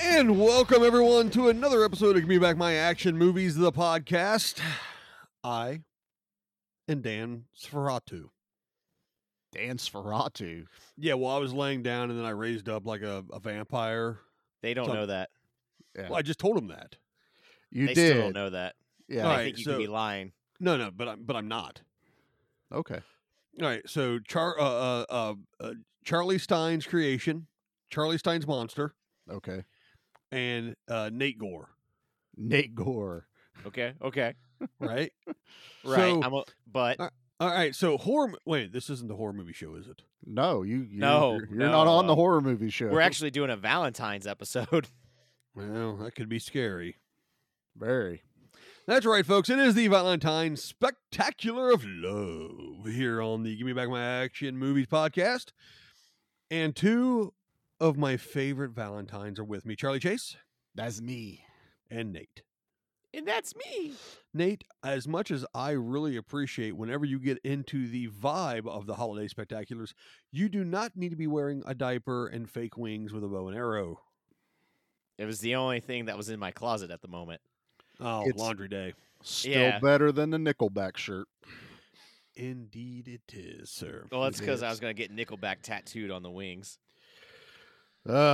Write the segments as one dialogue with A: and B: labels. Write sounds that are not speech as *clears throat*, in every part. A: And welcome everyone to another episode of Give Me Back My Action Movies, the podcast. I and Dan Sferatu.
B: Dan Sferatu.
A: Yeah, well, I was laying down and then I raised up like a, a vampire.
C: They don't
A: So-
C: know that.
B: Yeah.
A: Well, I just told him that.
B: You
C: they
B: did.
C: still don't know that.
B: Yeah.
C: They
A: Alright,
C: think you
A: so-
C: could be lying.
A: No, no, but I'm but I'm not.
B: Okay.
A: All right, so Char uh, uh, uh, uh, Charlie Stein's creation, Charlie Stein's monster,
B: Okay.
A: and uh, Nate Gore,
B: Nate Gore.
C: Okay. Okay.
A: right?
C: Right.
A: So-
C: I'm a, but
A: Uh, All right, so horror. mo- Wait, this isn't the horror movie show, is it?
B: No, you. you
C: No,
B: You're, you're not
C: no,
B: on the
C: uh,
B: horror movie show.
C: we're actually doing a Valentine's episode. *laughs*
A: Well, that could be scary.
B: very.
A: That's right, folks. It is the Valentine Spectacular of Love here on the Give Me Back My Action Movies podcast. And two of my favorite Valentines are with me Charlie Chase
B: That's me.
A: and Nate.
C: and that's me.
A: Nate, as much as I really appreciate whenever you get into the vibe of the holiday spectaculars, you do not need to be wearing a diaper and fake wings with a bow and arrow.
C: It was the only thing that was in my closet at the moment.
A: Oh,
B: It's-
A: laundry day.
B: Still
C: Yeah.
B: better than the Nickelback shirt.
A: Indeed, it is, sir.
C: Well, that's
B: It
C: because I
B: is.
C: was going to get Nickelback tattooed on the wings.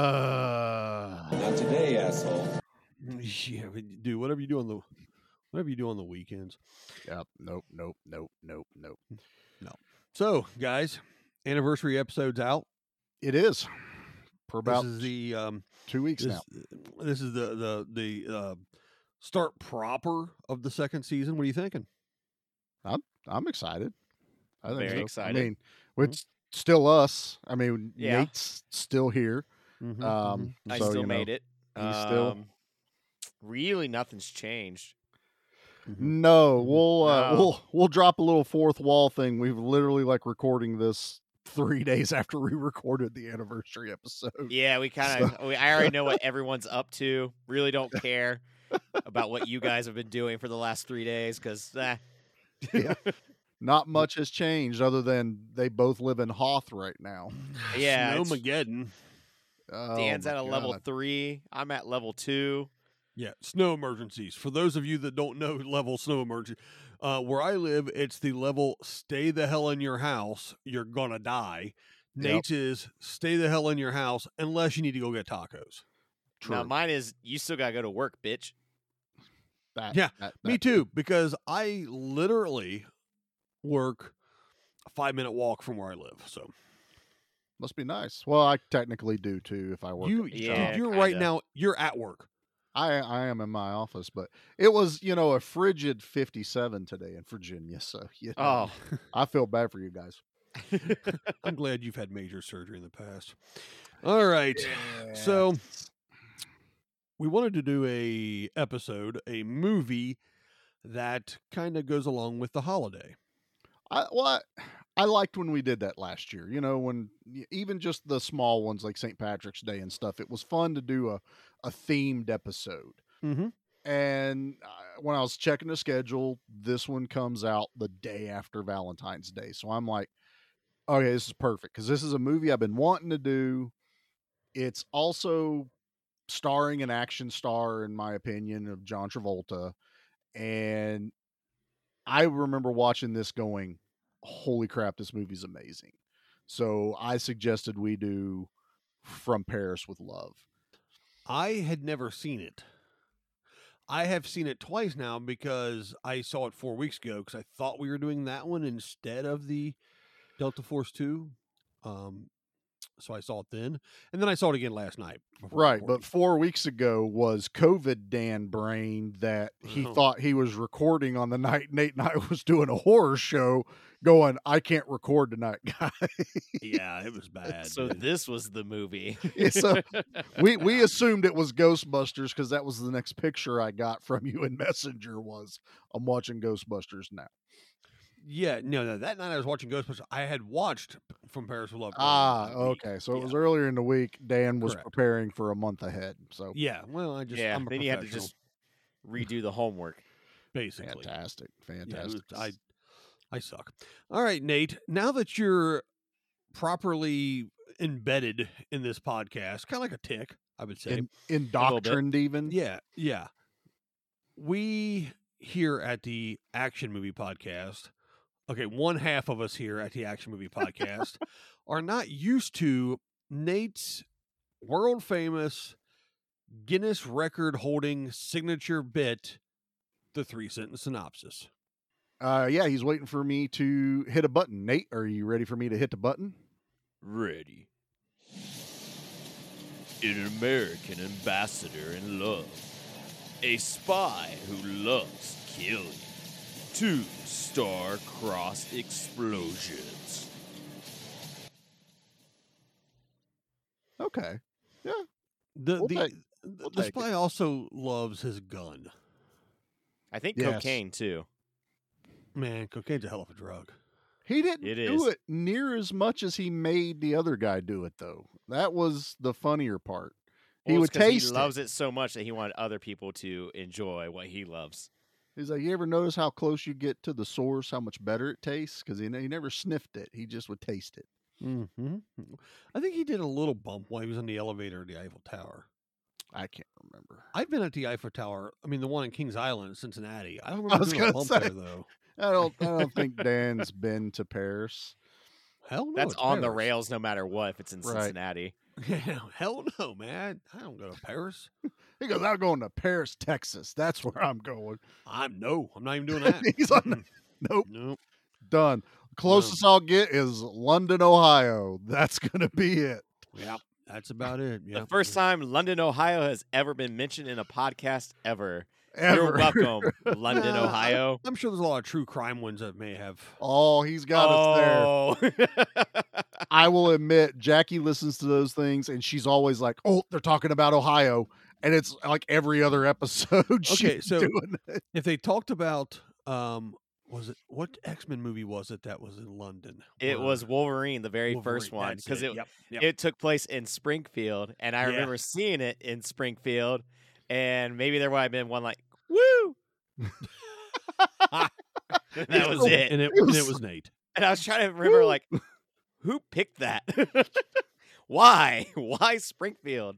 B: Uh,
D: Not today, asshole.
A: *laughs* Yeah, but do whatever you do on the whatever you do on the weekends.
B: yep. Nope. Nope. Nope. Nope. Nope.
A: So, guys, anniversary episodes out.
B: It is for about
A: this is the um,
B: two weeks
A: this,
B: now.
A: this is the the the uh, start proper of the second season. What are you thinking?
B: I'm excited. I think
C: Very
B: so.
C: excited.
B: I mean,
A: Mm-hmm.
B: it's still us. I mean,
C: Yeah.
B: Nate's still here.
A: Mhm, mhm.
B: Um,
C: I
B: so,
C: still
B: you know,
C: made it.
B: you still-
C: Um, Really, nothing's changed.
A: Mhm.
B: No, we'll uh,
C: No.
B: we'll we'll drop a little fourth wall thing. We've literally like recording this three *laughs* days after we recorded the anniversary episode.
C: *laughs* Yeah, we kind
B: *laughs*
C: of. I already know what everyone's up to. Really, don't care about what you guys have been doing for the last three days eh, because
B: *laughs* Not much has changed other than they both live in Hoth right now.
A: *sighs*
C: Yeah, it's-
A: Snowmageddon.
B: Oh
C: Dan's
B: my
C: at a level
B: God.
C: three. I'm at level two.
A: Yeah, snow emergencies. For those of you that don't know, *laughs* level snow emergency. Uh, where I live, it's the level stay the hell in your house, you're gonna die.
B: Yep.
A: Nate's is stay the hell in your house unless you need to go get tacos.
C: Now
B: True.
C: mine is you still gotta go to work, bitch.
B: That-
A: Yeah,
B: that-
A: Me
B: that-
A: too, because I literally work a five minute walk from where I live. So
B: Must be nice. Well, I technically do too if I work.
A: you,
B: at the
A: dude,
B: job.
C: Yeah,
A: you're right
C: kinda.
A: now. You're at work.
B: I I am in my office, but it was you know a frigid 57 today in Virginia. So *laughs* you know,
D: *laughs*
C: Oh,
B: I feel bad for you guys.
A: I'm glad you've had major surgery in the past. All right, so we wanted to do a episode, a movie that kind of goes along with the holiday.
B: I well, I, I liked when we did that last year. You know, when y- even just the small ones like St. Patrick's Day and stuff, it was fun to do a a themed episode.
A: Mm-hmm.
B: And uh, when I was checking the schedule, this one comes out the day after Valentine's Day, so I'm like, okay, this is perfect because this is a movie I've been wanting to do. It's also starring an action star, in my opinion, of John Travolta, and I remember watching this going, holy crap, this movie's amazing. So I suggested we do From Paris with Love.
A: I had never seen it. I have seen it twice now because I saw it four weeks ago because I thought we were doing that one instead of the Delta Force Two. Um, so I saw it then, and then I saw it again last night. before
B: Right, but
A: recording.
C: *laughs*
B: four weeks ago was COVID Dan brain that he
A: Oh.
B: thought he was recording on the night *laughs* Nate and I was doing a horror show, going, I can't record tonight, *laughs* guys.
A: yeah, it was bad.
C: so
A: dude.
C: *laughs* this was the
D: *laughs*
C: movie.
B: *laughs*
C: *laughs*
B: so we we assumed it was Ghostbusters because that was the next picture I got from you in Messenger was I'm watching Ghostbusters now.
A: yeah, no, no, that night I was watching Ghostbusters. I had watched P- From Paris with Love. earlier
B: Ah,
A: that week.
B: okay. So it
A: Yeah.
B: was earlier in the week. Dan was
A: Correct.
B: preparing for a month ahead. So
A: Yeah, well, I just
C: yeah,
A: I'm a
C: then you had to
A: professional,
C: just redo the homework.
A: basically.
B: fantastic,
A: Yeah, it
B: fantastic.
A: was- I I suck. All right, Nate. Now that you're properly embedded in this podcast, kind of like a tick, I would say.
B: in, indoctrined even.
A: Yeah, yeah. We here at the Action Movie Podcast, okay, one half of us here at the Action Movie Podcast *laughs* are not used to Nate's world famous Guinness record holding signature bit, the three sentence synopsis.
B: Uh, yeah, he's waiting for me to hit a button. Nate, are you ready for me to hit the button?
D: ready. An American ambassador in love. A spy who loves killing. Two star crossed explosions.
B: Okay.
A: The
B: We'll
A: the,
B: take-
A: the
B: take it.
A: spy also loves his gun.
C: I think
B: Yes.
C: cocaine too.
A: Man, cocaine's a hell of a drug.
B: He didn't
C: It
B: do
C: is.
B: it near as much as he made the other guy do it, though. That was the funnier part. He
C: Well,
B: would
C: it's 'cause
B: taste it.
C: He loves it so much that he wanted other people to enjoy what he loves.
B: He's like, you ever notice how close you get to the source, how much better it tastes? Because he, ne- he never sniffed it; he just would taste it.
A: hmm I think he did a little bump while he was on the elevator at the Eiffel Tower.
B: I can't remember.
A: I've been at the Eiffel Tower. I mean, the one in Kings Island, Cincinnati. I don't
B: I
A: remember
B: was
A: doing a
B: gonna
A: bump
B: say.
A: there though.
B: I don't. I don't think Dan's been to Paris.
A: Hell no.
C: That's
A: it's
C: on the
A: Paris.
C: rails no matter what if it's in
B: Right.
C: Cincinnati.
A: *laughs* Yeah, hell no, man. I don't go to Paris.
B: He goes, "I'm going to Paris, Texas. That's where I'm going."
A: I'm no. I'm not even
B: *laughs*
A: doing that.
B: He's like,
A: Mm-mm.
B: "Nope,
A: nope.
B: done." Closest I'll get is London, Ohio. *laughs* That's gonna be it.
A: Yeah,
B: *laughs*
A: that's about it. Yeah.
C: The first time London, Ohio has ever been mentioned in a podcast ever.
B: *laughs*
C: You're
B: Ever.
C: welcome,
A: *laughs*
C: London,
A: Nah,
C: Ohio.
A: I'm sure there's a lot of true crime ones that may have.
B: Oh, he's got us there.
C: oh. *laughs*
B: I will admit, Jackie listens to those things, and she's always like, "Oh, they're talking about Ohio," and it's like every other *laughs* episode.
A: Okay,
B: she's
A: so-
B: doing it.
A: If they talked about, um, was it what X Men movie was it that was in London?
C: it
A: Where
C: was Wolverine, the very
A: Wolverine-
C: first one,
A: that's
C: because it
A: Yep, yep.
C: it took place in Springfield, and I
A: Yeah.
C: remember seeing it in Springfield, and maybe there might have been one like
A: *laughs*
C: "woo," *laughs* And
A: *laughs*
C: that was it.
A: And it,
B: It
A: and it
B: was-
A: was Nate.
C: And I was trying to remember
B: Woo.
C: like who picked that? *laughs* Why? *laughs* Why Springfield?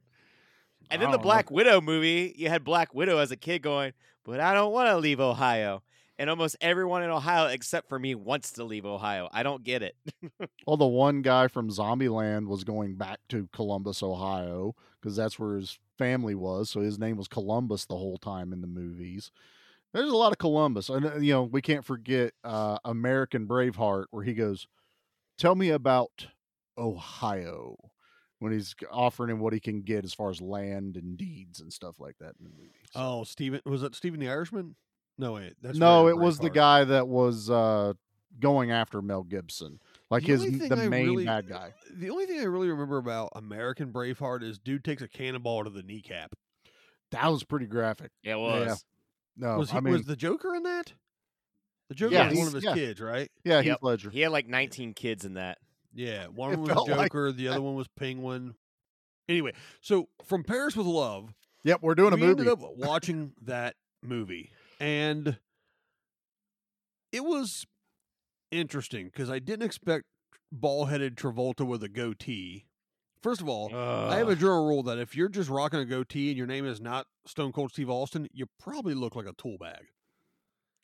C: And then
A: I
C: the
A: don't know.
C: Black Widow movie, you had Black Widow as a kid going, but I don't want to leave Ohio. And almost everyone in Ohio except for me wants to leave Ohio. I don't get it.
B: Well, the one guy from Zombieland was going back to Columbus, Ohio, because that's where his family was. So his name was Columbus the whole time in the movies. There's a lot of Columbus, and uh, you know we can't forget uh, American Braveheart, where he goes, "Tell me about Ohio," when he's offering him what he can get as far as land and deeds and stuff like that in the movies.
A: Oh, Steven. Was it Steven the Irishman? No, wait. That's
B: no,
A: Ray
B: it was the
A: Braveheart.
B: guy that was uh, going after Mel Gibson, like
A: The
B: his
A: only
B: m-
A: thing
B: the
A: I
B: main
A: really-
B: bad guy.
A: The only thing I really remember about American Braveheart is dude takes a cannonball to the kneecap.
B: That was pretty graphic.
C: It *laughs*
B: was. No,
A: was he,
B: Oh, I mean,
A: was the Joker in that? The Joker
C: Yeah,
A: was one of his
B: he's- yeah.
A: kids, right?
B: yeah, he's
C: Yep.
B: Ledger.
C: He had like 19 kids in that.
A: Yeah, one
B: It
A: of them was
B: felt *laughs* like
A: Joker, the other one was Penguin. Anyway, so from Paris with Love,
B: Yep, we're doing a
A: we ended
B: movie.
A: up watching that movie, and it was interesting because I didn't expect ball-headed Travolta with a goatee. First of all, I have a general rule that if you're just rocking a goatee and your name is not Stone Cold Steve Austin, you probably look like a tool bag,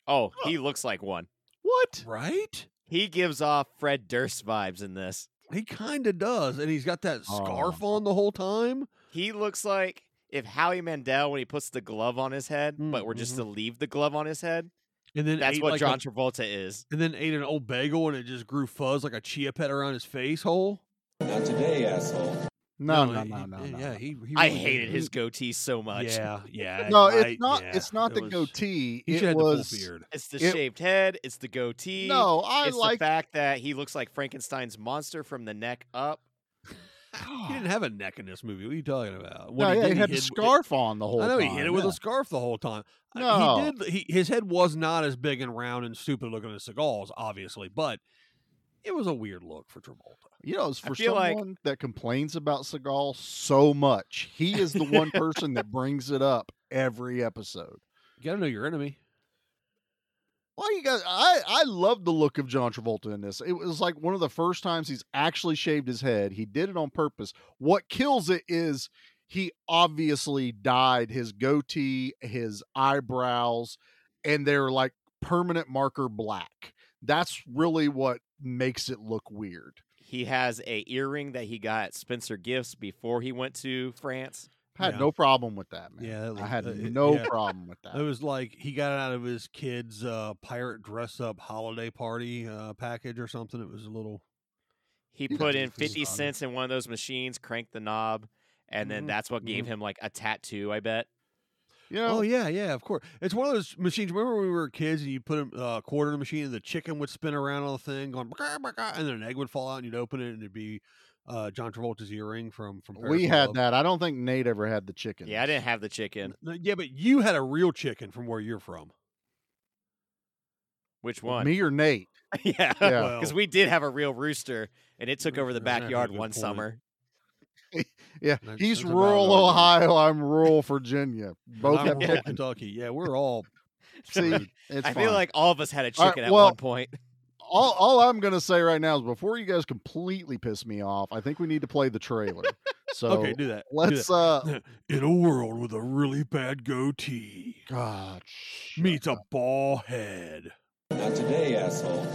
C: Oh, he looks like one.
B: what?
A: right?
C: He gives off Fred Durst vibes in this.
A: He kind of does, and he's got that scarf on the whole time.
C: He looks like if Howie Mandel when he puts the glove on his head,
A: Mm,
C: but we're just to leave the glove on his head.
A: And then
C: That's
A: ate
C: what
A: like a-
C: John Travolta is.
A: and then ate an old bagel, and it just grew fuzz like a chia pet around his face hole.
E: Not today, asshole.
B: No, no,
A: he-
B: no, no,
A: he-
B: no.
A: Yeah, he. he
C: I
A: really did.
C: hated his
A: He-
C: goatee so much.
A: Yeah, yeah.
B: no,
A: I-
B: it's not.
A: yeah,
B: it's not
A: it
B: the
A: was-
B: goatee.
A: He should
B: it
A: have
B: was.
A: the full beard.
C: It's the
B: It-
C: shaved head. It's the goatee.
B: No, I
C: it's
B: like. *gasps*
C: the fact that he looks like Frankenstein's monster from the neck up.
A: He didn't have a neck in this movie. What are you talking about? What
B: Ah. no, yeah,
A: did,
B: he had the
A: hid-
B: scarf on the whole.
A: I know he
B: time,
A: hit it with
B: yeah.
A: a scarf the whole time. I-
B: No.
A: he did. He, his head was not as big and round and stupid looking as Seagal's, obviously, but it was a weird look for Travolta.
B: You know, it's for
C: feel
B: someone
C: like-
B: that complains about Seagal so much, he is the
A: *laughs*
B: one *laughs* person that brings it up every episode.
A: You got to know your enemy.
B: Well, you guys, I I love the look of John Travolta in this. It was like one of the first times he's actually shaved his head. He did it on purpose. What kills it is he obviously dyed his goatee, his eyebrows, and they're like permanent marker black. That's really what makes it look weird.
C: He has a earring that he got at Spencer Gifts before he went to France.
B: I had
A: Yeah.
B: no problem with that, man.
A: Yeah, that
B: I
A: looked-
B: had
A: uh, it-
B: no
A: yeah.
B: problem
A: *laughs*
B: with that.
A: It was like he got it out of his kid's uh, pirate dress up holiday party uh, package or something. It was a little
C: He
B: Yeah,
C: put
B: dude,
C: in
B: this is
C: 50
B: fun.
C: cents in one of those machines, cranked the knob, and then
A: Mhm,
C: that's what gave him like a tattoo, I bet.
B: you know,
A: Oh yeah, yeah, of course. It's one of those machines. Remember when we were kids and you put a uh, quarter in the machine and the chicken would spin around on the thing, going "Brrr, brrr, brrr," and then an egg would fall out and you'd open it and it'd be uh, John Travolta's earring from from. Paris
B: we
A: Hilton
B: had
A: Love.
B: that. I don't think Nate ever had the chicken.
C: Yeah, I didn't have the chicken.
A: No, yeah, but you had a real chicken from where you're from.
C: Which one?
B: Me or Nate?
C: *laughs* yeah. *laughs*
B: Yeah.
C: Because we did have a real rooster, and it took over the
A: Roosters have a
C: backyard
A: good
C: one
A: point.
C: summer.
B: Yeah,
A: That's-
B: he's
A: that's a valid
B: rural
A: argument.
B: Ohio. I'm rural Virginia. Both
A: I'm
B: have
A: from
B: chicken.
A: Kentucky. Yeah, we're all.
B: See, it's
C: I feel
B: fine.
C: like all of us had a
B: All right,
C: chicken at
B: well-
C: one point.
B: all, all I'm gonna say right now is before you guys completely piss me off, I think we need to play the trailer. *laughs* So
A: okay, do that. *laughs* do
B: let's uh
A: that. In a world with a really bad goatee
B: God
A: meets a ball head.
E: *laughs*
A: *laughs*
E: Not today, asshole.
A: Well,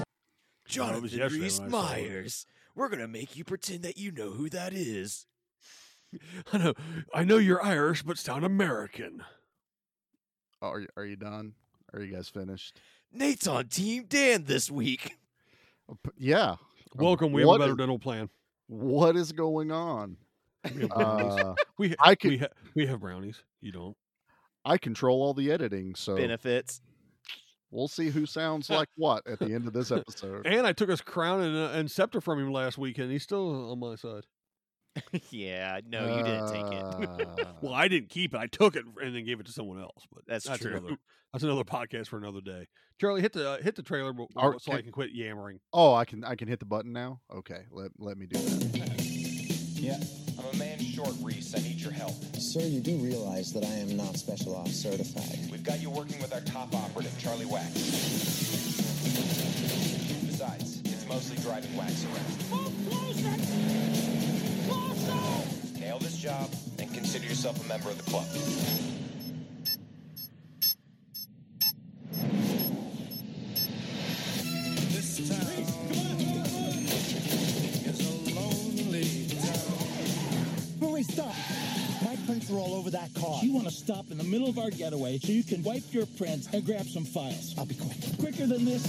A: it was
D: Jonathan
A: yesterday
D: Rhys
A: when I saw it.
D: Myers. We're gonna make you pretend that you know who that is.
A: I know, I know you're Irish, but sound
B: Um,
A: American.
B: Are you are you done? Are you guys finished?
D: Nate's on Team Dan this week.
B: Uh, p- Yeah. Um,
A: Welcome. We have
B: what
A: a better
B: is-
A: dental plan.
B: What is going on?
A: We have *laughs* brownies.
B: Uh,
A: we, ha-
B: I could-
A: we, ha- we have brownies. You don't.
B: I control all the editing, so
C: Benefits. *laughs*
B: we'll see who sounds like what at the end of
A: *laughs*
B: this episode.
A: And I took his crown and, uh, and scepter from him last week, and he's still on my side.
C: yeah, no, you didn't take it.
B: Uh,
A: Well, I didn't keep it. I took it and then gave it to someone else. But
C: That's true.
A: Another, that's another podcast for another day. Charlie, hit the uh, hit the trailer b-
B: Are-
A: so I can quit yammering.
B: oh, I can I can hit the button now. Okay, let let me do that.
E: Yeah. I'm a man short, Reese. I need your help.
F: Sir, you do realize that I am not special ops certified.
E: We've got you working with our top operative, Charlie Wax. Besides, it's mostly driving Wax around. Nail this job and consider yourself a member of the club. This town is a lonely
G: Marie, stop! My prints are all over that car. You want to stop in the middle of our getaway so you can wipe your prints and grab some files. I'll be quick. Quicker than this.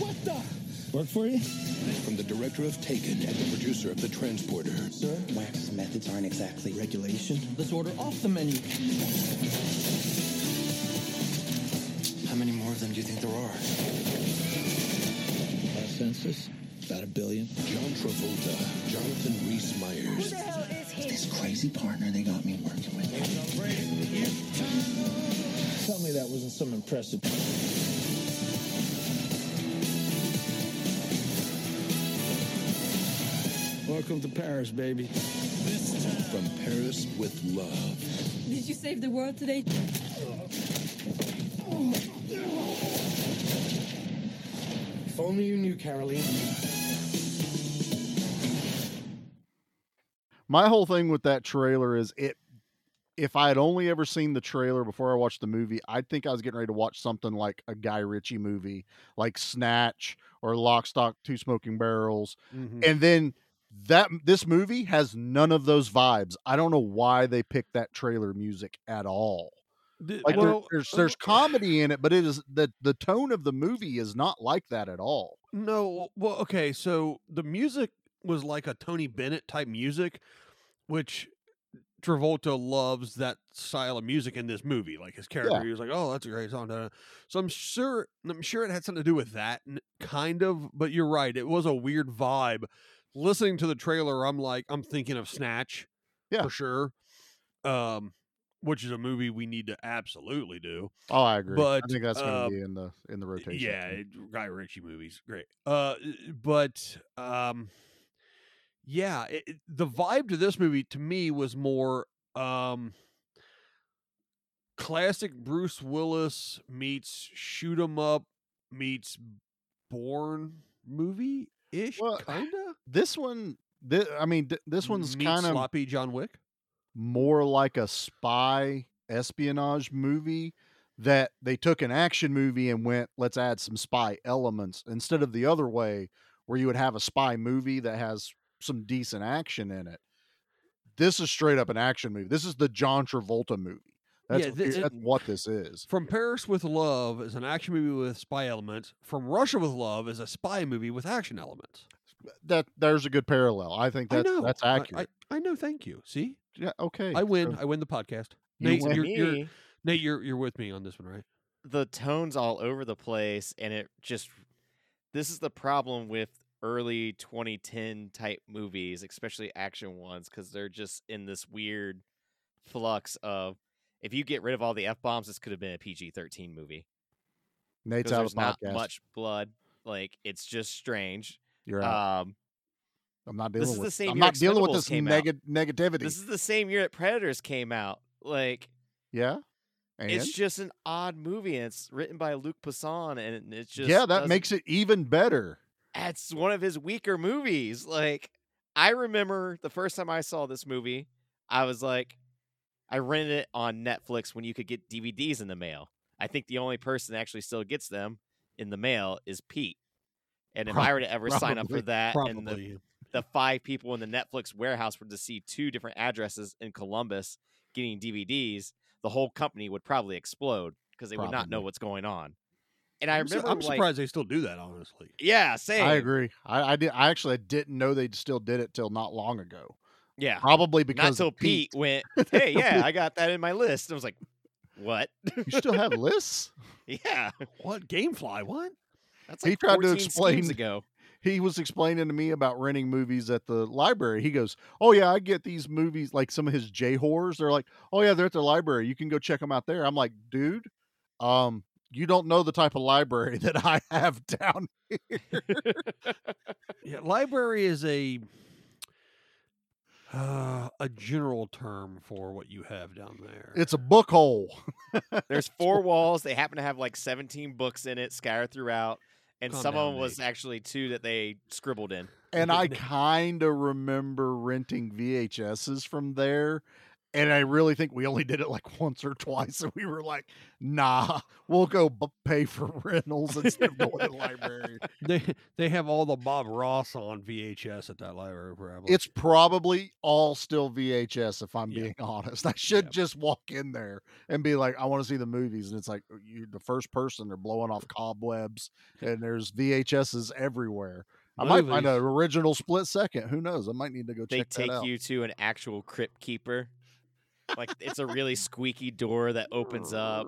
G: What the? Work for you?
H: From the director of Taken and the producer of The Transporter.
F: Sir, Wax's methods aren't exactly regulation.
G: This order off the menu.
H: How many more of them do you think there are?
F: Last census, about a billion.
H: John Travolta, Jonathan Rhys Myers,
I: hell is he?
F: This crazy partner they got me working with.
G: Tell me that wasn't some impressive. Welcome to Paris, baby.
H: From Paris with Love.
I: Did you save the world today?
G: If only you knew, Caroline.
B: My whole thing with that trailer is it. If I had only ever seen the trailer before I watched the movie, I'd think I was getting ready to watch something like a Guy Ritchie movie, like Snatch or Lock, Stock, Two Smoking Barrels, and then that this movie has none of those vibes. I don't know why they picked that trailer music at all.
A: Th-
B: Like there-
A: well,
B: there's
A: uh,
B: there's comedy in it, but it is the the tone of the movie is not like that at all.
A: No, well, okay. So the music was like a Tony Bennett type music, which Travolta loves that style of music in this movie. Like his character, he was like, "Oh, that's a great song." da, da." So I'm sure, I'm sure it had something to do with that, n- kind of. But you're right; it was a weird vibe. Listening to the trailer, I'm like, I'm thinking of Snatch,
B: Yeah.
A: for sure. Um, which is a movie we need to absolutely do.
B: Oh, I agree. I
A: But,
B: think that's going
A: uh,
B: to be in the in the rotation.
A: Yeah, it- Guy Ritchie movies, great. Uh, but um, yeah, it, it- the vibe to this movie to me was more um, classic Bruce Willis meets shoot 'em up meets Born movie ish,
B: Well,
A: kinda.
B: This one, thi- I mean, th- *sighs* this one's
A: Meet
B: kind of
A: sloppy John Wick.
B: more like a spy espionage movie that they took an action movie and went, let's add some spy elements instead of the other way where you would have a spy movie that has some decent action in it. This is straight up an action movie. This is the John Travolta movie. That's,
A: Yeah,
B: what
A: thi-
B: the- that's what this is.
A: From Paris with Love is an action movie with spy elements. From Russia with Love is a spy movie with action elements.
B: That there's a good parallel. I think
A: I
B: that's
A: know.
B: that's
A: I- I-
B: accurate.
A: I, know. Thank you. See,
B: yeah, okay.
A: I win.
B: so
A: I win the podcast.
B: You
A: Nate,
B: win.
A: you're, you're
C: me,
A: Nate, you're you're with me on this one, right?
C: the tone's all over the place, and it just this is the problem with early 2010 type movies, especially action ones, because they're just in this weird flux of if you get rid of all the f bombs, this could have been a PG-13 movie.
B: Nate's
C: 'cause
B: out of
C: there's
B: the podcast.
C: not much blood. Like it's just strange.
B: You're out.
C: Um,
B: I'm not
C: this
B: dealing
C: is the
B: with.
C: same
B: I'm
C: year
B: not dealing with
C: Expendables
B: this
C: came out.
B: nega- negativity.
C: This is the same year that Predators came out. Like
B: yeah. And
C: it's just an odd movie, and it's written by Luke Besson, and it's just
B: yeah, that
C: doesn't-
B: makes it even better.
C: that's one of his weaker movies. Like I remember the first time I saw this movie, I was like, I rented it on Netflix when you could get DVDs in the mail. I think the only person that actually still gets them in the mail is Pete. And if I were to ever sign up for
B: probably-
C: that, and the,
A: Probably.
C: the five people in the Netflix warehouse were to see two different addresses in Columbus getting DVDs, the whole company would probably explode because they would not know
B: Probably.
C: what's going on. And I
A: I'm, su-
C: remember,
A: I'm
C: like,
A: surprised they still do that. Honestly,
C: yeah, same.
B: I agree. I, I did. I actually didn't know they still did it till not long ago.
C: Yeah,
B: Probably
C: not
B: because
C: till
B: of
C: Pete. went,
B: *laughs*
C: "Hey, yeah, I got that in my list." I was like, "What?" *laughs*
B: you still have lists.
C: yeah,
A: what Gamefly? What?
C: that's
B: He
C: like
B: tried to
C: 14 schemes
B: explain- *laughs*
C: ago.
B: He was explaining to me about renting movies at the library. He goes, "Oh yeah, I get these movies like some of his J horrors. They're like, oh yeah, they're at the library. You can go check them out there." I'm like, dude, um, you don't know the type of library *laughs* that I have down.
A: Yeah, library is a uh, a general term for what you have down there.
B: It's a book hole. *laughs*
C: There's four walls. They happen to have like 17 books in it, scattered throughout, and
A: Calm
C: some
A: down,
C: of them was
A: Nate.
C: actually two that they scribbled in.
B: and
A: Yeah,
B: I
A: they-
B: kind of remember renting VHSs from there. And I really think we only did it like once or twice, and we were like, "Nah, we'll go b- pay for *laughs* rentals
A: *laughs*
B: instead of going to the library."
A: they they have all the Bob Ross on VHS at that library. Probably.
B: It's probably all still VHS, if I'm
A: Yeah.
B: being *laughs* honest. I should
A: Yeah.
B: just walk in there and be like, "I want to see the movies," and it's like you're the first person. They're blowing off cobwebs, and there's VHSs everywhere. I might find
A: Movies.
B: an original split second. Who knows? I might need to go
C: They
B: check that
C: take
B: out.
C: you to an actual crypt keeper. Like it's a really squeaky door that opens up.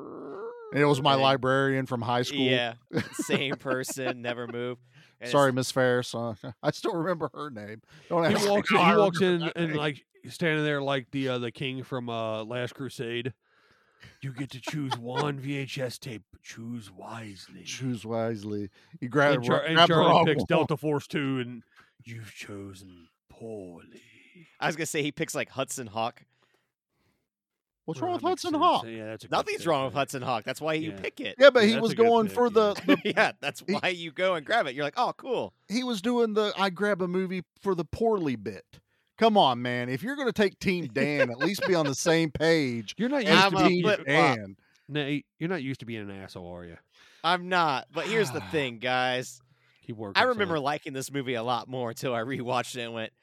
B: It was my
C: And then-
B: librarian from high school.
C: Yeah, same person, never move. And it's-
B: Sorry, Miss Ferris. Uh, *laughs* I still remember her name. Don't ask
A: he *laughs*
B: me
A: walks in,
B: how I
A: he walks
B: remember
A: in
B: that
A: and
B: name.
A: like standing there like the uh, the king from uh, Last Crusade. You get to choose one VHS tape. Choose wisely.
B: choose wisely. You grab,
A: and, Char- and
B: grab the
A: Charlie
B: wrong
A: picks
B: one.
A: Delta Force Two, and you've chosen poorly.
C: I was gonna say he picks like Hudson Hawk.
B: What's
A: Well,
B: wrong
A: that
B: with
A: makes
B: Hudson
A: sense.
B: Hawk?
A: Yeah, that's a good
C: Nothing's
A: pick,
C: wrong with
A: yeah.
C: Hudson Hawk. That's why you
A: Yeah.
C: pick it.
B: Yeah, but
A: Yeah,
B: he
A: that's
B: was
A: a good
B: going
A: pick,
B: for the, *laughs* the
C: *laughs* yeah, that's
B: He-
C: why you go and grab it. You're like, oh, cool.
B: he was doing the I grab a movie for the poorly bit. Come on, man. If you're going to take Team Dan, at least be on the
A: *laughs*
B: same page
A: You're not used
B: as
C: I'm
A: to
C: a
A: being
B: Team
C: flip-flop.
B: Dan.
A: Nate, you're not used to being an asshole, are you?
C: I'm not. But here's
B: *sighs*
C: the thing, guys.
A: He works.
C: I remember liking this movie a lot more until I rewatched it and went,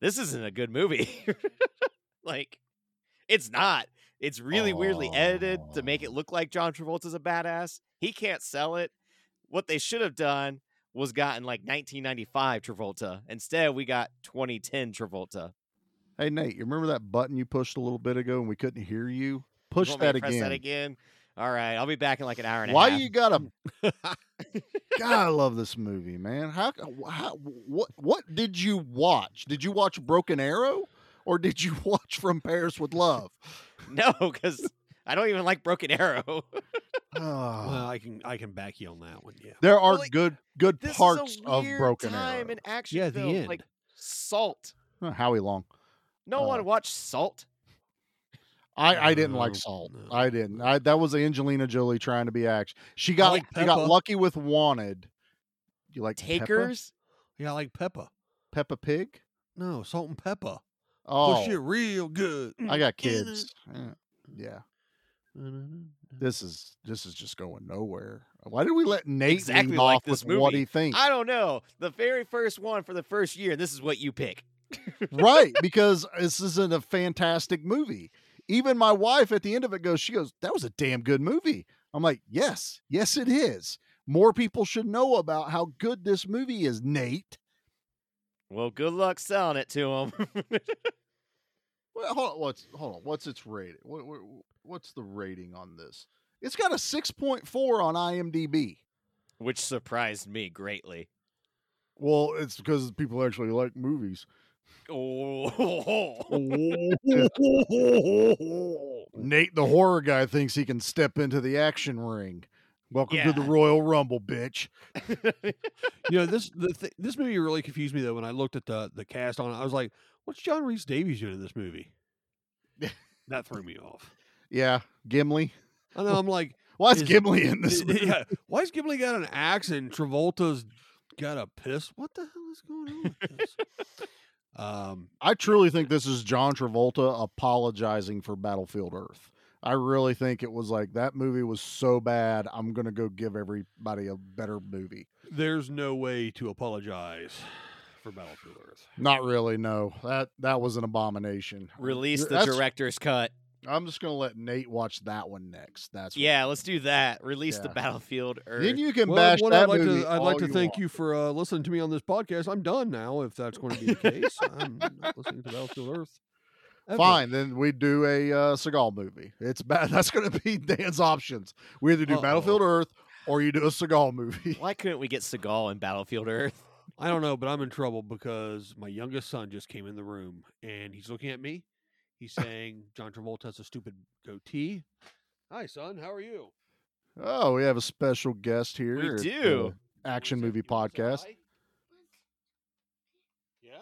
C: this isn't a good movie. *laughs* like, it's not. It's really weirdly edited to make it look like John Travolta's a badass. He can't sell it. What they should have done was gotten like 1995 Travolta. Instead, we got 2010 Travolta.
B: Hey, Nate, you remember that button you pushed a little bit ago and we couldn't hear you?
C: You
B: Push
C: want me to
B: that
C: press
B: again.
C: that again. All right, I'll be back in like an hour and a
B: Why
C: half.
B: you gotta? *laughs* God, I love
C: *laughs*
B: this movie, man. How, how? What? What did you watch? Did you watch Broken Arrow, or did you *laughs* watch From Paris with Love?
C: *laughs* No, because I don't even like Broken Arrow. *laughs*
B: Ah,
A: Well, I can I can back you on that one. Yeah.
B: there are
C: well, it-
B: good good
C: This
B: parts
C: is a
B: of
C: weird
B: Broken
C: time
B: Arrow.
C: in action
A: Yeah, the
C: film.
A: end.
C: Like Salt.
B: Huh, Howie Long.
C: No
B: Uh,
C: one watched Salt.
B: I, I didn't like
A: No,
B: Salt.
A: no.
B: I didn't. I, that was Angelina Jolie trying to be action. She got
A: like
B: she got
A: Peppa.
B: lucky with Wanted, You like Peppa?
C: Takers?
A: Yeah, I like Peppa.
B: Peppa Pig?
A: No, salt and pepper.
B: Oh,
A: Push it real good.
B: I got
A: in it.
C: *laughs*
B: kids. Eh, Yeah, this is this is just going nowhere. Why did we let Nate
C: Exactly
B: lead
C: like
B: off
C: this
B: with what
C: movie.
B: he thinks?
C: I don't know. The very first one for the first year, this is what you pick. *laughs*
B: right, because this isn't a fantastic movie. Even my wife at the end of it goes, she goes, "That was a damn good movie." I'm like, "Yes, yes, it is." More people should know about how good this movie is, Nate.
C: Well, good luck selling it to them.
B: Well, hold on, what's hold on? What's its rating? What, what, what's the rating on this? It's got a six point four on IMDb.
C: *laughs* Which surprised me
B: *laughs*
C: greatly. *laughs*
B: Well, it's because people actually like movies.
C: Oh,
B: Nate, the horror guy, thinks he can step into the action ring. Welcome to the
C: Yeah.
B: Royal Rumble, bitch.
A: you know this the th- this movie really confused me though when I looked at the the cast on it. I was like, "What's John Reese Davies doing in this
C: *laughs*
A: movie?" that threw me off.
B: Yeah, Gimli.
A: And then I'm like,
B: Why is
A: Is-
B: Gimli in *laughs*
C: *laughs*
B: this? movie?
A: yeah, "Why has Gimli got an axe and Travolta's got a piss? What the hell is going on?" With this? um,
B: I truly think this is John Travolta apologizing for Battlefield Earth. I really think it was like that movie was so bad. I'm gonna go give everybody a better movie.
A: there's no way to apologize for Battlefield Earth.
B: Not really. No, that that was an abomination.
C: release the
B: That's-
C: director's cut.
B: I'm just gonna let Nate watch that one next. That's what-
C: Yeah, let's do that. Release the
B: Yeah.
C: battlefield. Earth.
B: Then you can
A: Well,
B: bash
A: what
B: that
A: I'd like
B: movie.
A: to I'd
B: all
A: like to thank
B: want.
A: you for uh, listening to me on this podcast. I'm done now. If that's going to be the case, I'm not listening to Battlefield Earth. ever.
B: Fine, then we do a uh, Seagal movie. It's bad. *laughs* That's going to be Dan's options. We either do
A: Uh-oh.
B: Battlefield Earth or you do a Seagal movie. *laughs*
C: Why couldn't we get Seagal in Battlefield Earth?
A: I don't know, but I'm in trouble because my youngest son just came in the room and he's looking at me. He's saying John Travolta has a stupid goatee. Hi, son. How are you?
B: Oh, we have a special guest here.
C: We
B: at the
C: do.
A: You wanna
B: Action
A: say-
B: movie
A: you wanna say
C: *laughs*
B: podcast.
A: hi? Yeah.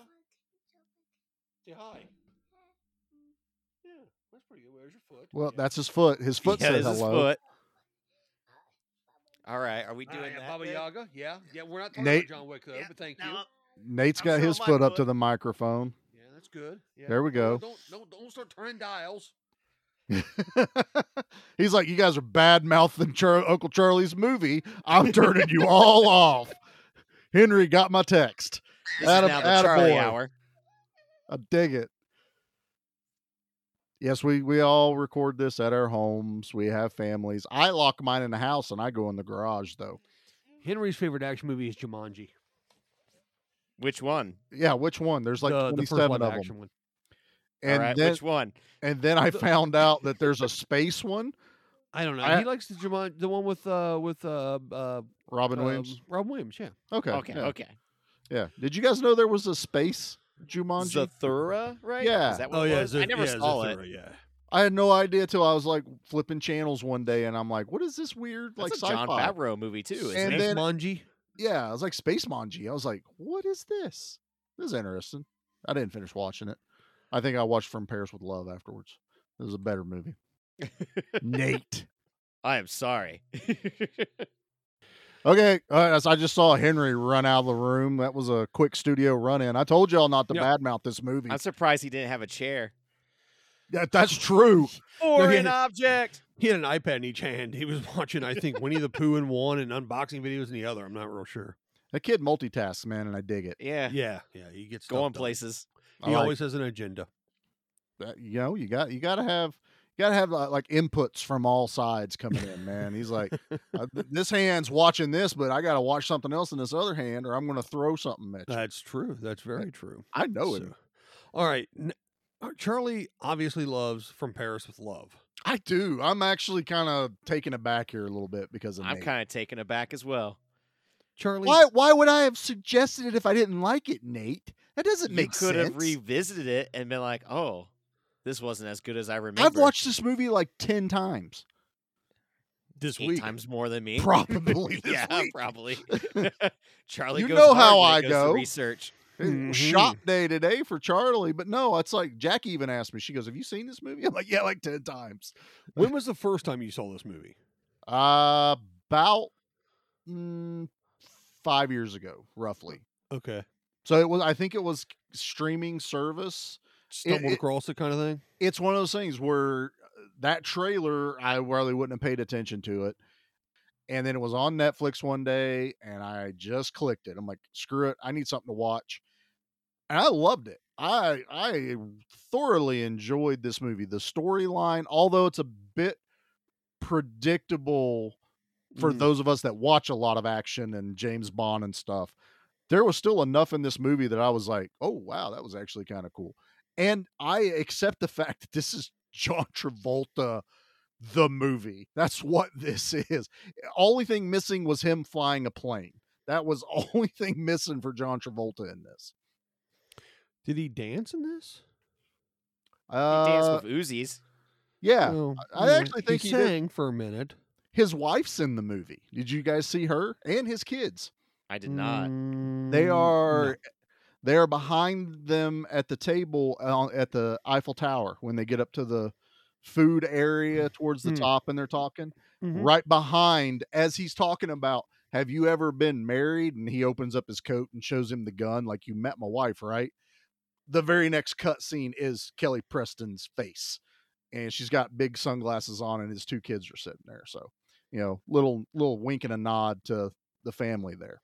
A: Say hi. Yeah, that's pretty good. Where's your foot?
B: Well,
A: Yeah.
B: that's his foot. His foot
C: Yeah,
B: said
C: this is
B: hello.
C: foot. All right, are we
A: Ah,
C: doing
A: yeah,
C: that?
A: Baba
C: then?
A: Yaga. Yeah, yeah. We're not talking
B: Nate-
A: about John Wick though,
C: Yeah,
A: but thank you.
C: no.
B: Nate's
C: I'm
B: got
C: showing
B: his
C: my
B: foot up
C: foot.
B: to the microphone. *laughs*
A: Yeah, that's good. Yeah.
B: There we
A: No,
B: go.
A: Don't don't don't start turning dials.
B: He's like, you guys are bad mouthing Char- Uncle Charlie's movie. I'm turning you all
C: *laughs*
B: off. Henry got my text.
C: This
B: Atta-
C: is now the Charlie
B: attaboy.
C: Hour.
B: I dig it. Yes, we we all record this at our homes. We have families. I lock mine in the house and I go in the garage though.
A: Henry's favorite action movie is Jumanji.
C: Which one?
B: Yeah, which one? There's like
A: the, the first
B: 27
A: live
B: of
A: action
B: them.
A: one.
B: And
C: All right,
B: then
C: which one?
B: and then I
C: *laughs*
B: found out that there's a space one.
A: I don't know.
B: I-
A: he likes the Jumanji, the one with uh with uh, uh
B: Robin
A: um,
B: Williams.
A: Rob Williams. Yeah.
B: Okay.
C: Okay,
B: yeah,
C: okay.
B: yeah. Did you guys know there was a space Jumanji?
C: Zathura, right?
B: Yeah.
C: Is that what it was? I never saw it.
A: Oh, Yeah.
B: I had no idea till I was like flipping channels one day and I'm like, what is this weird
C: That's
B: like
C: a
B: sci-fi?
C: John Favreau movie too. Isn't
B: And
C: it?
B: then-
A: Jumanji.
B: yeah, I was like Space Manji. I was like, what is this? This is interesting. I didn't finish watching it. I think I watched From Paris with Love afterwards. It was a better movie. Nate.
C: I am sorry.
B: Okay, all right, so I just saw Henry run out of the room. That was a quick studio run in. I told y'all not to
A: Yeah.
B: badmouth this movie.
C: I'm surprised he didn't have a chair
B: Yeah, that's true.
C: or
A: he
C: an
A: had-
C: object.
A: He had an iPad in each hand. He was *laughs* watching, I think, Winnie the Pooh in one and unboxing videos in the other. I'm not real sure.
B: That kid multitasks, man, and I dig it.
C: Yeah,
A: Yeah, yeah. He gets stuff
C: going
A: done.
C: places.
B: I
A: He
B: like
A: always has an agenda.
B: that- uh, you know, you got you got to have you got to have uh, like inputs from all sides coming in, man. He's like, uh,
C: *laughs*
B: th- this hand's watching this, but I got to watch something else in this other hand, or I'm going to throw something at you.
A: That's true. That's very true.
B: I know it.
A: So- All right. n- uh, Charlie obviously loves From Paris with Love.
B: I do. I'm actually kind of taken aback here a little bit because of
C: I'm
B: Nate.
C: kind of taken aback as well.
A: Charlie,
B: Why? Why would I have suggested it if I didn't like it, Nate? That doesn't
C: You
B: make
C: could
B: sense.
C: have revisited it and been like, "Oh, this wasn't as good as I remember."
B: I've watched this movie like ten times,
A: this
C: eight
A: week.
C: times more than me. *laughs*
B: probably. this
C: yeah,
B: week. *laughs*
C: probably. Charlie,
B: You
C: goes
B: know
C: hard
B: how
C: when
B: I
C: it goes to
B: go.
C: research.
A: Mhm.
B: shop day today for Charlie. But no, it's like Jackie even asked me. She goes, "Have you seen this movie?" I'm like, "Yeah, like ten times."
A: When was the first time you saw this movie?
B: Uh, about mm, five years ago, roughly.
A: Okay.
B: So it was. I think it was streaming service.
A: Stumbled
B: it-
A: across it kind of thing.
B: It's one of those things where uh, that trailer I really wouldn't have paid attention to it, and then it was on Netflix one day, and I just clicked it. I'm like, screw it, I need something to watch, and I loved it. I I thoroughly enjoyed this movie. The storyline, although it's a bit predictable for
A: Mm.
B: those of us that watch a lot of action and James Bond and stuff, there was still enough in this movie that I was like, oh, wow, that was actually kind of cool. And I accept the fact that this is John Travolta, the movie. That's what *laughs* this is. Only thing missing was him flying a plane. That was *laughs* only thing missing for John Travolta in this.
A: Did he dance in this?
B: Uh,
C: He danced with Uzis.
B: yeah.
A: No,
B: I
A: no,
B: actually think he did.
A: sang for a minute.
B: His wife's in the movie. Did you guys see her and his kids?
C: I did not.
B: They
A: Mm,
B: are they are behind them at the table on, at the Eiffel Tower when they get up to the food area towards the
A: Hmm.
B: top and they're talking
A: Mhm.
B: right behind as he's talking about have you ever been married and he opens up his coat and shows him the gun like you met my wife right the very next cut scene is Kelly Preston's face and she's got big sunglasses on and his two kids are sitting there so you know little little wink and a nod to the family there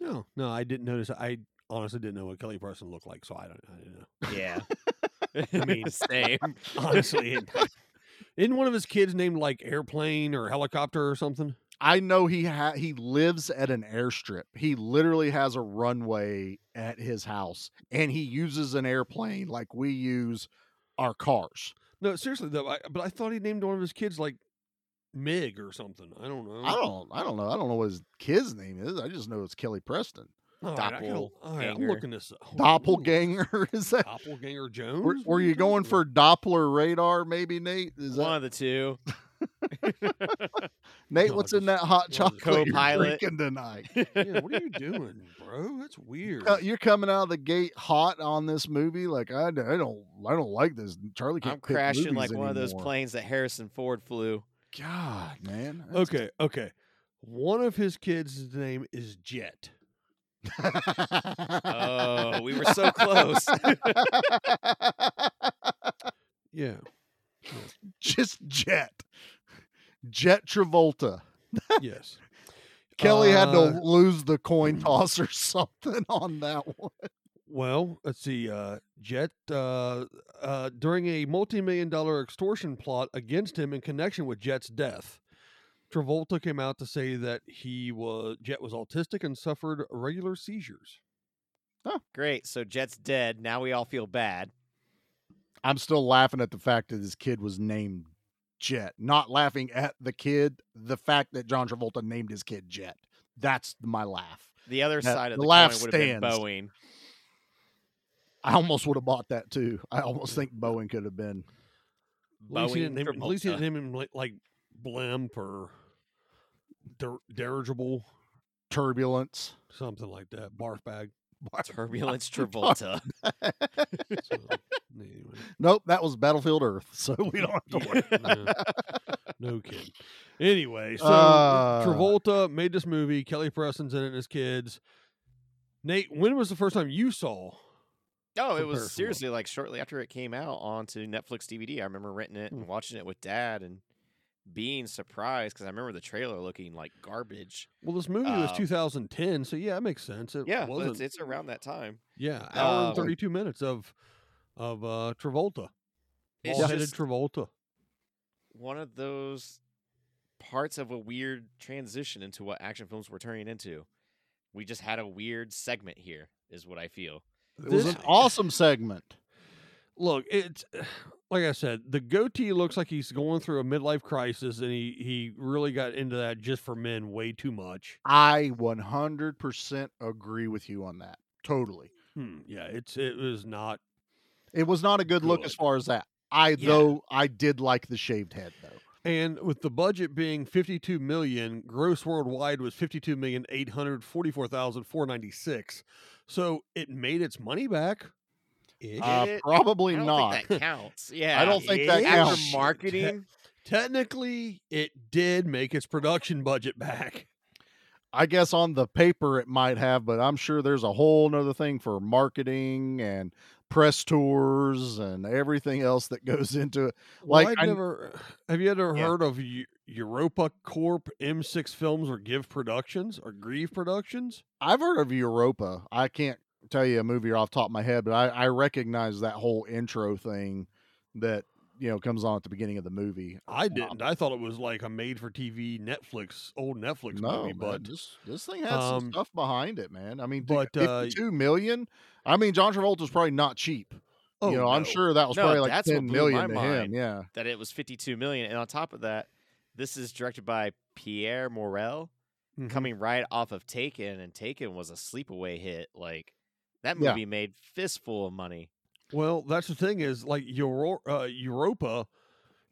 A: No, no, I didn't notice. I honestly didn't know what Kelly Preston looked like, so I don't. I didn't know.
C: Yeah.
B: mm,
C: *laughs*
A: I
B: *laughs*
A: mean,
C: same.
A: *laughs* Honestly, it- isn't one of his kids named like airplane or helicopter or something?
B: I know he ha- he lives at an airstrip. He literally has a runway at his house, and he uses an airplane like we use our cars.
A: No, seriously though. I, but I thought he named one of his kids like Mig or something. I don't know.
B: I
C: Mm.
B: don't I don't know I don't know what his kid's name is. I just know it's Kelly Preston.
A: All right, I gotta- all right, I'm
C: doppelganger.
A: looking this up. Hold on, let me look.
B: Doppelganger *laughs* is that?
A: Doppelganger Jones.
B: Were,
A: What
B: were
A: are
B: you
A: talking
B: going
A: about?
B: for Doppler radar? Maybe Nate is
C: One
B: that
C: of the two.
B: Nate?
A: No,
B: What's
A: just-
B: in that hot
A: no, just
B: chocolate *laughs* you're
C: co-pilot.
B: drinking
C: *laughs*
B: tonight? *laughs*
A: Yeah, what are you doing, bro? That's weird.
B: Uh, you're coming out of the gate hot on this movie. Like I, d- I don't I don't like this. Charlie can't
C: I'm
B: pick
C: crashing
B: movies
C: like one of those
B: anymore.
C: planes that Harrison Ford
B: *laughs*
C: flew.
B: God, man. that's-
A: okay, okay. One of his kids' name is Jet. *laughs*
C: Oh, we were so
B: *laughs*
C: close. *laughs*
A: Uh, Yeah.
B: Just Jet. Jet Travolta.
A: yes.
B: *laughs* Kelly had
A: Uh, mm.
B: to lose the coin toss or *laughs* something on that one.
A: Well, let's see. Uh, Jet, uh, uh, during a multi million dollar extortion plot against him in connection with Jet's death, Travolta came out to say that he was Jet was autistic and suffered regular seizures.
C: Great. So Jet's dead. Now we all feel bad.
B: I'm still laughing at the fact that this kid was named Jet. Not laughing at the kid, the fact that John Travolta named his kid Jet. That's my laugh.
C: The other
B: Yeah,
C: side of
B: the
C: the,
B: laugh
C: coin would have been
B: stands.
C: Boeing.
B: I almost would have bought that too. I almost think Boeing could have been.
A: At least he didn't
C: Boeing
A: name, at least he
C: Travolta.
A: didn't name him like, like Blimp or der- Dirigible,
B: Turbulence. *laughs*
A: something like that. Barf bag. *laughs*
C: Turbulence Travolta.
A: So, anyway.
B: Nope, that was Battlefield Earth. So we don't have to worry.
A: Yeah. no kidding. Anyway, so
B: Uh.
A: Travolta made this movie. Kelly Preston's in it and his kids. Nate, when was the first time you saw?
C: No, Oh, it
A: Prepare for
C: was
A: it.
C: seriously like shortly after it came out onto Netflix DVD. I remember renting it
B: Mm.
C: and watching it with dad and being surprised because I remember the trailer looking like garbage.
A: Well, this movie was
C: Uh,
A: 2010, so yeah, that makes sense. It
C: Yeah, well,
A: wasn't.
C: it's, it's around that time.
A: yeah, hour and
C: uh,
A: 32 minutes of of uh, Travolta,
C: It's
A: bald-headed
C: just
A: Travolta.
C: one of those parts of a weird transition into what action films were turning into. We just had a weird segment here, is what I feel.
B: It was
A: This-
B: an awesome segment.
A: Look, it's *sighs* like I said, the goatee looks like he's going through a midlife crisis, and he he really got into that just for men way too much.
B: I 100% agree with you on that. Totally.
A: Hmm, yeah, it's it was not
B: It was not a good, look as
A: Good.
B: far as that. I
C: Yeah.
B: though I did like the shaved head though.
A: And with the budget being 52 million, gross worldwide was 52,844,496. So it made its money back. Ish.
B: Uh,
C: It-
B: probably
C: I don't
B: not.
C: think
B: *laughs*
C: that counts. Yeah,
B: don't think that
C: after
B: counts.
C: marketing.
A: Technically, it did make its production budget back.
B: I guess on the paper it might have, but I'm sure there's a whole nother thing for marketing and press tours and everything else that goes *laughs* into it.
A: Well,
B: Like,
A: I've
B: I-
A: never. Have you ever
C: Yeah.
A: heard of Eu- Europa Corp, M6 Films, or Give Productions, or Grieve Productions?
B: I've heard of Europa. I can't tell you a movie off the top of my head, but I, I recognize that whole intro thing that you know comes on at the beginning of the movie.
A: I didn't. I thought it was like a made-for-TV Netflix, old Netflix
B: no,
A: movie.
B: man,
A: But
B: this this thing has
A: um,
B: some stuff behind it, man. I mean, dude,
A: but, uh,
B: fifty-two million. I mean, John Travolta's probably not cheap.
A: oh,
B: you know, I'm
A: no.
B: sure that was
C: No,
B: probably like
C: that's what
B: ten
C: blew my
B: million to him.
C: mind.
B: Yeah,
C: that it was 52 million. And on top of that, this is directed by Pierre Morel,
B: Mm-hmm.
A: Mhm.
C: coming right off of Taken, and Taken was a sleepaway hit. Like that
B: Yeah.
C: movie made fistful of money.
A: Well, that's the thing is like Euro- uh, Europa.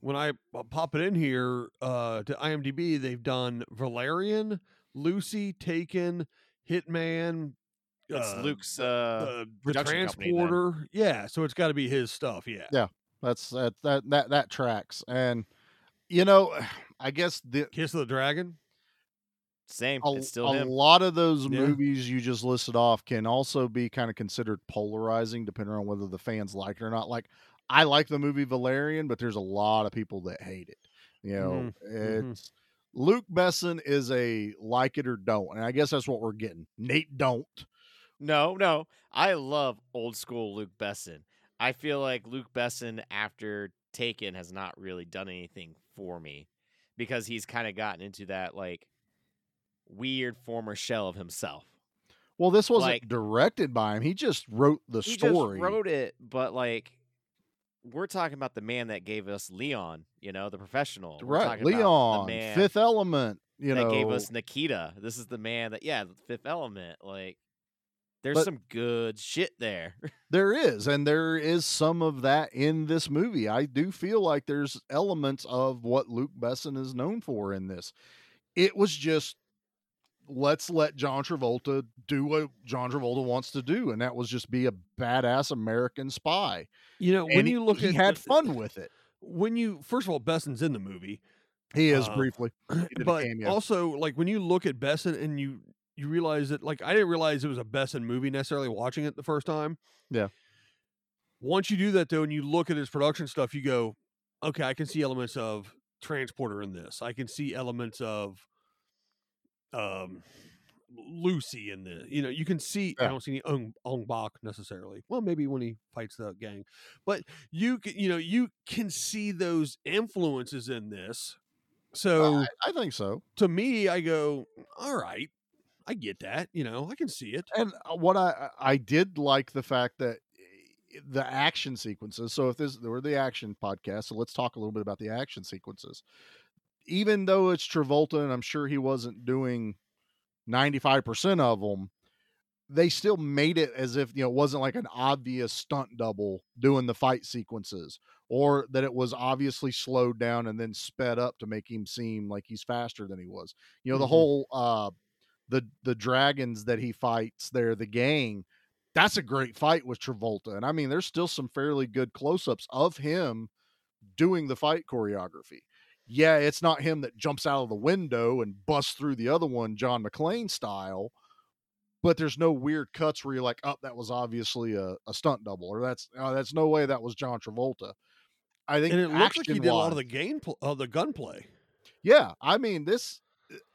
A: When I uh, pop it in here uh, to IMDb, they've done Valerian, Lucy, Taken, Hitman.
C: That's
A: uh,
C: Luke's. Uh,
A: uh, the
C: production company then.
A: transporter. Yeah, so it's got to be his stuff. Yeah.
B: that's that that that that tracks. And you know, *sighs* I guess the
A: Kiss of the Dragon.
C: same.
B: a,
C: it's still
B: a
C: him.
B: lot of those
A: Yeah.
B: movies you just listed off can also be kind of considered polarizing depending on whether the fans like it or not like i like the movie valerian but there's a lot of people that hate it you know
C: Mm-hmm,
A: mhm.
B: it's luke besson is a like it or don't and i guess that's what we're getting nate don't
C: No, no. I love old school Luke Besson. I feel like Luke Besson after Taken has not really done anything for me because he's kind of gotten into that like weird former shell of himself.
B: well this wasn't
C: Like-
B: directed by him he just wrote the
C: He
B: story
C: just wrote it, but like we're talking about the man that gave us Leon, you know, the professional. We're
B: right
C: talking about the
B: leon
C: man
B: fifth element you
C: that
B: know
C: gave us Nikita. This is the man that yeah, the Fifth Element. Like there's
B: But-
C: some good shit there. *laughs*
B: There is, and there is some of that in this movie. I do feel like there's elements of what Luke Besson is known for in this. It was just let's let John Travolta do what John Travolta wants to do, and that was just be a badass American spy.
A: You know, when
B: And
A: you look
B: he
A: at
B: had
A: the-
B: fun with it.
A: When you first of all, Besson's in the movie,
B: He is
A: Uh,
B: briefly, *clears throat* He did a
A: but
B: cameo.
A: also like when you look at Besson and you you realize that like I didn't realize it was a Besson movie necessarily watching it the first time.
B: Yeah.
A: Once you do that though, and you look at his production stuff, you go, okay, I can see elements of Transporter in this. I can see elements of um Lucy in the you know you can see I
B: Yeah.
A: don't see any Ong, Ong Bak necessarily. Well, maybe when he fights the gang, but you can you know you can see those influences in this. So
B: I, I think so.
A: to me, I go, all right, I get that. You know, I can see it.
B: And uh, what I I I did like the fact that eh, the action sequences. So if this we're the action podcast, so let's talk a little bit about the action sequences. Even though it's Travolta, and I'm sure he wasn't doing 95% of them, they still made it as if you know it wasn't like an obvious stunt double doing the fight sequences, or that it was obviously slowed down and then sped up to make him seem like he's faster than he was. You know, the
A: Mhm.
B: whole uh the the dragons that he fights there, the gang. That's a great fight with Travolta, and I mean, there's still some fairly good close-ups of him doing the fight choreography. Yeah, it's not him that jumps out of the window and busts through the other one, John McClane style, but there's no weird cuts where you're like, "Oh, that was obviously a, a stunt double," or "That's oh, that's no way that was John Travolta." I think
A: And it looks like he did a lot of
B: action-wise-
A: the game, pl- uh, the gunplay.
B: yeah, I mean this.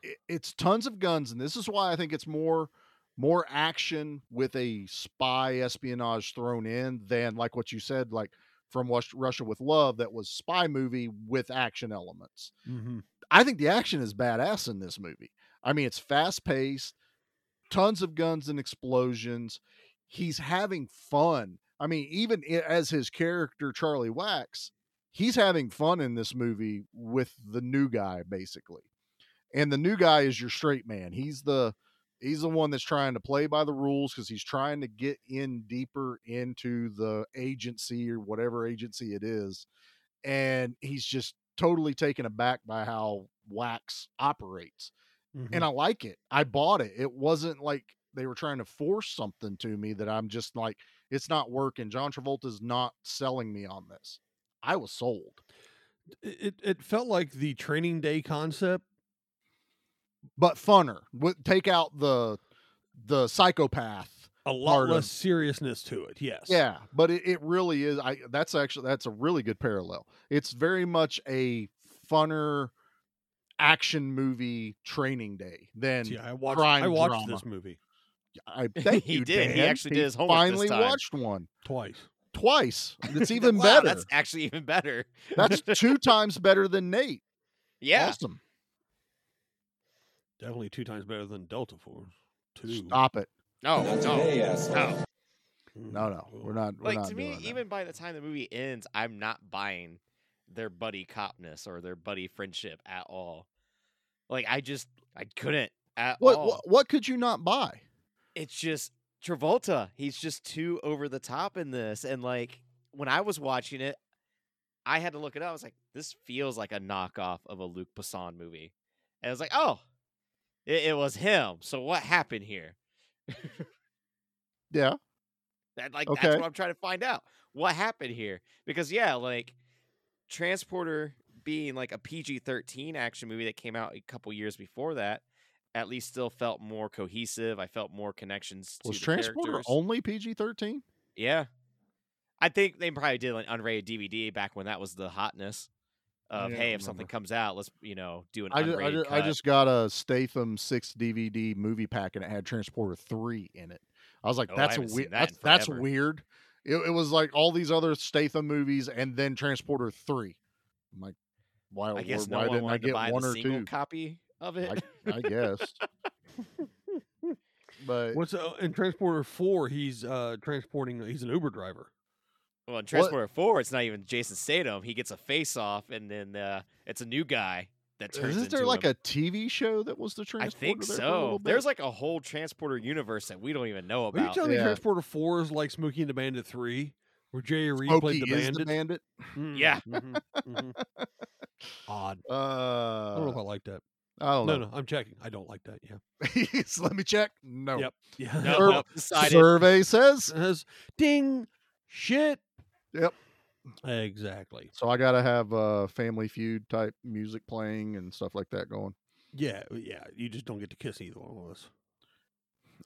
B: i- It's tons of guns, and this is why I think it's more more action with a spy espionage thrown in than like what you said, like from Rus- Russia with Love, that was spy movie with action elements.
A: Mm-hmm.
B: I think the action is badass in this movie. I mean, it's fast paced, tons of guns and explosions. He's having fun. I mean, even i- as his character, Charlie Wax, he's having fun in this movie with the new guy, basically. And the new guy is your straight man. He's the he's the one that's trying to play by the rules because he's trying to get in deeper into the agency or whatever agency it is and he's just totally taken aback by how wax operates and i like it i bought it it wasn't like they were trying to force something to me that i'm just like it's not working john travolta's not selling me on this i was sold
A: it it felt like the training day concept
B: but funner. Would take out the the psychopath.
A: A lot
B: Part of-
A: less seriousness to it. Yes.
B: Yeah, but it, it really is. I that's actually that's a really good parallel. It's very much a funner action movie training day than
A: See, I watched.
B: crime
A: I watched
B: drama.
A: this movie
C: *laughs*
B: I thank
C: He
B: you,
C: did. He
B: Dan.
C: actually did his homework this
B: Finally
C: time.
B: watched one
A: twice.
B: twice.
C: *laughs*
B: It's
C: Th-
B: even
C: wow,
B: better.
C: That's actually even better. *laughs*
B: That's two times better than Nate.
C: Yeah.
B: Awesome.
A: Definitely two times better than Delta Force. Two.
B: Stop it.
C: No,
E: Not
C: no.
E: today, asshole.
C: no.
A: Mm.
B: No, no, we're not. We're
C: Like
B: not
C: to me,
B: doing that.
C: even by the time the movie ends, I'm not buying their buddy copness or their buddy friendship at all. Like I just I couldn't at
B: what,
C: all.
B: what what could you not buy?
C: it's just Travolta. He's just too over the top in this. And like when I was watching it, I had to look it up. I was like, this feels like a knockoff of a Luke Besson movie. And I was like, oh, it, it was him. So what happened here?
B: Yeah,
C: That like
B: Okay.
C: that's what I'm trying to find out. What happened here? Because yeah, like Transporter being like a PG-13 action movie that came out a couple years before that, at least still felt more cohesive. I felt more connections to
B: was
C: the
B: Transporter
C: characters.
B: only PG thirteen?
C: Yeah. I think they probably did an unrated DVD back when that was the hotness of
B: Yeah, I
C: hey,
B: don't
C: if something
B: remember.
C: comes out, let's you know do an
B: I
C: unrated
B: just, I, ju- I
C: cut.
B: just got a Statham six DVD movie pack and it had Transporter three in it. I was like,
C: Oh, I
B: that's a
C: haven't seen
B: weird.
C: that
B: That's,
C: in
B: that's
C: forever.
B: weird. It, it was like all these other Statham movies and then Transporter three. I'm like, why?
C: I guess
B: why
C: no
B: didn't I
C: one wanted to
B: get
C: buy
B: one
C: the
B: or
C: single
B: two?
C: copy of *laughs* it.
B: I, I guess. but
A: What's uh, in Transporter Four? He's uh transporting. He's an Uber driver.
C: Well, in Transporter Four, it's not even Jason Statham. He gets a face off, and then uh, it's a new guy that turns.
B: isn't there
C: into
B: like
C: him.
B: a TV show that was the
C: I
B: Transporter?
C: think
B: there for a little
C: so.
B: bit?
C: There's like a whole Transporter universe that we don't even know
A: Are you
C: about.
A: telling me
B: Yeah.
A: Transporter Four is like Smokey and the Bandit Three, where Jay Reed
B: Smokey
A: played the
B: is
A: bandit?
B: the bandit.
A: Mm,
C: Yeah.
A: mhm, mhm. Odd.
B: Uh,
A: I don't know if I like that.
B: I don't
A: No,
B: know.
A: no, I'm checking. I don't like that. Yeah.
B: So *laughs* Let me check. No.
A: Yep. Yeah.
C: No,
B: Sir-
C: nope, decided.
B: Survey says.
A: Says, ding, shit.
B: Yep.
A: Exactly.
B: So I gotta have uh Family Feud type music playing and stuff like that going.
A: Yeah, uh, yeah. You just don't get to kiss either one of us.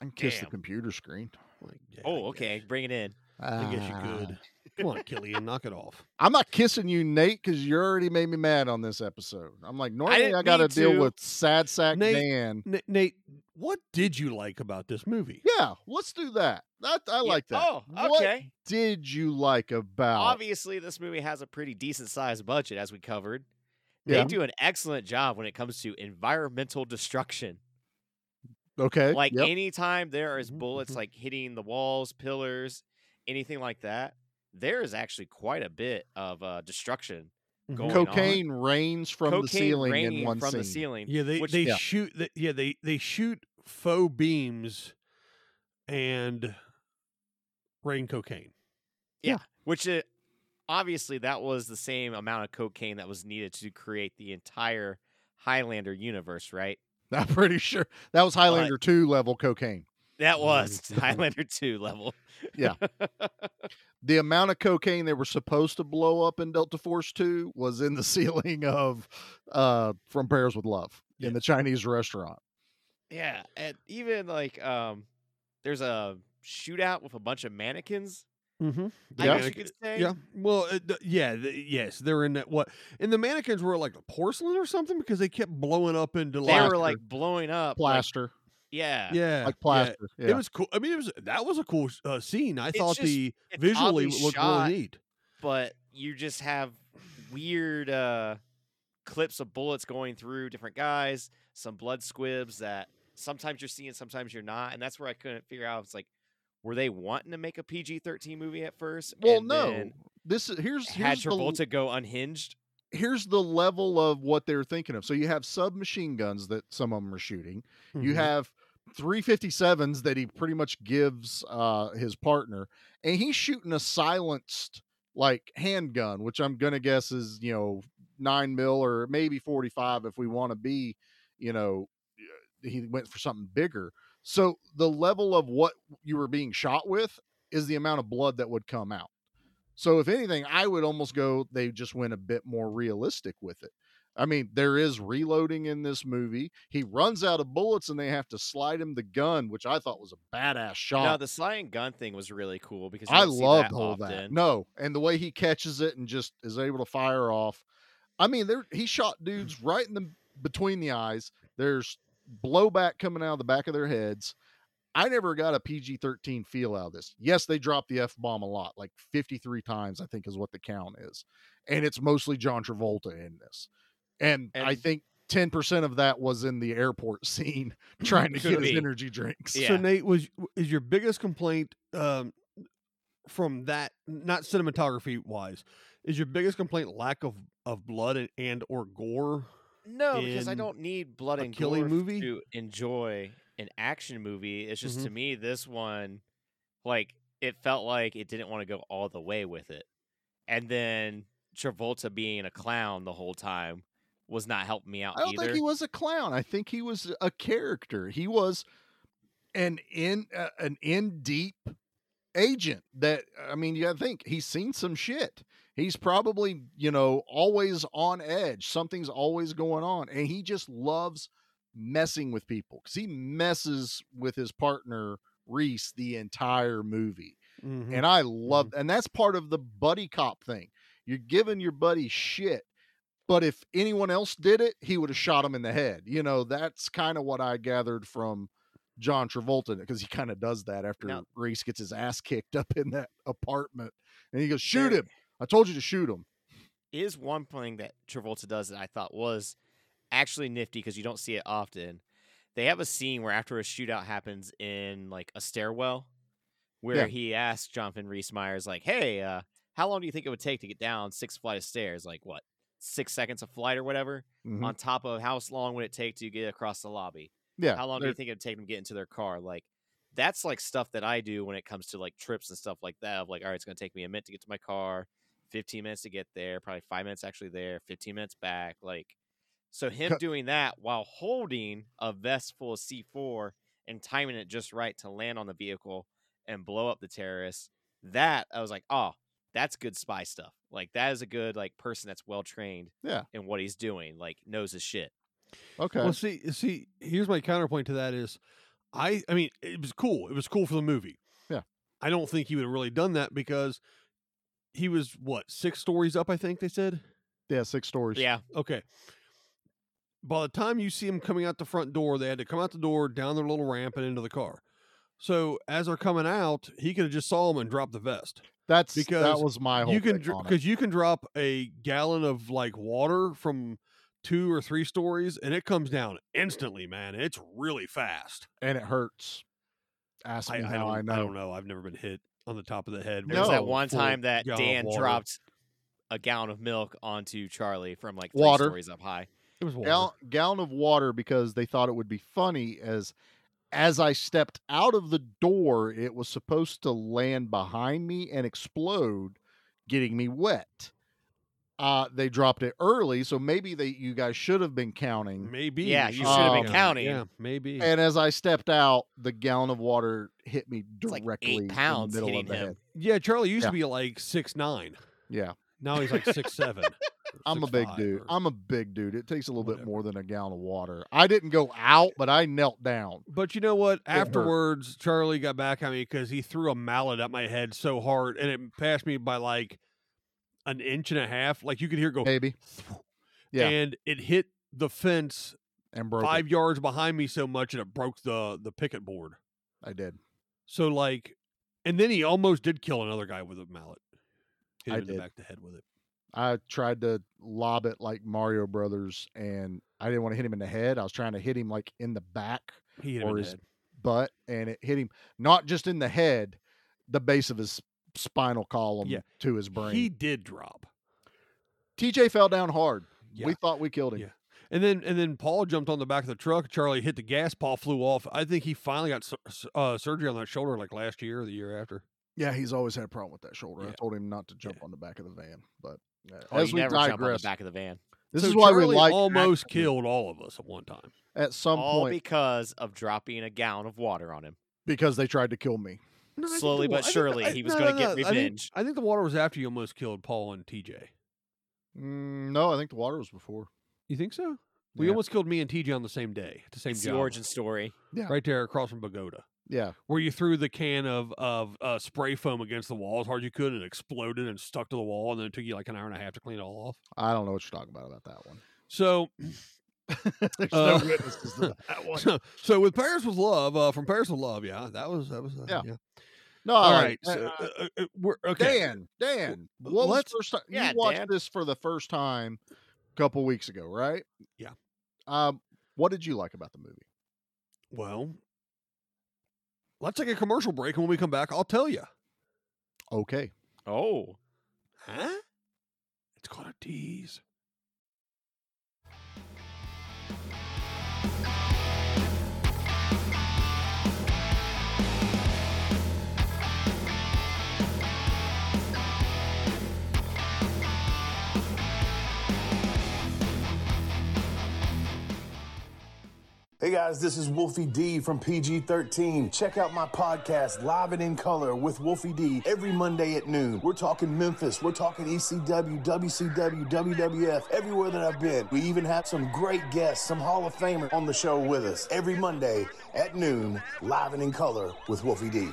B: I can kiss the
C: Damn.
B: computer screen.
A: Like, yeah, I
C: Oh,
A: guess.
C: okay. Bring it in.
A: I guess you
B: Ah.
A: could. Come on, Killian, knock it off.
B: I'm not kissing you, Nate, because you already made me mad on this episode. I'm like, normally
C: didn't
B: I, gotta
C: mean
B: deal
C: to.
B: with sad sack
A: Nate-
B: Dan.
A: N- Nate, what did you like about this movie?
B: Yeah, let's do that. That I
C: Yeah,
B: like that.
C: Oh,
B: What
C: okay.
B: did you like about
C: Obviously, this movie has a pretty decent sized budget, as we covered. They
B: Yeah.
C: do an excellent job when it comes to environmental destruction.
B: Okay.
C: like
B: yep. Mm-hmm,
C: anytime there is
A: Mhm,
C: bullets
A: mhm.
C: like hitting the walls pillars anything like that there is actually quite a bit of uh destruction
A: Mhm.
C: going on.
B: cocaine rains from
C: Cocaine
B: the ceiling in
C: raining
B: one
C: from
B: scene.
C: the ceiling
A: Yeah, they
C: which-
A: they
B: Yeah.
A: shoot. The, yeah, they they shoot faux beams and rain cocaine.
C: which uh obviously that was the same amount of cocaine that was needed to create the entire highlander universe right
B: *laughs* I'm pretty sure that was Highlander 2 level cocaine.
C: that
B: Oh
A: Yeah,
C: was *laughs*
A: it's-
C: highlander 2 level
B: Yeah. The amount of cocaine they were supposed to blow up in Delta Force 2 was in the *laughs* ceiling of uh From Prayers with Love in the Chinese restaurant.
C: Yeah, and even like um, there's a shootout with a bunch of mannequins.
A: Mm-hmm.
C: I guess you could say.
A: Yeah. Well, uh, th- yeah. th- yes, they're in that. What? And the mannequins were like the porcelain or something because they kept blowing up into
C: They
A: like.
C: were like blowing up. like-
B: Plaster.
C: yeah.
A: yeah,
B: Like
A: yeah.
B: plaster.
A: It
B: Yeah.
A: was cool. I mean, it was that was a cool uh, scene. I
C: It's
A: thought
C: just-
A: the
C: it's
A: visually
C: oddly
A: looked
C: shot,
A: really neat.
C: But you just have weird uh, clips of bullets going through different guys, some blood squibs that sometimes you're seeing, sometimes you're not, and that's where I couldn't figure out. It's like, were they wanting to make a PG-13 movie at first?
B: well,
C: and
B: no.
C: then
B: This is here's
C: had
B: here's
C: Travolta
B: the,
C: go unhinged.
B: here's the level of what they're thinking of. So you have submachine guns that some of them are shooting. You
A: Mhm.
B: have 357s that he pretty much gives uh his partner, and he's shooting a silenced like handgun, which I'm gonna guess is you know nine mil or maybe 45 if we want to be, you know, he went for something bigger. So the level of what you were being shot with is the amount of blood that would come out. So if anything, I would almost go they just went a bit more realistic with it. I mean, there is reloading in this movie. He runs out of bullets and they have to slide him the gun, which I thought was a badass shot.
C: Now the sly and gun thing was really cool because you
B: I
C: don't see
B: loved
C: that
B: all
C: often.
B: that. No, and the way he catches it and just is able to fire off. I mean, there he shot
C: *laughs*
B: dudes right in the between the eyes. There's blowback coming out of the back of their heads. I never got a PG 13 feel out of this. Yes, they dropped the F bomb a lot, like 53 times, I think is what the count is. And it's mostly John Travolta in this. And, I
C: And-
B: think 10% of that was in the airport *laughs*
C: *laughs*
B: scene trying to
C: Could
B: get his
C: be.
B: energy drinks.
C: Yeah.
A: So Nate, was is your biggest complaint um, from that? Not cinematography wise, is your biggest complaint lack of of blood and, and or gore?
C: No, because I
A: in
C: don't need blood
A: a
C: and
A: killing
C: gore
A: movie?
C: to enjoy an action movie. It's just
A: Mhm.
C: to me this one, like it felt like it didn't want to go all the way with it, and then Travolta being a clown the whole time was not helping me out
B: I don't
C: either.
B: think he was a clown. I think he was a character. He was an in uh, an in deep agent that I mean, you gotta think he's seen some shit. He's probably you know always on edge. Something's always going on, and he just loves messing with people because he messes with his partner Reese the entire movie
A: Mhm.
B: and I love, and that's part of the buddy cop thing. You're giving your buddy shit, but if anyone else did it, he would have shot him in the head. You know, that's kind of what I gathered from John Travolta because he kind of does that after
C: Now-
B: Reese gets his ass kicked up in that apartment, and he goes, "Shoot
C: There-
B: him! I told you to shoot him."
C: is one thing that Travolta does that I thought was actually nifty because you don't see it often. They have a scene where after a shootout happens in like a stairwell, where
B: Yeah.
C: he asks Jonathan Rhys Meyers like, "Hey, uh, how long do you think it would take to get down six flight of stairs? Like what, six seconds of flight or whatever?
B: Mhm.
C: On top of how s- long would it take to get across the lobby?
B: Yeah,
C: how long do
B: there-
C: you think it would take them to get into their car? Like, that's like stuff that I do when it comes to like trips and stuff like that. Of like, all right, it's going to take me a minute to get to my car, 15 minutes to get there, probably five minutes actually there, 15 minutes back. Like, so him
B: Cut-
C: doing that while holding a vest full of C4 and timing it just right to land on the vehicle and blow up the terrorists, that I was like, oh, that's good spy stuff. Like, that is a good like person that's well trained
B: Yeah.
C: in what he's doing, like knows his shit.
B: Okay,
A: Well, see, see, here's my counterpoint to that is, I, I mean, it was cool. It was cool for the movie.
B: Yeah.
A: I don't think he would have really done that because he was what six stories up. I think they said.
B: yeah, six stories.
C: Yeah,
A: Okay. By the time you see them coming out the front door, they had to come out the door, down their little ramp, and into the car. So as they're coming out, he could have just saw them and dropped the vest.
B: that's that
A: Because
B: was my whole.
A: you can
B: thing on it.
A: because you can drop a gallon of like water from two or three stories, and it comes down instantly, man. and It's really fast.
B: and it hurts. Ask
A: I,
B: me
A: I
B: how
A: don't,
B: Oh, I
A: I,
B: know.
A: don't know. I've never been hit on the top of the head.
C: There was
B: No,
C: that one
A: full
C: time that
A: gallon of
C: Dan
A: water.
C: dropped a gallon of milk onto Charlie from like three
B: Water.
C: stories up high.
A: It was water.
B: gal- gallon of water because they thought it would be funny as as I stepped out of the door, it was supposed to land behind me and explode, getting me wet. Uh, they dropped it early, so maybe they you guys should have been counting.
A: maybe.
C: Yeah,
A: we
C: you
A: should
B: should've
A: have
B: been
C: counting.
A: Yeah, maybe.
B: And as I stepped out, the gallon of water hit me
C: It's like
B: directly
C: eight
B: in the
C: pounds
B: middle of
C: hitting
B: the
C: him.
B: head.
A: yeah, Charlie used
B: Yeah.
A: to be like six nine.
B: Yeah,
A: Now he's like six seven.
B: I'm a big dude.
A: i
B: I'm a big dude. It takes a little bit
A: whatever.
B: more than a gallon of water. I didn't go out, but I knelt down.
A: but you know what?
B: hurt.
A: Afterwards, Charlie got back at me because he threw a mallet at my head so hard, and it passed me by like an inch and a half. Like you could
C: Oh.
A: hear it go, *laughs*
B: Maybe, yeah.
A: and it hit the fence
B: and broke. it.
A: five yards behind me so much, and it broke the the picket board.
B: I did.
A: So like, and then he almost did kill another guy with a mallet. Hit
B: I
A: him in
B: did.
A: the back of the head with it.
B: I tried to lob it like Mario Brothers, and I didn't want to hit him in the head. I was trying to hit him like in the back
A: He hit him in
B: Or
A: the
B: his
A: head.
B: butt, and it hit him not just in the head, the base of his spinal column
A: Yeah.
B: to his brain.
A: He did drop.
B: TJ fell down hard.
A: Yeah.
B: We thought we killed him.
A: Yeah. And then and then Paul jumped on the back of the truck. Charlie hit the gas. Paul flew off. I think he finally got sur- s- uh, surgery on that shoulder like last year or the year after.
B: Yeah, he's always had a problem with that shoulder. I
A: Yeah.
B: told him not to jump on the back of the van, but uh,
C: Oh,
B: as
C: you
B: we
C: never jump on the
B: digress,
C: back of the van.
B: this
A: So
B: is why
A: Charlie
B: we like
A: almost
B: action.
A: killed all of us at one time.
B: at some
C: All
B: point
C: because of dropping a gallon of water on him.
B: because they tried to kill me.
A: No, I think
C: Slowly
A: the wa-
C: but
A: I think the-
C: surely,
A: I-
C: he was
A: no,
C: gonna
A: no,
C: get
A: no, I think-
C: revenge.
A: I think, the water was after you almost killed Paul and TJ.
B: Mm, no, I think the water was before.
A: You think so? We
B: Yeah.
A: almost killed me and TJ on the same day, at the same
C: It's the
A: job.
C: origin story.
A: right there across from Pagoda,
B: Yeah.
A: where you threw the can of of uh, spray foam against the wall as hard as you could, and it exploded and stuck to the wall, and then it took you like an hour and a half to clean it all off.
B: I don't know what you're talking about about that one.
A: So,
B: *laughs* There's
A: Uh,
B: no witnesses to
A: *laughs*
B: that one.
A: so, so with Paris with love, uh, from Paris with love, yeah, that was that was uh,
B: Yeah.
A: yeah.
B: No,
A: All
B: I-
A: right,
B: I-
A: so,
B: I-
A: uh, uh, uh, we're okay.
B: Dan, Dan, what was
A: let's-
B: the first time
C: Yeah,
B: you watched
C: Dan.
B: this for the first time a couple weeks ago, right?
A: Yeah.
B: Um, what did you like about the movie?
A: Well, let's take a commercial break, and when we come back, I'll tell you.
B: Okay.
C: Oh.
A: Huh? It's called a tease.
J: Hey guys, this is Wolfie D from PG 13. Check out my podcast, Live and in Color with Wolfie D, every Monday at noon. We're talking Memphis, we're talking E ECW, WCW, WWF, everywhere that I've been. We even have some great guests, some Hall of Famers on the show with us every Monday at noon, Live and in Color with Wolfie D.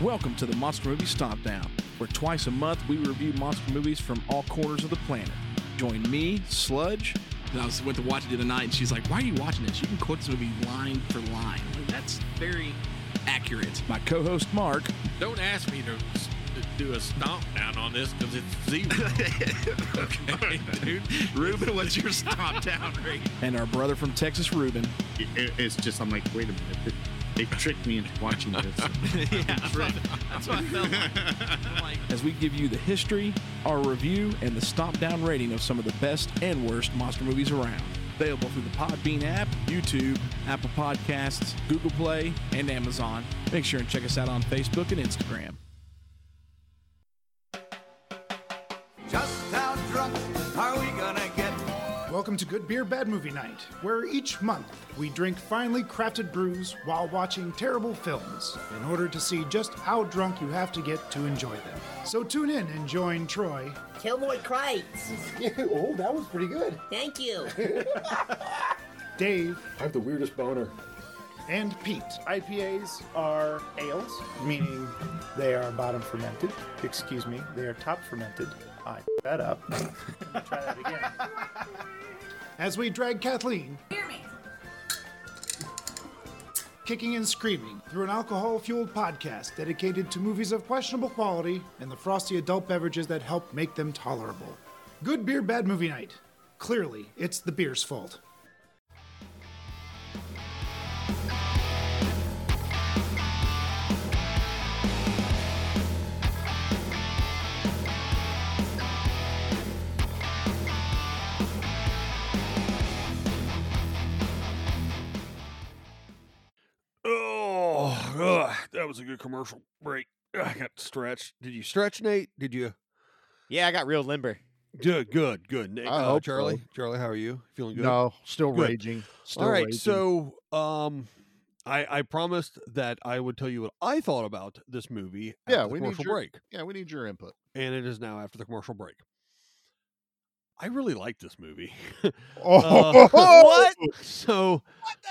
D: Welcome to the Monster Movie Stomp Down, where twice a month we review monster movies from all corners of the planet. Join me, Sludge. And I was with the watch it the other night, and she's like, "Why are you watching this? You can quote this movie line for line. Like, that's very accurate." My co-host Mark.
K: Don't ask me to, s- to do a stomp down on this because it's
D: *laughs*
K: zero. okay, dude. Ruben, what's your stomp down rate?
D: And our brother from Texas, Ruben.
K: it's just, I'm like, wait a minute. They tricked me into watching this. yeah, that's what, that's what I felt like. like
D: as we give you the history, our review, and the stomp down rating of some of the best and worst monster movies around. Available through the Podbean app, YouTube, Apple Podcasts, Google Play, and Amazon. Make sure and check us out on Facebook and Instagram.
J: Just how drunk are we gonna get?
G: Welcome to Good Beer Bad Movie Night, where each month we drink finely crafted brews while watching terrible films in order to see just how drunk you have to get to enjoy them. So tune in and join Troy.
L: Kilroy Kreitz.
G: oh, that was pretty good.
L: Thank you.
G: Dave
J: I have the weirdest boner.
G: and Pete. IPAs are ales, meaning they are bottom fermented. Excuse me, they are top fermented. I that up. Try that again. As we drag Kathleen
I: Hear me.
G: kicking and screaming through an alcohol fueled podcast dedicated to movies of questionable quality and the frosty adult beverages that help make them tolerable. Good beer, bad movie night. Clearly, it's the beer's fault.
A: Oh, ugh, that was a good commercial break. Ugh, I got stretched. Did you stretch, Nate? Did you?
C: Yeah, I got real limber.
A: Good, good, good. Nate,
B: I
A: uh,
B: hope so.
A: Charlie, Charlie, how are you? Feeling good?
B: No, still
A: Good.
B: raging. Still
A: All right.
B: raging.
A: So, um, I I promised that I would tell you what I thought about this movie.
B: Yeah,
A: after the
B: we need
A: commercial
B: your-
A: break,
B: yeah, we need your input.
A: and it is now after the commercial break. I really like this movie. Uh,
B: *laughs*
A: *laughs*
B: Oh,
C: what?
A: so,
C: What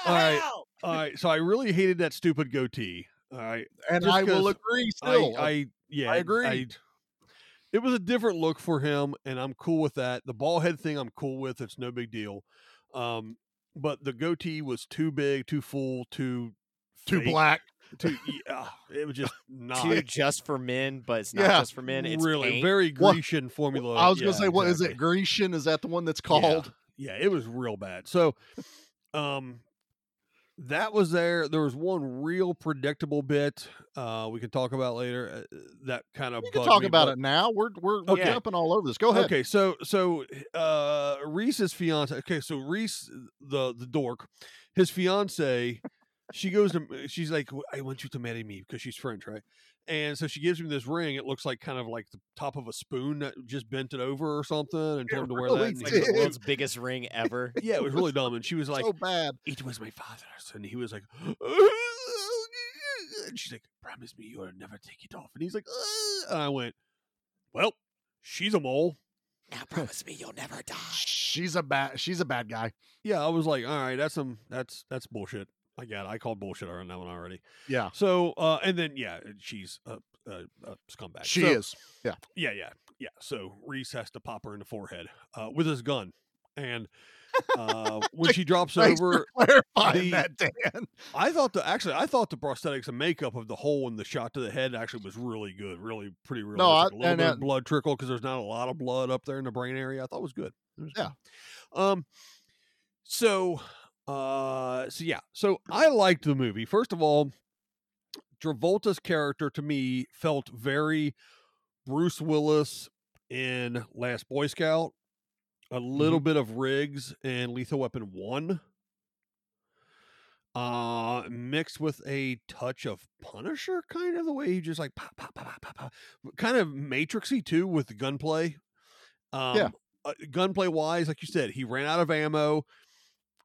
C: the
A: All right.
C: hell?
A: all right. So I really hated that stupid goatee. All right.
B: and
A: Just
B: I will
A: 'cause
B: agree.
A: I,
B: Still, uh,
A: I yeah,
B: agree.
A: it was a different look for him, and I'm cool with that. The ball head thing, I'm cool with. It's no big deal. Um, but the goatee was too big, too full, too
B: too
A: fake,
B: black.
A: Too yeah, it was
B: *laughs*
A: just not
C: Two just for men, but it's not
B: Yeah,
C: just for men. It's
A: really
C: paint.
A: very
B: What-
A: Grecian formula.
B: I was
A: yeah,
B: gonna say, what is it?
A: exactly.
B: Grecian? Is that the one that's
A: Yeah.
B: called?
A: Yeah, it was real bad. So, um, that was there. There was one real predictable bit uh, we can talk about later. Uh, that kind of
B: We can talk
A: me,
B: about
A: but-
B: it now. We're we're, we're
A: Okay.
B: jumping all over this. Go ahead.
A: Okay, so so uh Reese's fiance. Okay, so Reese the the dork, his fiance, she goes to uh, she's like I want you to marry me because she's French, right? And so she gives him this ring. It looks like kind of like the top of a spoon that just bent it over or something, and told him to wear
B: really
A: that. and
C: It's like
A: he *laughs*
C: the
A: was like,
C: world's biggest ring ever.
A: "Well, yeah, it was really dumb. And she was like,
B: *laughs* so bad.
A: "It was my father's," and he was like. And she's like, promise me you'll never take it off. And he's like, "Uh," and I went, well, she's a mole.
C: Now promise me you'll never die.
B: She's a bad. She's a bad guy.
A: Yeah, I was like, all right, that's some that's that's bullshit. I got it. I called bullshit on that one already.
B: Yeah,
A: So uh and then yeah, she's a, a, a scumbag.
B: she
A: So-
B: is. Yeah,
A: Yeah, yeah, yeah. So Reese has to pop her in the forehead uh, with his gun, and
B: *laughs*
A: uh, when she drops
B: Thanks
A: over,
B: for *laughs* clarifying
A: the-
B: that, Dan.
A: I thought the actually I thought the prosthetics and makeup of the hole and the shot to the head actually was really good, really pretty realistic.
B: I-
A: a little
B: and
A: bit of
B: that-
A: blood trickle because there's not a lot of blood up there in the brain area. I thought it was good. It was
B: Yeah.
A: good. Um. So, uh, so yeah, so I liked the movie. First of all, Travolta's character to me felt very Bruce Willis in Last Boy Scout, a
B: Mm-hmm.
A: little bit of Riggs and Lethal Weapon One uh mixed with a touch of punisher kind of the way he just like pop, pop, pop, pop, pop, pop. kind of matrixy too with the gunplay um uh, gunplay wise like you said he ran out of ammo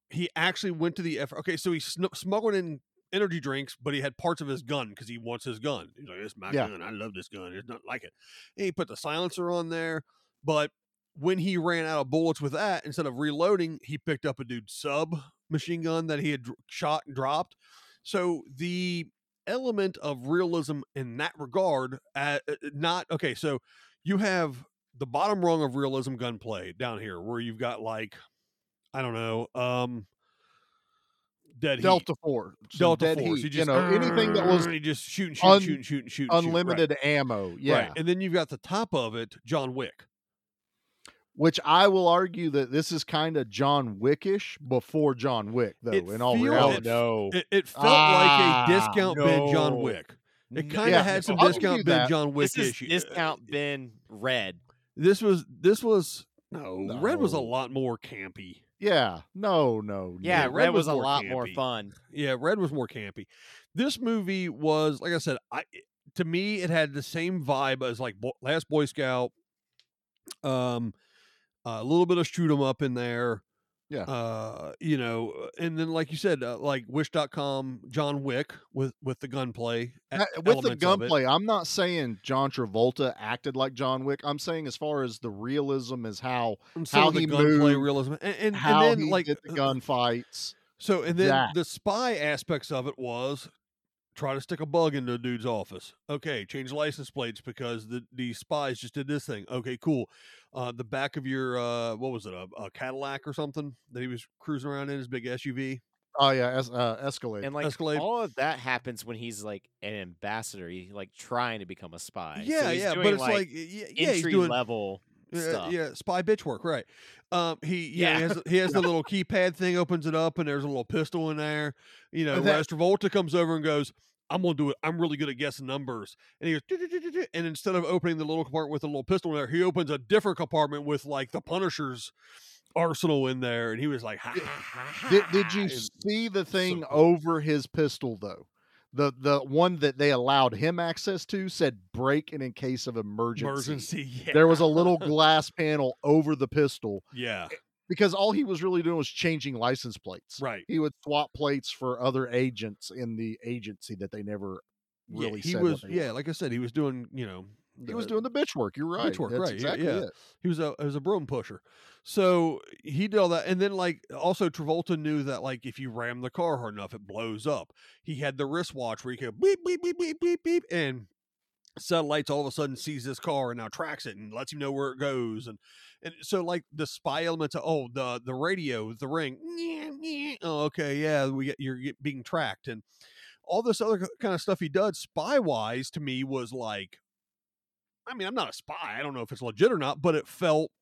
A: he actually went to the effort okay so he sn- smuggled in energy drinks but he had parts of his gun because he wants his gun he's like it's my
B: Yeah.
A: gun i love this gun it's not like it and he put the silencer on there but when he ran out of bullets with that, instead of reloading, he picked up a dude's sub machine gun that he had dr- shot and dropped. So the element of realism in that regard, uh, uh, not okay. So you have the bottom rung of realism gunplay down here, where you've got like, I don't know, um, dead heat,
B: Delta Force. and
A: Delta
B: Dead
A: force.
B: Heat,
A: you
B: you,
A: just
B: know, anything that was
A: you just shooting,
B: un-
A: shooting, shooting, shooting, shooting, shooting, right,
B: unlimited ammo. Yeah.
A: right. And then you've got the top of it, John Wick.
B: Which I will argue that this is kind of John Wickish before John Wick, though.
A: It
B: in all
A: feels-
B: reality,
A: it-
C: no.
A: It, it felt
B: Ah,
A: like a discount bin
C: no.
A: John Wick. It kind of
B: Yeah,
A: had some
B: I'll give you
A: discount bin
B: that.
A: John Wick
C: This is
A: issue.
C: discount bin red.
A: This was this was no, red was a
B: No.
A: lot more campy.
B: yeah, no, no,
C: Yeah,
A: Yeah,
B: no.
C: red,
A: red was
C: was, a
A: more
C: lot more
A: campy.
C: fun.
A: Yeah, red was more campy. This movie was like I said, I to me it had the same vibe as like Bo- Last Boy Scout. Um, a little bit of shoot 'em up in there.
B: Yeah.
A: Uh, you know, and then like you said, uh, like Wish.com, John Wick with with the gunplay. e-
B: Uh, With the
A: elements of it.
B: gunplay, I'm not saying John Travolta acted like John Wick. I'm saying as far as the realism is how
A: and some
B: how
A: of the
B: he
A: gunplay
B: moved,
A: realism, and, and,
B: how
A: and then
B: he
A: like uh,
B: did the gunfights.
A: so, and then
B: that.
A: the spy aspects of it was try to stick a bug into a dude's office. Okay, change license plates because the the spies just did this thing. Okay, cool. Uh, the back of your uh, what was it, a, a Cadillac or something that he was cruising around in his big SUV.
B: Oh yeah, es- uh, escalate.
C: And like
A: Escalade.
C: all of that happens when he's like an ambassador. He's like trying to become a spy. So
A: yeah,
C: he's
A: yeah,
C: doing,
A: but it's
C: like,
A: like, yeah, yeah, he's
C: entry
A: doing
C: level
A: Yeah,
C: stuff.
A: Yeah, spy bitch work, right? Um, he yeah,
C: Yeah.
A: he has, he *laughs* has the little keypad thing, opens it up, and there's a little pistol in there. You know,
B: And
A: whereas Travolta comes over and goes, "I'm gonna do it. I'm really good at guessing numbers." And he goes, "Do-do-do-do-do," and instead of opening the little compartment with a little pistol in there, he opens a different compartment with like the Punisher's arsenal in there, and he was like, ha,
B: Yeah.
A: ha, ha, *sighs*
B: Did, did you
A: and-
B: see the thing
A: cool.
B: over his pistol though? The the one that they allowed him access to said break and in case of emergency.
A: emergency?" *laughs* Yeah,
B: There was a little glass panel over the pistol
A: yeah,
B: because all he was really doing was changing license plates.
A: right.
B: He would swap plates for other agents in the agency that they never
A: Yeah,
B: really
A: he
B: said what
A: was
B: they were.
A: yeah, like I said, he was doing you know.
B: He was doing the bitch work. You're right.
A: Bitch work,
B: That's
A: right, yeah,
B: Exactly
A: yeah.
B: it.
A: He was a he was a broom pusher. So he did all that, and then like also Travolta knew that like if you ram the car hard enough, it blows up. He had the wristwatch where you could beep beep beep beep beep beep, and satellites all of a sudden sees this car and now tracks it and lets him know where it goes. And and so like the spy elements, of, oh the the radio, the ring, oh, okay, yeah, we get you're get, being tracked, and all this other kind of stuff he does spy wise to me was like. I mean, I'm not a spy. I don't know if it's legit or not, but it felt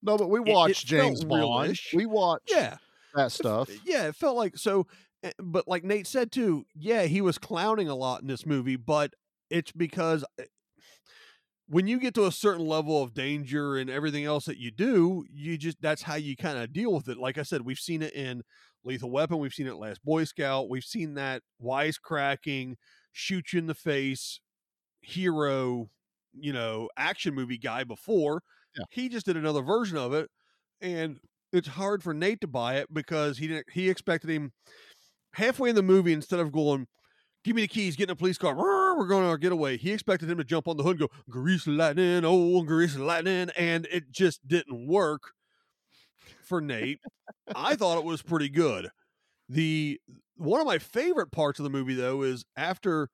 B: No, but we
A: it
B: watched
A: felt
B: James Bond.
A: real-ish.
B: We watched
A: yeah
B: that
A: it f-
B: stuff.
A: Yeah, it felt like so. uh, But like Nate said too, yeah, he was clowning a lot in this movie, but it's because uh, when you get to a certain level of danger and everything else that you do, you just that's how you kind of deal with it. Like I said, we've seen it in Lethal Weapon, we've seen it in Last Boy Scout, we've seen that wisecracking, shoot you in the face, hero, you know, action movie guy before.
B: Yeah.
A: He just did another version of it, and it's hard for Nate to buy it because he didn't. He expected him halfway in the movie instead of going, "Give me the keys, get in a police car," "Rrr, we're going on our getaway, he expected him to jump on the hood and go, Grease Lightning, oh, Grease Lightning. And it just didn't work for Nate. I thought it was pretty good. The one of my favorite parts of the movie though is after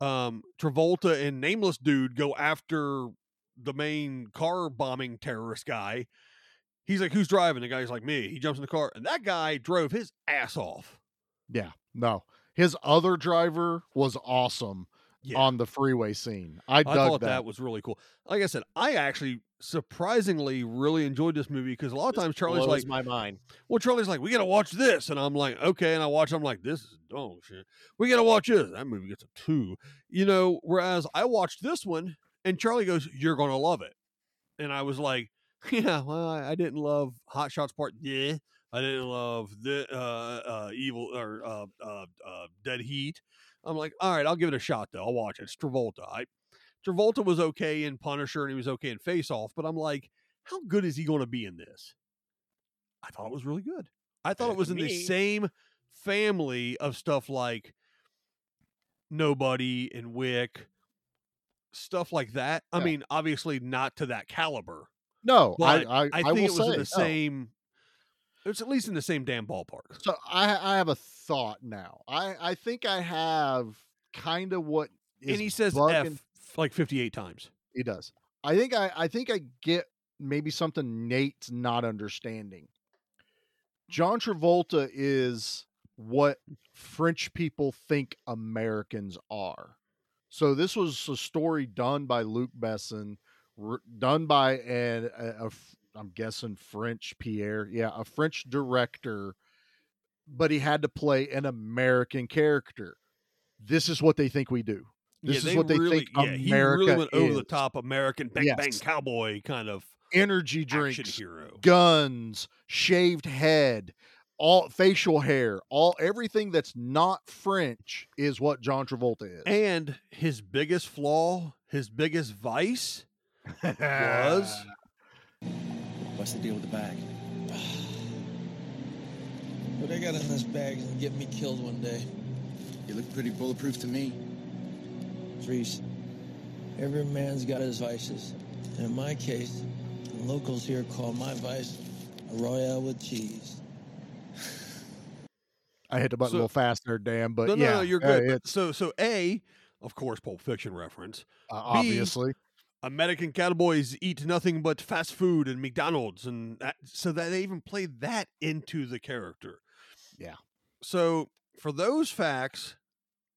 A: um Travolta and Nameless Dude go after the main car bombing terrorist guy. He's like, Who's driving? The guy's like, Me. He jumps in the car, and that guy drove his ass off.
B: Yeah, no. His other driver was awesome
A: Yeah. Oh,
B: on the freeway scene. I, dug
A: thought that.
B: that.
A: was really cool. Like I said, I actually surprisingly really enjoyed this movie because a lot of times Charlie's
C: blows
A: like,
C: my mind.
A: "Well, Charlie's like, we gotta watch this," and I'm like, "Okay," and I watch. I'm like, "This is dog shit." We gotta watch this. That movie gets a two, you know. Whereas I watched this one, and Charlie goes, "You're gonna love it," and I was like, *laughs* "Yeah, well, I, I didn't love Hot Shots Part. Yeah, I didn't love the uh, uh, Evil or uh, uh, uh, Dead Heat." I'm like, "All right, I'll give it a shot though. I'll watch it." It's Travolta. I Travolta was okay in Punisher and he was okay in Face Off, but I'm like, how good is he going to be in this? I thought it was really good. I thought it
C: To
A: was in the
C: me-
A: same family of stuff like Nobody and Wick, stuff like that. I
B: Yeah.
A: mean, obviously not to that caliber,
B: no,
A: but
B: I, I, I
A: think it
B: will
A: was
B: say,
A: in
B: oh.
A: the
B: no.
A: same. It's at least in the same damn ballpark.
B: So I, I have a thought now. I, I think I have kind of what is
A: and he says
B: bugging-
A: F like 58 times.
B: He does. I think I, I think I get maybe something Nate's not understanding. John Travolta is what French people think Americans are. So this was a story done by Luc Besson, r- done by an a, a f- I'm guessing French Pierre, yeah, a French director, but he had to play an American character. This is what they think we do. This is what they
A: really,
B: think
A: yeah, he really
B: America
A: went over the
B: is.
A: top American bang bang
B: Yes.
A: cowboy kind of
B: energy
A: action
B: drinks,
A: hero.
B: guns, shaved head, all facial hair, all everything that's not French is what John Travolta is.
A: And his biggest flaw, his biggest vice
B: Ah,
A: was
F: What's the deal with the *sighs* bag? What I got in this bag is gonna get me killed one day.
H: You look pretty bulletproof to me.
F: Reese, every man's got his vices. And in my case, the locals here call my vice a royale with cheese.
B: I hit the button
A: so-
B: a little faster, damn, but
A: no, no,
B: yeah,
A: no, you're
B: uh,
A: good. But
B: it's,
A: so, so a, of course, Pulp Fiction reference.
B: uh,
A: B,
B: obviously,
A: American cowboys eat nothing but fast food and McDonald's, and that, so that they even played that into the character.
B: Yeah.
A: So for those facts,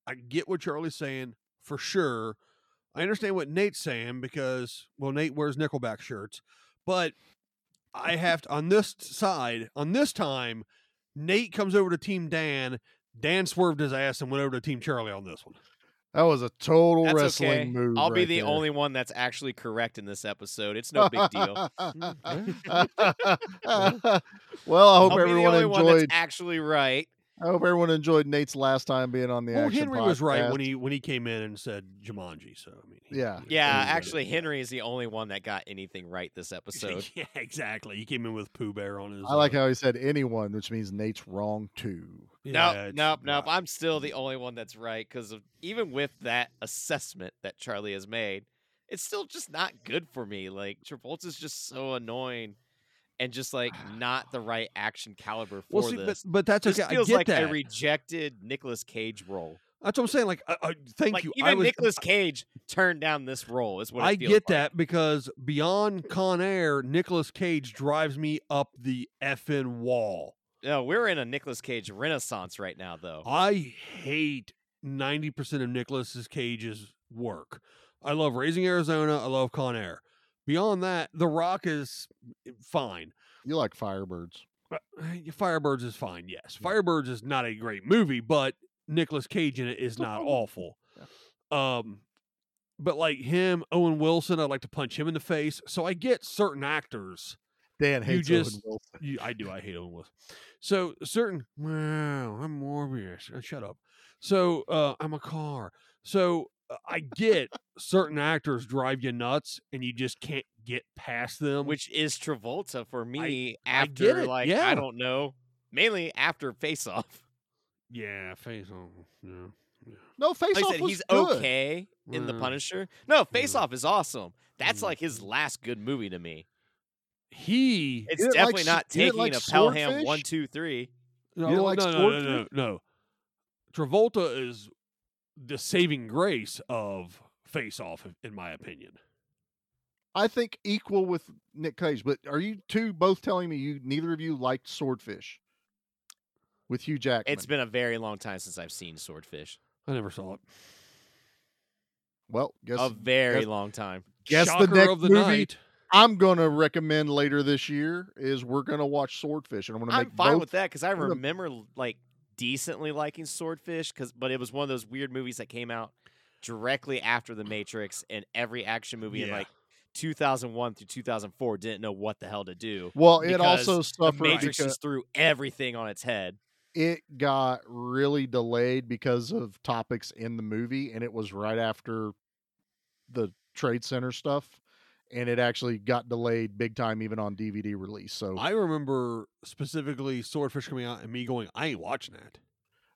A: I get what Charlie's saying for sure. I understand what Nate's saying because well, Nate wears Nickelback shirts, but I have to on this side on this time. Nate comes over to Team Dan. Dan swerved his ass and went over to Team Charlie on this one.
B: that was a total
C: That's
B: wrestling
C: okay.
B: move.
C: I'll be
B: right
C: the
B: there.
C: only one that's actually correct in this episode. It's no big deal.
A: *laughs*
B: *laughs* well, I hope
C: I'll
B: everyone
C: be the only one that's
B: enjoyed.
C: actually right.
B: I hope everyone enjoyed Nate's last time being on the
C: Oh,
A: well,
B: action.
A: Henry was right when
B: podcast.
A: he when he came in and said Jumanji. So I mean, he-
B: Yeah.
A: he- he
C: Yeah,
A: was right. *laughs*
C: actually, Henry is the only one that got anything right this episode.
A: yeah, exactly. He came in with Pooh Bear on his.
B: I like
A: uh,
B: how he said anyone, which means Nate's wrong too.
A: yeah,
C: nope,
A: it's
C: nope, nope.
A: right.
C: I'm still the only one that's right because even with that assessment that Charlie has made, it's still just not good for me. Like Travolta's just so annoying and just
A: *sighs*
C: like not the right action caliber for
A: Well, see, but,
C: this.
A: but that's
C: This
A: okay. I
C: feels
A: get
C: like
A: that.
C: a rejected Nicolas Cage role.
A: that's what I'm saying. Like, I, I, thank
C: like
A: you. I
C: even
A: was,
C: Nicolas Cage turned down this role. Is what it
A: I
C: feels
A: get
C: like.
A: that because beyond Con Air, Nicolas Cage drives me up the effing wall.
C: No, we're in a Nicolas Cage renaissance right now, though.
A: I hate 90% of Nicolas Cage's work. I love Raising Arizona. I love Con Air. Beyond that, The Rock is eh, fine.
B: You like Firebirds.
A: Uh, Firebirds is fine, yes. Firebirds is not a great movie, but Nicolas Cage in it is not awful. Um, but like him, Owen Wilson, I'd like to punch him in the face. So I get certain actors.
B: Dan
A: You
B: hates Owen
A: just-
B: Wilson.
A: You, I do. I hate Owen Wilson. So certain. Wow, I'm Morbius. Uh, Shut up. So uh, I'm a car. So uh, I get certain actors drive you nuts, and you just can't get past them.
C: which is Travolta for me
A: Um, I
C: after
A: get it,
C: like
A: yeah.
C: I don't know, mainly after Face Off.
A: yeah, face on. Yeah,
B: No, face
C: like I
B: off
C: said,
B: was
C: he's
B: good.
C: okay in The
A: Yeah.
C: Punisher. No, Face Off is awesome. That's like his last good movie to me.
A: He
C: It's
B: didn't like
C: definitely
B: s-
C: not
B: you didn't
C: taking
B: like
C: a Pelham
B: Swordfish?
C: one, two, three.
A: No, oh,
B: You
A: no,
B: like
A: no, no, no, no,
B: Swordfish?
A: no. Travolta is the saving grace of Face Off, in- in my opinion.
B: I think equal with Nick Cage, but are you two both telling me you neither of you liked Swordfish with Hugh Jackman?
C: It's been a very long time since I've seen Swordfish.
A: I never saw it.
B: well, guess
C: a very
B: guess-
C: long time.
B: guess the
A: Shocker
B: next
A: of the
B: movie
A: night.
B: I'm gonna recommend later this year is we're gonna watch Swordfish, and I'm gonna
C: I'm
B: make
C: fine
B: both.
C: with that because I
B: gonna-
C: remember like decently liking Swordfish, because but it was one of those weird movies that came out directly after The Matrix, and every action movie in
A: Yeah.
C: like 2001 through 2004 didn't know what the hell to do.
B: Well, it
C: because
B: also
C: The
B: suffered
C: Matrix
B: because
C: just threw everything on its head.
B: it got really delayed because of topics in the movie, and it was right after the Trade Center stuff, and it actually got delayed big time, even on DVD release. So
A: I remember specifically Swordfish coming out and me going, I ain't watching that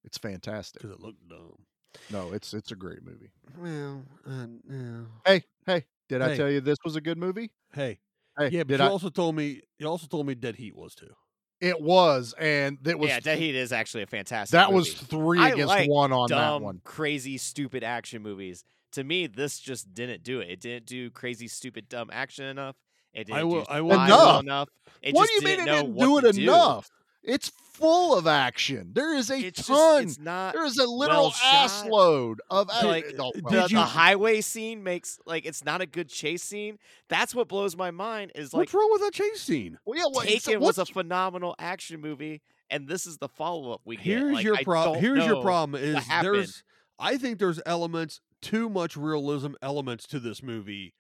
B: it's fantastic.
A: because it looked dumb.
B: No, it's it's a great movie.
A: Well, uh, no.
B: Hey, hey, did I
A: Hey.
B: tell you this was a good movie?
A: Hey,
B: Hey,
A: yeah, but
B: did
A: you
B: I?
A: also told me you also told me Dead Heat was too.
B: It was, and it was
C: yeah, Dead Heat is actually a fantastic.
B: that was
C: movie.
B: three
C: I
B: against
C: like
B: one on that
C: dumb,
B: one.
C: crazy, stupid action movies. To me, this just didn't do it. It didn't do crazy, stupid, dumb action enough. It didn't
A: I will-
C: do
A: I will-
C: style
B: Enough.
C: enough. It
B: what do
C: just
B: you mean it
C: know
B: didn't do
C: what
B: it
C: to
B: enough? It's full of action. There is a
C: It's just-
B: ton.
C: it's not.
B: there is a literal
C: shot.
B: ass load of action.
C: Like,
B: no,
A: did
C: The,
B: well,
C: the highway scene makes like it's not a good chase scene. That's what blows my mind. Is like
A: What's wrong with that chase scene?
B: well, yeah, what,
C: Taken
B: what's,
C: was a phenomenal action movie, and this is the follow up we get.
A: Here's
C: Like,
A: your
C: I
A: problem.
C: don't
A: Here's your
C: know.
A: problem is
C: happened.
A: there's I think there's elements too much realism elements to this movie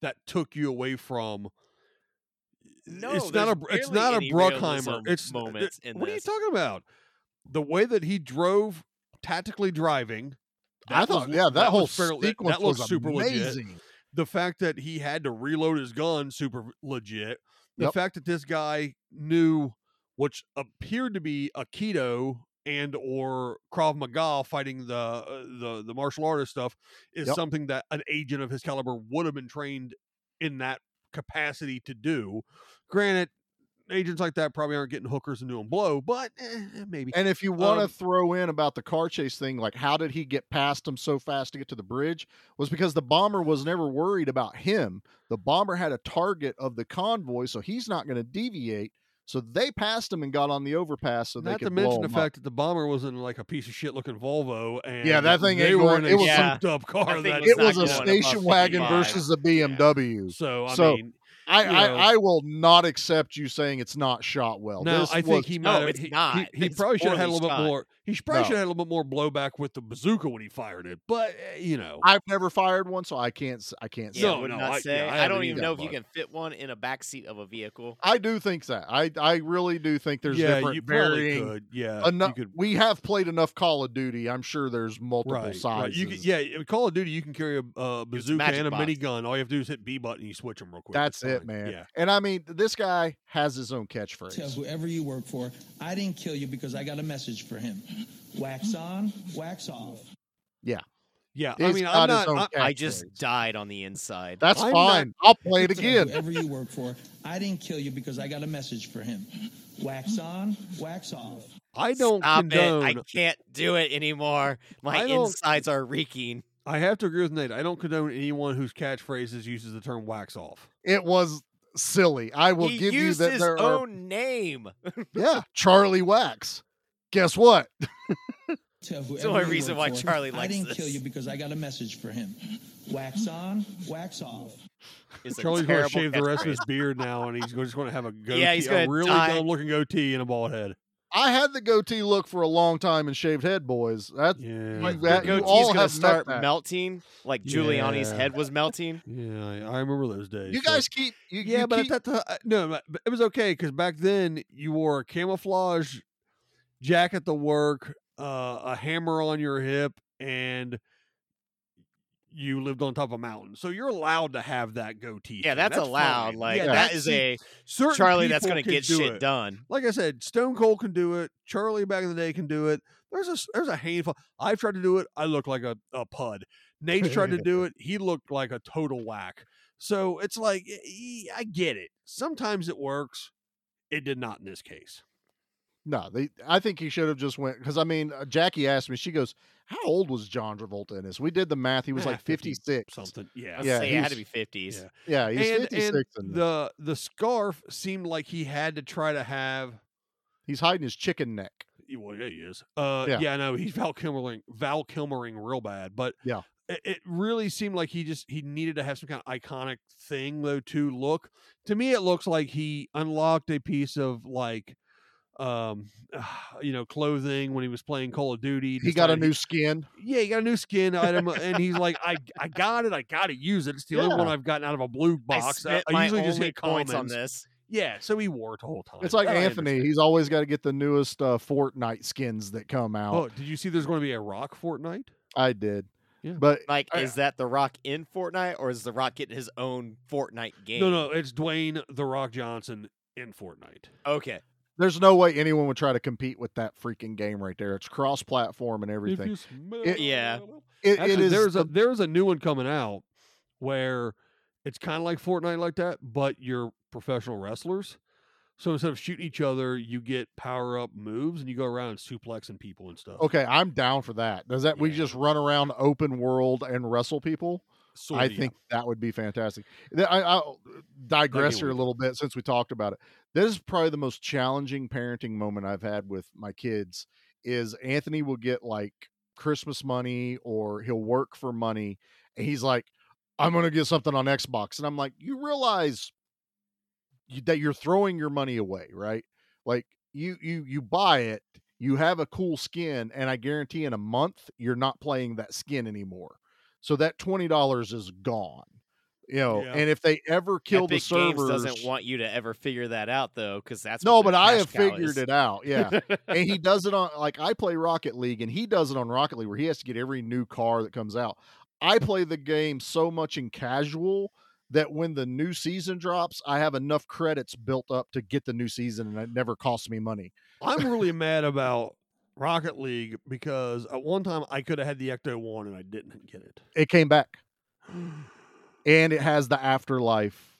A: that took you away from.
C: No,
A: it's not
C: there's
A: a Br- it's
C: barely
A: not a
C: any
A: Bruckheimer.
C: realism
A: It's
C: moments in
A: What
C: this.
A: are you talking about? The way that he drove, tactically driving.
B: I
A: that was
B: thought,
A: l-
B: yeah,
A: was
B: that, whole
A: fairly- that-
B: sequence
A: that looked
B: was
A: super legit
B: amazing.
A: the fact that he had to reload his gun super legit the
B: Yep.
A: fact that this guy knew which appeared to be aikido and or krav maga fighting the uh, the the martial artist stuff is
B: Yep.
A: something that an agent of his caliber would have been trained in that capacity to do granted agents like that probably aren't getting hookers and doing blow but eh, maybe
B: And if you want to
A: Um,
B: throw in about the car chase thing, like how did he get past him so fast to get to the bridge? Was because the bomber was never worried about him. The bomber had a target of the convoy, so he's not going to deviate. So they passed him and got on the overpass, so they
A: not
B: could
A: to mention
B: blow
A: the
B: him up.
A: fact that the bomber was in like a piece of shit looking Volvo, and
B: Yeah, that thing
A: they
B: ain't
A: were in
B: going-
A: a
B: it was
C: some-
A: souped up car.
C: thing
A: That
C: was
B: it
C: not
B: was a
C: going above
B: station wagon
C: 55.
B: versus a BMW.
A: so I
B: So,
A: mean,
B: I,
A: you know.
B: I I will not accept you saying it's not shot well.
A: no,
B: This
A: I think
B: was-
A: he
C: No,
A: might. have-
C: it's
A: he,
C: not.
A: He, he
C: It's
A: probably should have had a
C: poorly
A: little bit
C: shot.
A: more. He sh- probably
B: No.
A: should have had a little bit more blowback with the bazooka when he fired it. But eh, you know,
B: I've never fired one, so I can't s- I can't
C: Yeah,
A: No,
C: I
B: say.
C: would
A: no,
C: not
A: I- yeah,
C: say.
A: I
C: I,
A: haven't
C: don't even
A: either,
C: know if you
A: but-
C: can fit one in a backseat of a vehicle.
B: I do think that. I I really do think there's
A: yeah,
B: different
A: you probably
B: varying
A: could. Yeah,
B: enough.
A: you could.
B: We have played enough Call of Duty. I'm sure there's multiple
A: Right, right.
B: sizes.
A: You could, yeah, in Call of Duty, you can carry a, uh bazooka
C: magic
A: and a
C: box.
A: minigun. All you have to do is hit B button, you switch them real quick.
B: that's
A: It's
B: it,
A: fine.
B: man.
A: Yeah,
B: And I mean, this guy has his own
F: Tell
B: catchphrase.
F: whoever you work for, I didn't kill you because I got a message for him. Wax on, wax off.
A: yeah. I
B: He's
A: mean,
B: got
A: I'm
B: his
A: not.
B: own
A: I-
C: Uh, I
B: catchphrase.
C: just died on the inside.
B: That's
A: I'm not-
B: fine. I'll play it
F: Tell
B: again.
F: Whoever you work for, I didn't kill you because I got a message for him. Wax on, wax off.
A: I don't
C: Stop
A: condone.
C: it. I can't do it anymore. My
A: I don't-
C: insides are reeking.
A: I have to agree with Nate. I don't condone anyone whose catchphrases uses the term "wax off."
B: It was silly. I will
C: he
B: give you
C: used
B: that
C: his
B: there are
C: own name.
B: yeah Charlie Wax. Guess what? *laughs*
F: Tell whoever
C: the only
F: you
C: reason
F: work
C: why
F: for,
C: Charlie
F: I
C: likes
F: didn't
C: this.
F: kill you because I got a message for him. Wax on, wax off.
C: It's a
A: Charlie's going to
C: terrible
A: shave the rest of his
C: catchphrase.
A: beard now, and he's just going to have a goatee,
C: *laughs* Yeah, he's
A: a
C: gonna
A: really
C: dye-
A: dumb looking goatee and a bald head.
B: I had the goatee look for a long time and shaved head, boys. That's
A: Yeah,
B: Like
A: yeah.
B: that-
C: Goatee's
B: You all
C: gonna
B: have met
C: start
B: that.
C: melting like Giuliani's
A: Yeah.
C: head was melting.
A: yeah, I, I remember those days.
B: you
A: so-
B: guys keep you,
A: yeah,
B: you
A: but
B: keep-
A: at that time, no, but- but it was okay because back then you wore a camouflage jacket to work, uh, a hammer on your hip, and you lived on top of a mountain, so you're allowed to have that goatee.
C: Yeah,
A: thing.
C: that's, allowed.
A: fine.
C: Like
A: Yeah,
C: that
A: that's-
C: is
A: see,
C: a
A: certain
C: Charlie that's
A: people
C: going to
A: can
C: get
A: do
C: shit
A: it.
C: done.
A: Like I said, Stone Cold can do it. Charlie back in the day can do it. There's a s- there's a handful. I've tried to do it. I look like a, a pud. Nate's tried to do it. He looked like a total whack. So it's like y- y- I get it. Sometimes it works. It did not in this case.
B: No, they. I think he should have just went because I mean, uh, Jackie asked me. She goes, "How old was John Travolta in this?" We did the math. He was
A: Ah,
B: like
A: 50
B: Eh, fifty six.
A: Something. Yeah.
C: I
B: Yeah,
C: say it had to be
B: he's-
C: fifties.
B: Yeah, he's
A: and,
B: fifty six.
A: and the the scarf seemed like he had to try to have.
B: He's hiding his chicken neck.
A: y- Well, yeah, he is. Uh, yeah.
B: Yeah.
A: I know he's Val Kilmering, Val Kilmering real bad, but
B: Yeah.
A: it, it really seemed like he just he needed to have some kind of iconic thing though to look. To me, it looks like he unlocked a piece of like, um, *sighs* you know, clothing when he was playing Call of Duty.
B: He got a
A: decided
B: new skin.
A: yeah, he got a new skin item, and he's like, I, I got it, I got to use it. It's the only one
B: Yeah.
A: I've gotten out of a blue
C: I
A: box.
C: spent my
A: usually just
C: only
A: hit
C: points
A: comments
C: on this.
A: Yeah, so he wore it the whole time.
B: It's like
A: That I
B: Anthony.
A: understand.
B: He's always got to get the newest uh, Fortnite skins that come out.
A: Oh, did you see? There's going to be a Rock Fortnite.
B: I did,
A: Yeah.
B: but
C: Like,
B: I-
C: is that the Rock in Fortnite, or is the Rock getting his own Fortnite game?
A: No, no, it's Dwayne the Rock Johnson in Fortnite.
C: Okay.
B: there's no way anyone would try to compete with that freaking game right there. It's cross platform and everything. It-
C: Yeah.
B: It,
A: Actually,
B: it is
A: there's a
B: the-
A: there's a new one coming out where it's kind of like Fortnite like that, but you're professional wrestlers. So instead of shooting each other, you get power up moves and you go around and suplexing people and stuff.
B: okay. I'm down for that. Does that we
A: Yeah.
B: just run around open world and wrestle people?
A: Sorta,
B: I
A: yeah.
B: think that would be fantastic. Th- I, I'll digress here a
A: weird.
B: little bit since we talked about it. This is probably the most challenging parenting moment I've had with my kids. Is Anthony will get like Christmas money or he'll work for money, and he's like, "I'm gonna get something on Xbox," and I'm like, "You realize you, that you're throwing your money away, right? Like you you you buy it." You have a cool skin, and I guarantee in a month you're not playing that skin anymore. So that twenty dollars is gone. You know,
A: Yeah.
B: and if they ever kill
C: Epic
B: the servers,
C: Games doesn't want you to ever figure that out though, because that's
B: no,
C: what
B: but
C: their
B: I
C: cash
B: have
C: cow is.
B: figured it out. Yeah, and
A: *laughs*
B: he does it on like I play Rocket League, and he does it on Rocket League where he has to get every new car that comes out. I play the game so much in casual that when the new season drops, I have enough credits built up to get the new season, and it never costs me money.
A: I'm really mad about Rocket League because at one time I could have had the Ecto One and I didn't get it.
B: It came back, and it has the afterlife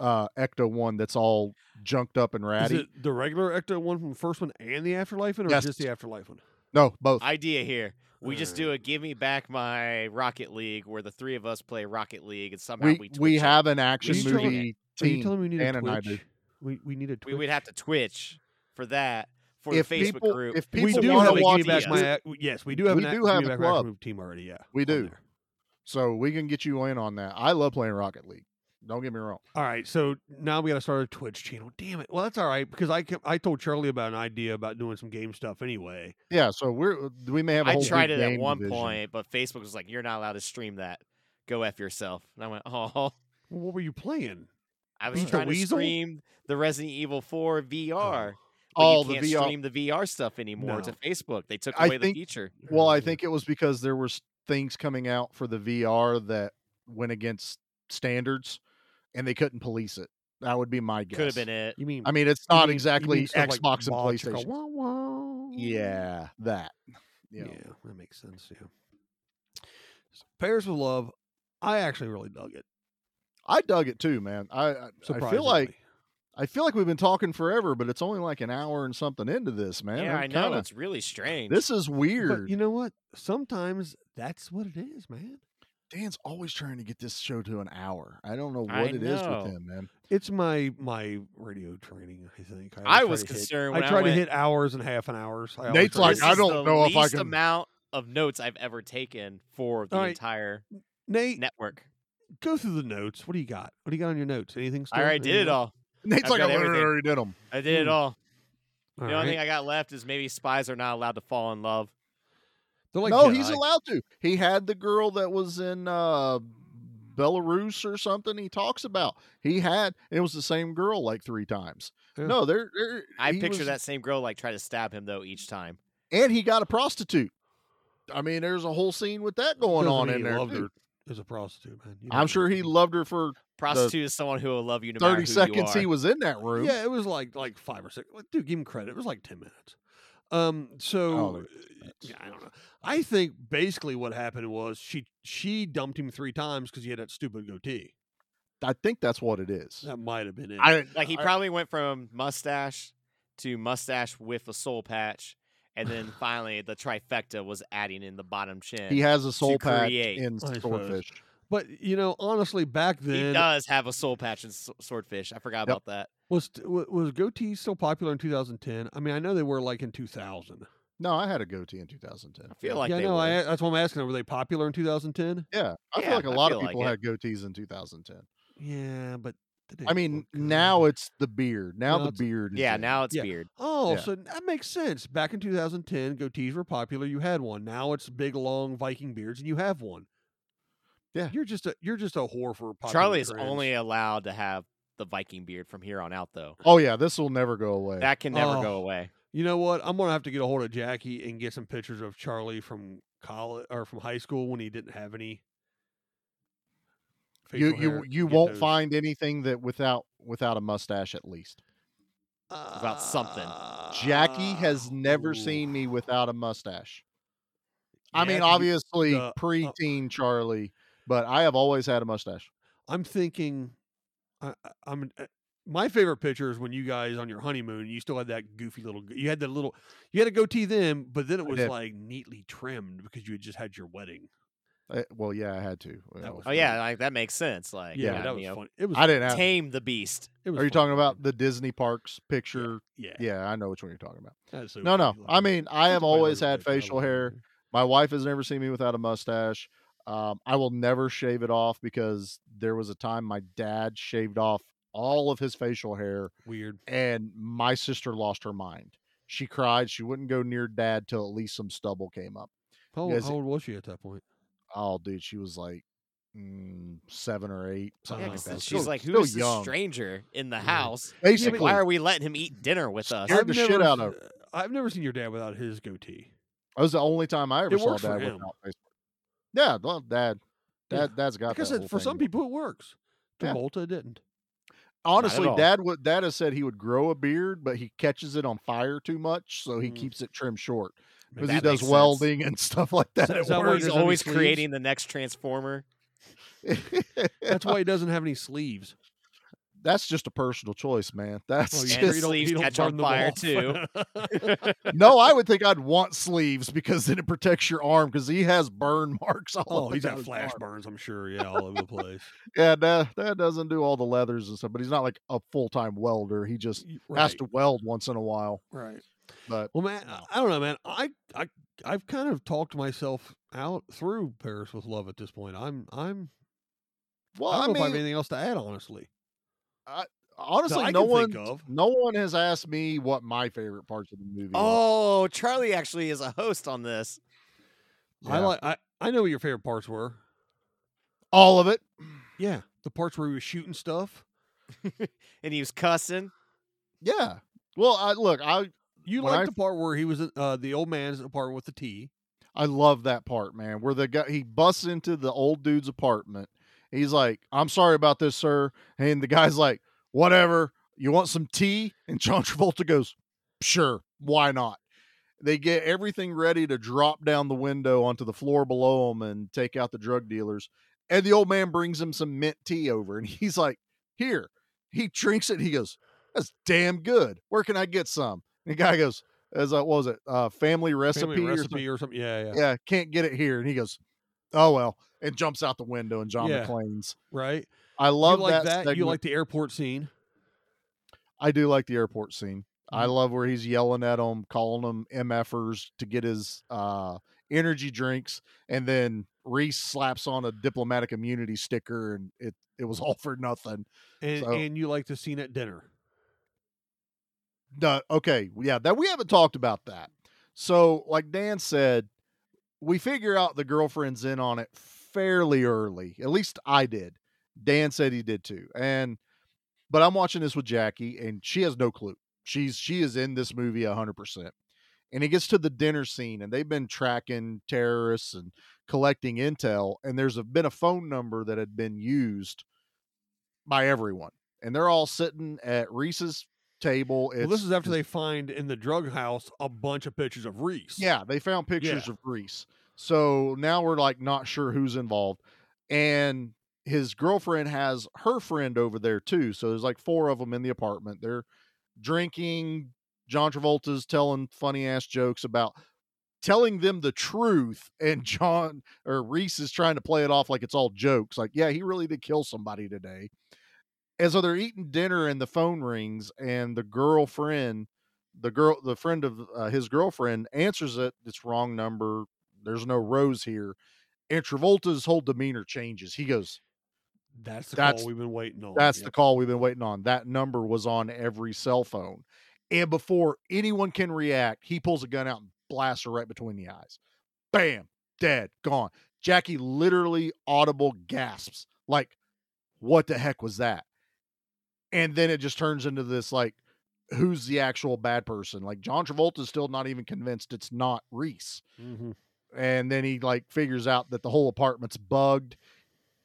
B: uh Ecto one that's all junked up and
A: Is
B: ratty.
A: it the regular Ecto One from the first one and the Afterlife one, or
B: Yes.
A: just the Afterlife one?
B: No, both.
C: *laughs* Idea here. We just do a give me back my Rocket League where the three of us play Rocket League and somehow
B: we
C: we
B: we,
C: Twitch it.
B: have an action
A: you tell-
B: movie
A: Are you
B: team.
A: telling me we need
B: Dan
A: a
B: and I
A: Twitch? We we need a Twitch.
C: we would have to Twitch for that for
B: If
C: the Facebook
B: people-
C: group.
B: if
A: we
B: people
A: do
B: wanna
A: have a
B: watch
A: give me back
B: these-
A: my Ac- yes, we do have
B: We
A: an
B: do
A: Ac-
B: have
A: Give Me
B: a
A: Back My Ac-
B: club.
A: Move team already. Yeah,
B: We
A: on
B: do.
A: there.
B: So we can get you in on that. I love playing Rocket League. Don't get me wrong.
A: All right, so now we got to start a Twitch channel. Damn it! Well, that's all right because I ca- I told Charlie about an idea about doing some game stuff anyway.
B: Yeah, so we're we may have. I
C: I tried it at one point, but Facebook was like, "You're not allowed to stream that. Go f yourself." And I went, "Oh."
A: Well, what were you playing?
C: I was
A: Beat the
C: trying to
A: Weasel?
C: stream the Resident Evil 4 VR. but
B: All
C: you
B: Oh. the
C: can't
B: VR.
C: stream the VR stuff anymore to
A: No.
C: Facebook. They took
B: I
C: away the
B: think-
C: feature.
B: Well, I
A: Yeah.
B: think it was because there was things coming out for the VR that went against standards, and they couldn't police it. That would be my guess.
C: Could have been it.
A: You mean?
B: I mean, it's
A: you
B: not
A: mean- you
B: exactly
A: mean stuff like
B: Xbox
A: Ball
B: and
A: Chicka
B: PlayStation.
A: Wah Wah?
B: Yeah, that.
A: yeah,
B: Yeah.
A: that makes sense. Yeah. So, Pairs with love, I actually really dug it.
B: I dug it too, man. I I, I
A: Surprisingly,
B: feel like I feel like we've been talking forever, but it's only like an hour and something into this, man.
C: yeah,
B: I'm
C: I know.
B: kinda-
C: It's really strange.
B: This is
A: but
B: weird.
A: you know what? Sometimes that's what it is, man.
B: Dan's always trying to get this show to an hour. I don't know what
C: I
B: it is
C: know.
B: with him, man.
A: It's my my radio training. I think
C: I
A: always
C: was
A: try to hit-
C: concerned
A: I
C: when I
A: try to
C: went-
A: hit hours and half an hours. I always
B: Nate's
A: try to
B: like,
C: This
A: hit-
B: I
C: is
B: don't
C: the
B: know if I
C: least
B: can-
C: amount of notes I've ever taken for the
A: All right.
C: entire
A: *laughs* Nate,
C: network.
A: go through the notes. What do you got? What do you got on your notes? Anything?
C: I
A: Still?
C: already did it all.
B: *laughs* Nate's
C: I've
B: like,
C: got
B: I
C: everything.
B: already did them.
C: I did it
A: Hmm.
C: all.
A: All
C: the only
A: right.
C: thing I got left is maybe spies are not allowed to fall in love.
A: They're like,
B: no, he's
A: Jedi.
B: allowed to. He had the girl that was in uh, Belarus or something. He talks about he had. It was the same girl like three times.
A: Yeah.
B: No, they're. they're-
C: I
B: he
C: picture
B: was-
C: that same girl like try to stab him though each time.
B: and he got a prostitute. I mean, there's a whole scene with that going
A: Doesn't
B: on
A: mean
B: in
A: he
B: there.
A: loved
B: too.
A: her. is a prostitute, man. You
B: *laughs* I'm
A: know.
B: sure he loved her for
C: Prostitute is someone who will love you no matter
B: 30
C: who you
B: seconds he
C: are.
B: was in that room.
A: Yeah, it was like like five or six. like, Dude, give him credit. It was like ten minutes. Um,
B: Oh,
A: so eh, yeah, I don't know. I think basically what happened was she she dumped him three times because he had that stupid goatee.
B: I think that's what it is.
A: That might have been it.
B: I
C: Like he
B: I-
C: probably went from mustache to mustache with a soul patch, and then finally the trifecta was adding in the bottom chin.
B: he has a soul patch
C: create,
B: in
A: I suppose.
B: swordfish.
A: but you know, honestly, back
C: he
A: then
C: does have a soul patch in S- swordfish. I forgot
B: Yep.
C: about that.
A: was wa- was goatee still popular in 2010? I mean, I know they were like in 2000.
B: No, I had a goatee in 2010.
C: I feel like
A: yeah,
C: they
A: no,
C: were.
A: I, that's what I'm asking. Were they popular in 2010?
B: Yeah, I
C: Yeah,
B: feel like a
C: I
B: lot of
C: feel like
B: people
C: it.
B: had goatees in 2010.
A: Yeah, but they
B: I
A: didn't
B: mean,
A: look good.
B: now it's the beard. Now
A: Now
B: the
A: it's a-
B: beard. is
C: yeah,
B: in.
C: now it's
A: Yeah.
C: beard.
A: Oh,
B: Yeah.
A: so that makes sense. Back in 2010, goatees were popular. You had one. Now it's big, long Viking beards, and you have one.
B: Yeah.
A: you're just a you're just a whore for popular
C: Charlie's
A: trends.
C: only allowed to have the Viking beard from here on out, though.
B: Oh yeah, this will never go away.
C: That can never go
A: Oh.
C: away.
A: You know what? I'm gonna have to get a hold of Jackie and get some pictures of Charlie from college or from high school when he didn't have any.
B: you
A: facial
B: you
A: hair.
B: you
A: Get
B: won't
A: those.
B: find anything that without without a mustache at least.
C: about something.
B: Jackie has
A: Uh,
B: never
A: Ah, Ooh.
B: seen me without a mustache. I mean,
A: Jackie-
B: obviously
A: the- uh,
B: preteen Charlie, but I have always had a mustache.
A: I'm thinking, I, I- I'm. uh, My favorite picture is when you guys on your honeymoon, you still had that goofy little. g- You had that little. You had a goatee then, but then it was
B: did.
A: like neatly trimmed because you had just had your wedding.
B: I- Eh, well, yeah, I had to.
A: That
B: Well,
A: was
C: Oh yeah, like that makes sense. Like
A: Yeah,
C: yeah,
A: that was
C: you know,
A: fun. It was.
B: I didn't have.
C: tame the beast.
A: It was
B: Are you
A: fun.
B: talking about the Disney parks picture?
A: Yeah.
B: Yeah, I know which one you're talking about.
A: that's so
B: No, no.
A: goofy
B: I
A: looking.
B: mean, I
A: That's
B: have
A: my
B: always
A: little
B: had
A: goatee. I
B: facial
A: love it.
B: hair. My wife has never seen me without a mustache. Um, I will never shave it off because there was a time my dad shaved off all of his facial hair
A: Weird.
B: and my sister lost her mind. She cried. She wouldn't go near dad till at least some stubble came up.
A: How,
B: guys-
A: how old was she at that point?
B: Oh, dude, she was like mm, seven or eight, something
C: Yeah,
B: like
C: 'cause
B: that.
C: she's
B: Still-
C: like,
B: still
C: who's this
B: young.
C: stranger in the
A: Yeah.
C: house?
B: Basically,
C: Why are we letting him eat dinner with us?
B: Scared the shit
A: never
B: out
A: s-
B: of
A: I've never seen your dad without his goatee.
B: that was the only time I ever
A: It
B: saw
A: works for
B: dad
A: him.
B: without Facebook. Yeah, well, dad,
A: Yeah.
B: dad, dad's got.
A: Like I
B: that
A: said,
B: whole
A: for
B: thing
A: some
B: going.
A: people it works.
B: Yeah.
A: Travolta didn't.
B: honestly,
C: all.
B: dad would dad has said he would grow a beard, but he catches it on fire too much, so he
A: Mm.
B: keeps it trimmed short because
C: That
B: he does
C: makes sense.
B: welding and *laughs* stuff like that.
A: So-
B: at
A: is that why
B: work.
C: He's
A: doesn't have any
C: always
A: sleeves?
C: creating the next transformer.
A: *laughs* That's why he doesn't have any sleeves.
B: *laughs* That's just a personal choice,
A: Oh,
B: man. That's
A: Well,
C: And
A: sure
B: just
A: he *laughs* don't-
C: *laughs* sleeves
A: he don't
C: catch on
A: burn Oh, them
C: fire
A: off?
C: too.
B: no, I would think I'd want sleeves because then it protects your arm because he has burn *laughs* marks all
A: Oh,
B: up
A: he's
B: and down
A: got
B: his
A: flash
B: arm.
A: burns, I'm sure. Yeah, all
B: *laughs*
A: over the place.
B: Yeah, that, that doesn't do all the leathers and stuff, but he's not like a full time welder. He just
A: Y-
B: has to weld once in a while.
A: right.
B: But
A: Well, man, I- I don't know, man. I, I, I've kind of talked myself out through Paris with Love at this point. I'm, I'm.
B: well,
A: I
B: I,
A: don't know if I have
B: mean,
A: anything else to add, honestly.
B: honestly,
A: I
B: no
A: can
B: one,
A: think of.
B: no one has asked me what my favorite parts of the movie. are.
C: oh, Charlie actually is a host on this.
A: I
B: Yeah.
A: like. I, I know what your favorite parts were.
B: all of it.
A: Yeah, the parts where he was shooting stuff.
C: And he was cussing.
B: Yeah. Well, I look, I
A: You
B: When
A: liked
B: I-
A: the part where he was in- uh, the old man's apartment with the tea.
B: I love that part, man, where the guy he busts into the old dude's apartment. He's like, "I'm sorry about this, sir," and the guy's like, "Whatever. You want some tea?" And John *laughs* Travolta goes, "Sure, why not?" They get everything ready to drop down the window onto the floor below him and take out the drug dealers. And the old man brings him some mint tea over, and *laughs* he's like, "Here." He drinks it. He goes, "That's damn good. Where can I get some?" And the guy goes, "As uh, what was it? Uh, family recipe,
A: Family
B: or something?"
A: recipe or something. Yeah, yeah,
B: yeah, can't get it here. And he goes, oh well, and jumps out the window. And John
A: Yeah.
B: McClane's.
A: Right.
B: I love
A: you like that. You
B: that. segment.
A: like the airport scene.
B: I do like the airport scene.
A: Mm-hmm.
B: I love where he's yelling at them, calling them mfers to get his uh, energy drinks, and then Reese slaps on a diplomatic immunity sticker, and it it was *laughs* all for nothing.
A: And
B: So-
A: and you like the scene at dinner.
B: No, okay, yeah, that we haven't talked about that. So, like Dan said, we figure out the girlfriend's in on it fairly early. At least I did. Dan said he did too. And but I'm watching this with Jackie, and she has no clue. She's she is in this movie hundred percent. And he gets to the dinner scene, and they've been tracking terrorists and collecting intel. And there's a, been a phone number that had been used by everyone, and they're all sitting at Reese's table.
A: Well, this
B: It's-
A: is after they find in the drug house a bunch of pictures of Reese.
B: yeah, they found pictures of Reese. So now we're like not sure who's involved. And his girlfriend has her friend over there too. So there's like four of them in the apartment. They're drinking. John Travolta's telling funny ass jokes about telling them the truth. And *laughs* John or Reese is trying to play it off like it's all jokes. Like, yeah, he really did kill somebody today. And so they're eating dinner and the phone rings and the girlfriend the girl the friend of uh, his girlfriend answers it it's wrong number there's no rose here and travolta's whole demeanor changes he goes
A: That's the
B: That's-
A: call we've been waiting on.
B: that's
A: yeah.
B: the call we've been waiting on that number was on every cell phone and before anyone can react he pulls a gun out and blasts her right between the eyes bam dead gone jackie literally audible gasps like what the heck was that and then it just turns into this like who's the actual bad person like john travolta's still not even convinced it's not reese
A: Mm-hmm.
B: and then he like figures out that the whole apartment's bugged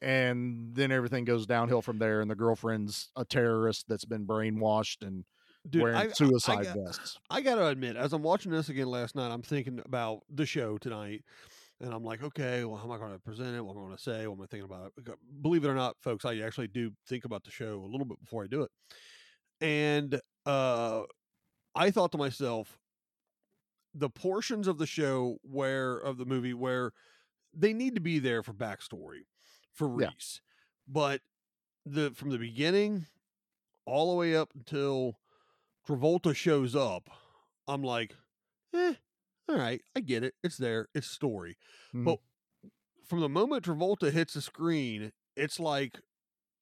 B: and then everything goes downhill from there and the girlfriend's a terrorist that's been brainwashed and
A: Dude,
B: wearing
A: I- I- I
B: suicide
A: got-
B: vests
A: I gotta admit, as I'm watching this again last night, I'm thinking about the show tonight, and I'm like, okay, well, how am I going to present it? What am I going to say? What am I thinking about? It? Beca- Believe it or not, folks, I actually do think about the show a little bit before I do it, and uh, I thought to myself, the portions of the show where of the movie where they need to be there for backstory for
B: Yeah.
A: Reese, but the from the beginning all the way up until Travolta shows up, I'm like, eh, all right, I get it. It's there. It's story.
B: Mhm.
A: But from the moment Travolta hits the screen, it's like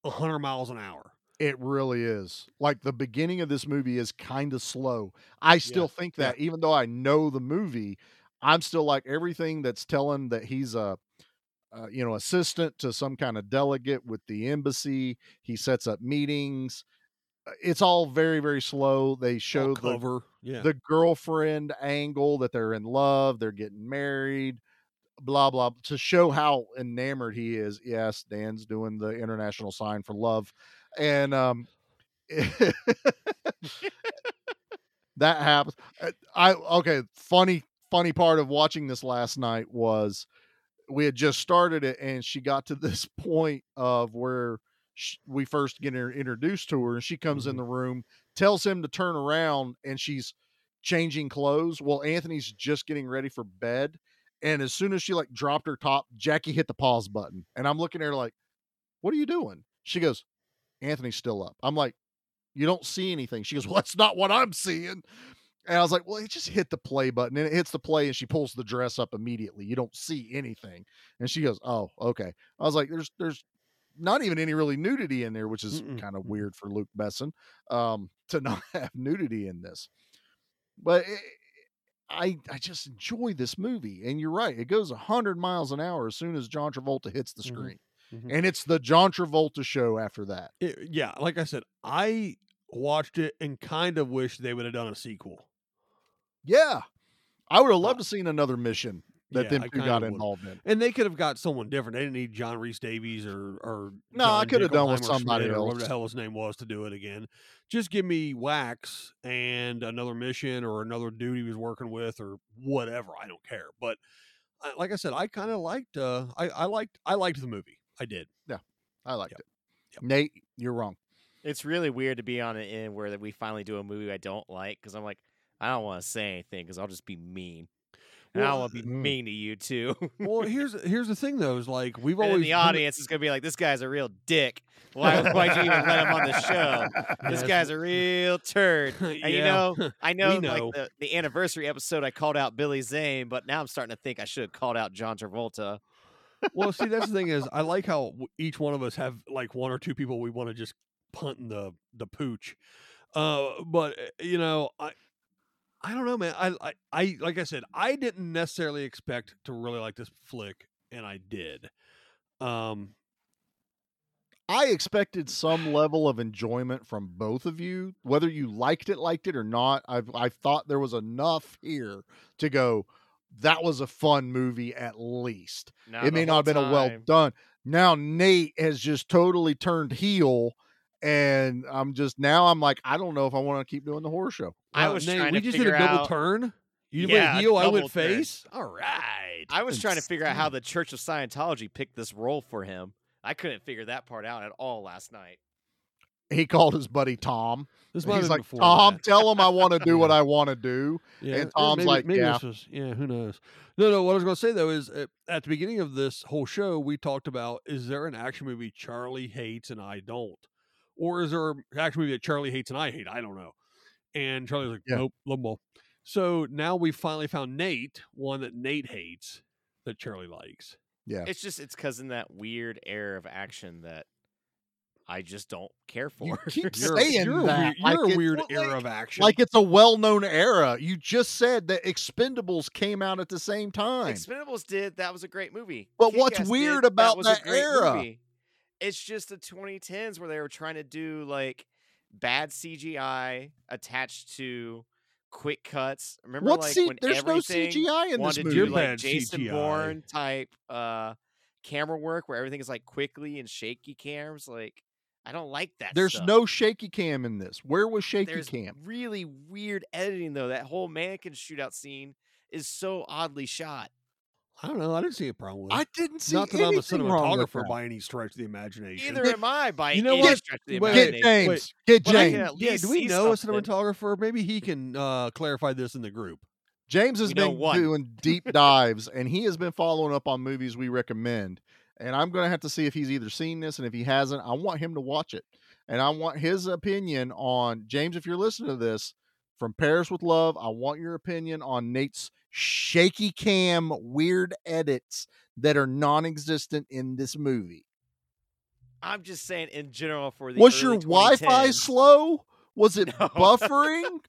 A: a hundred miles an hour.
B: it really is like the beginning of this movie is kind of slow i still think
A: yeah.
B: that even though i know the movie i'm still like everything that's telling that he's a uh, you know assistant to some kind of delegate with the embassy he sets up meetings Uh, it's all very very slow they show
A: All
B: the
A: cover. yeah.
B: the girlfriend angle that they're in love, they're getting married, blah blah, to show how enamored he is. Yes, Dan's doing the international sign for love, and um, *laughs* that happens. Uh, I okay. Funny, funny part of watching this last night was we had just started it, and she got to *laughs* this point of where sh we first get her introduced to her, and she comes in the room, tells him to turn around, and she's changing clothes. Well, Anthony's just getting ready for bed, and as soon as she like dropped her top, Jackie hit the pause button, and I'm looking at her like, "What are you doing?" She goes, "Anthony's still up." I'm like you don't see anything. She goes, Well, that's not what I'm seeing. And I was like, Well, it just hit the play button and it hits the play and she pulls the dress up immediately. You don't see anything. And she goes, Oh, okay. I was like, There's there's not even any really nudity in there, which is
A: Mm-mm.
B: kind of weird for Luke Besson um, to *laughs* not have nudity in this. But it, I I just enjoy this movie. And you're right, it goes 100 miles an hour as soon as John Travolta hits the
A: Mhm.
B: screen.
A: Mhm.
B: And it's the John Travolta show after that.
A: It- eh, yeah, like I said, I watched it and kind of wish they would have done a sequel.
B: Yeah. I would have loved to seen another mission that
A: Yeah,
B: them
A: I
B: two
A: kinda
B: got
A: would.
B: involved in.
A: And they could have got someone different. They didn't need John Reese Davies or or
B: No, I
A: John
B: could have done with
A: Dinkelheim or
B: somebody
A: Schmidt or whatever the
B: else.
A: hell his name was to do it again. Just give me Wax and another mission or another dude he was working with or whatever. I don't care. But I, like I said, I kind of liked. Uh, I I liked. I liked the movie. I
C: *laughs*
A: did.
B: I liked
A: Yep.
B: it. Nate, you're wrong.
C: It's really weird to be on an end where that we finally do a movie I don't like because I'm like, I don't want to say anything because I'll just be mean. And I
A: Well,
C: want to be
B: Mm.
C: mean to you too. *laughs*
A: Well, here's here's the thing though. Is like we've
C: and
A: always
C: then
A: *laughs*
C: the audience is gonna be like, "This guy's a real dick. Why why'd you even let him on the show? This
A: Yes.
C: guy's a real turd." And you
A: Yeah.
C: know, I know,
A: know.
C: like the, the anniversary episode, I called out Billy Zane, but now I'm starting to think I should have called out John Travolta.
A: well, see, that's the thing is, I like how w- each one of us have like one or two people we want to just punt in the the pooch. Uh, but uh, you know, I I don't know, man. I, I I like I said, I didn't necessarily expect to really like this flick, and I did. Um,
B: I expected some level of enjoyment from both of you, whether you liked it, liked it or not. I I thought there was enough here to go. That was a fun movie, at least.
C: Nah,
B: it may
C: the
B: not
C: whole
B: have been a well
C: time.
B: done. Now Nate has just totally turned heel, and I'm just now I'm like I don't know if I want to keep doing the horror show.
C: I
A: Uh,
C: was
A: Nate,
C: trying
A: we
C: to
A: just did
C: figure
A: a double
C: out-
A: turn. You
C: Yeah,
A: went heel, I
C: double
A: went
C: turn.
A: face. All right.
C: I was trying to figure out how the Church of Scientology picked this role for him. I couldn't figure that part out at all last night.
B: He called his buddy Tom.
A: This
B: And
A: might have
B: He's
A: been
B: like
A: before
B: Tom,
A: that."
B: tell him I want to
C: *laughs*
B: do what I want to do,
A: Yeah,
B: and
A: or
B: Tom's
A: maybe-
B: like,
A: maybe
B: yeah,
A: this was- yeah, who knows? No, no. What I was going to say though is, uh, at the beginning of this whole show, we talked about is there an action movie Charlie hates and I don't, or is there an action movie that Charlie hates and I hate? I don't know. And Charlie's like,
B: Yeah.
A: nope, love 'em all. So now we finally found Nate, one that Nate hates that Charlie likes.
B: yeah.
C: It's just it's because in that weird air of action that I just don't care for.
B: You
C: *laughs*
B: keep
A: You're, a-
B: saying
A: you're a
B: that
A: weir- you're
B: like
A: a
B: it-
A: weird
B: well,
A: era
B: like-
A: of action.
B: Like it's a well-known era. You just said that Expendables came out at the same time.
C: Expendables did. That was a great movie.
B: But what's
C: Kick-Ass
B: weird
C: did,
B: about
C: was a
B: that
C: great
B: era?
C: movie. It's just the 2010s where they were trying to do like bad CGI attached to quick cuts. Remember,
B: What
C: like
B: C-
C: when
B: there's no
C: everything
B: CGI in this
C: wanted
B: movie.
C: to
A: You're
C: do like
A: bad
C: Jason
A: CGI.
C: Bourne type uh, camera work where everything is like quickly and shaky cams. Like I don't like that.
B: There's
C: stuff.
B: no shaky cam in this. Where was shaky
C: There's
B: cam?
C: really weird editing though. That whole mannequin shootout scene is so oddly shot.
A: I don't know. I didn't see a problem with. it.
B: I didn't see
A: Not that I'm a
B: anything wrong with
A: cinematographer
B: that.
A: by any stretch of the imagination.
C: Either am I by
A: You know
C: any
A: what?
C: stretch of the
A: Wait,
B: Get
A: Wait,
B: James.
A: wait.
B: Get
C: But I
B: James.
C: can at
A: yeah,
C: least
A: do we
C: see
A: know
C: something.
A: a cinematographer? Maybe he can uh, clarify this in the group.
B: James has
C: We know
B: been
C: one.
B: doing
C: *laughs*
B: deep dives, and he has been following up on movies we recommend. And I'm going to have to see if he's either seen this, and if he hasn't, I want him to watch it, and I want his opinion on James. If you're listening to this from Paris with Love, I want your opinion on Nate's shaky cam, weird edits that are non-existent in this movie.
C: I'm just saying in general for the
B: Was your
C: early
B: Wi-Fi
C: 2010s,
B: slow? Was it
C: *laughs* No.
B: buffering?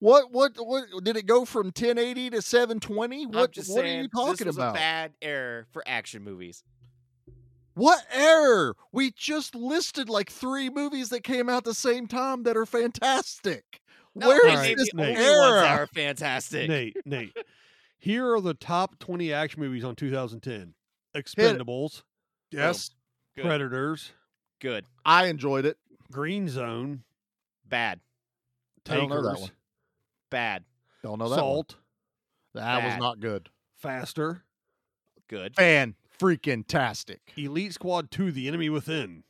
B: What what what did it go from 1080 to 720?
C: I'm
B: What
C: just
B: what
C: saying
B: are you talking
C: this was
B: about?
C: A bad error for action movies.
B: What error? We just listed like three movies that came out the same time that are fantastic.
C: No,
B: Where
C: they
B: is
A: Alright,
C: made
B: this
C: the only ones that
B: error?
C: are fantastic.
A: Nate,
C: *laughs*
A: Nate. Here are the top 20 action movies on 2010. Expendables,
B: Yes,
C: Oh, Good.
A: Predators,
C: Good.
B: I enjoyed it.
A: Green Zone,
C: Bad.
B: I
A: Takers,
B: don't know that one.
C: Bad.
B: Don't know that. one.
A: Salt,
B: That was
C: Bad.
B: not good.
A: Faster,
C: Good.
B: Fan freaking tastic.
A: Elite Squad 2, The Enemy Within,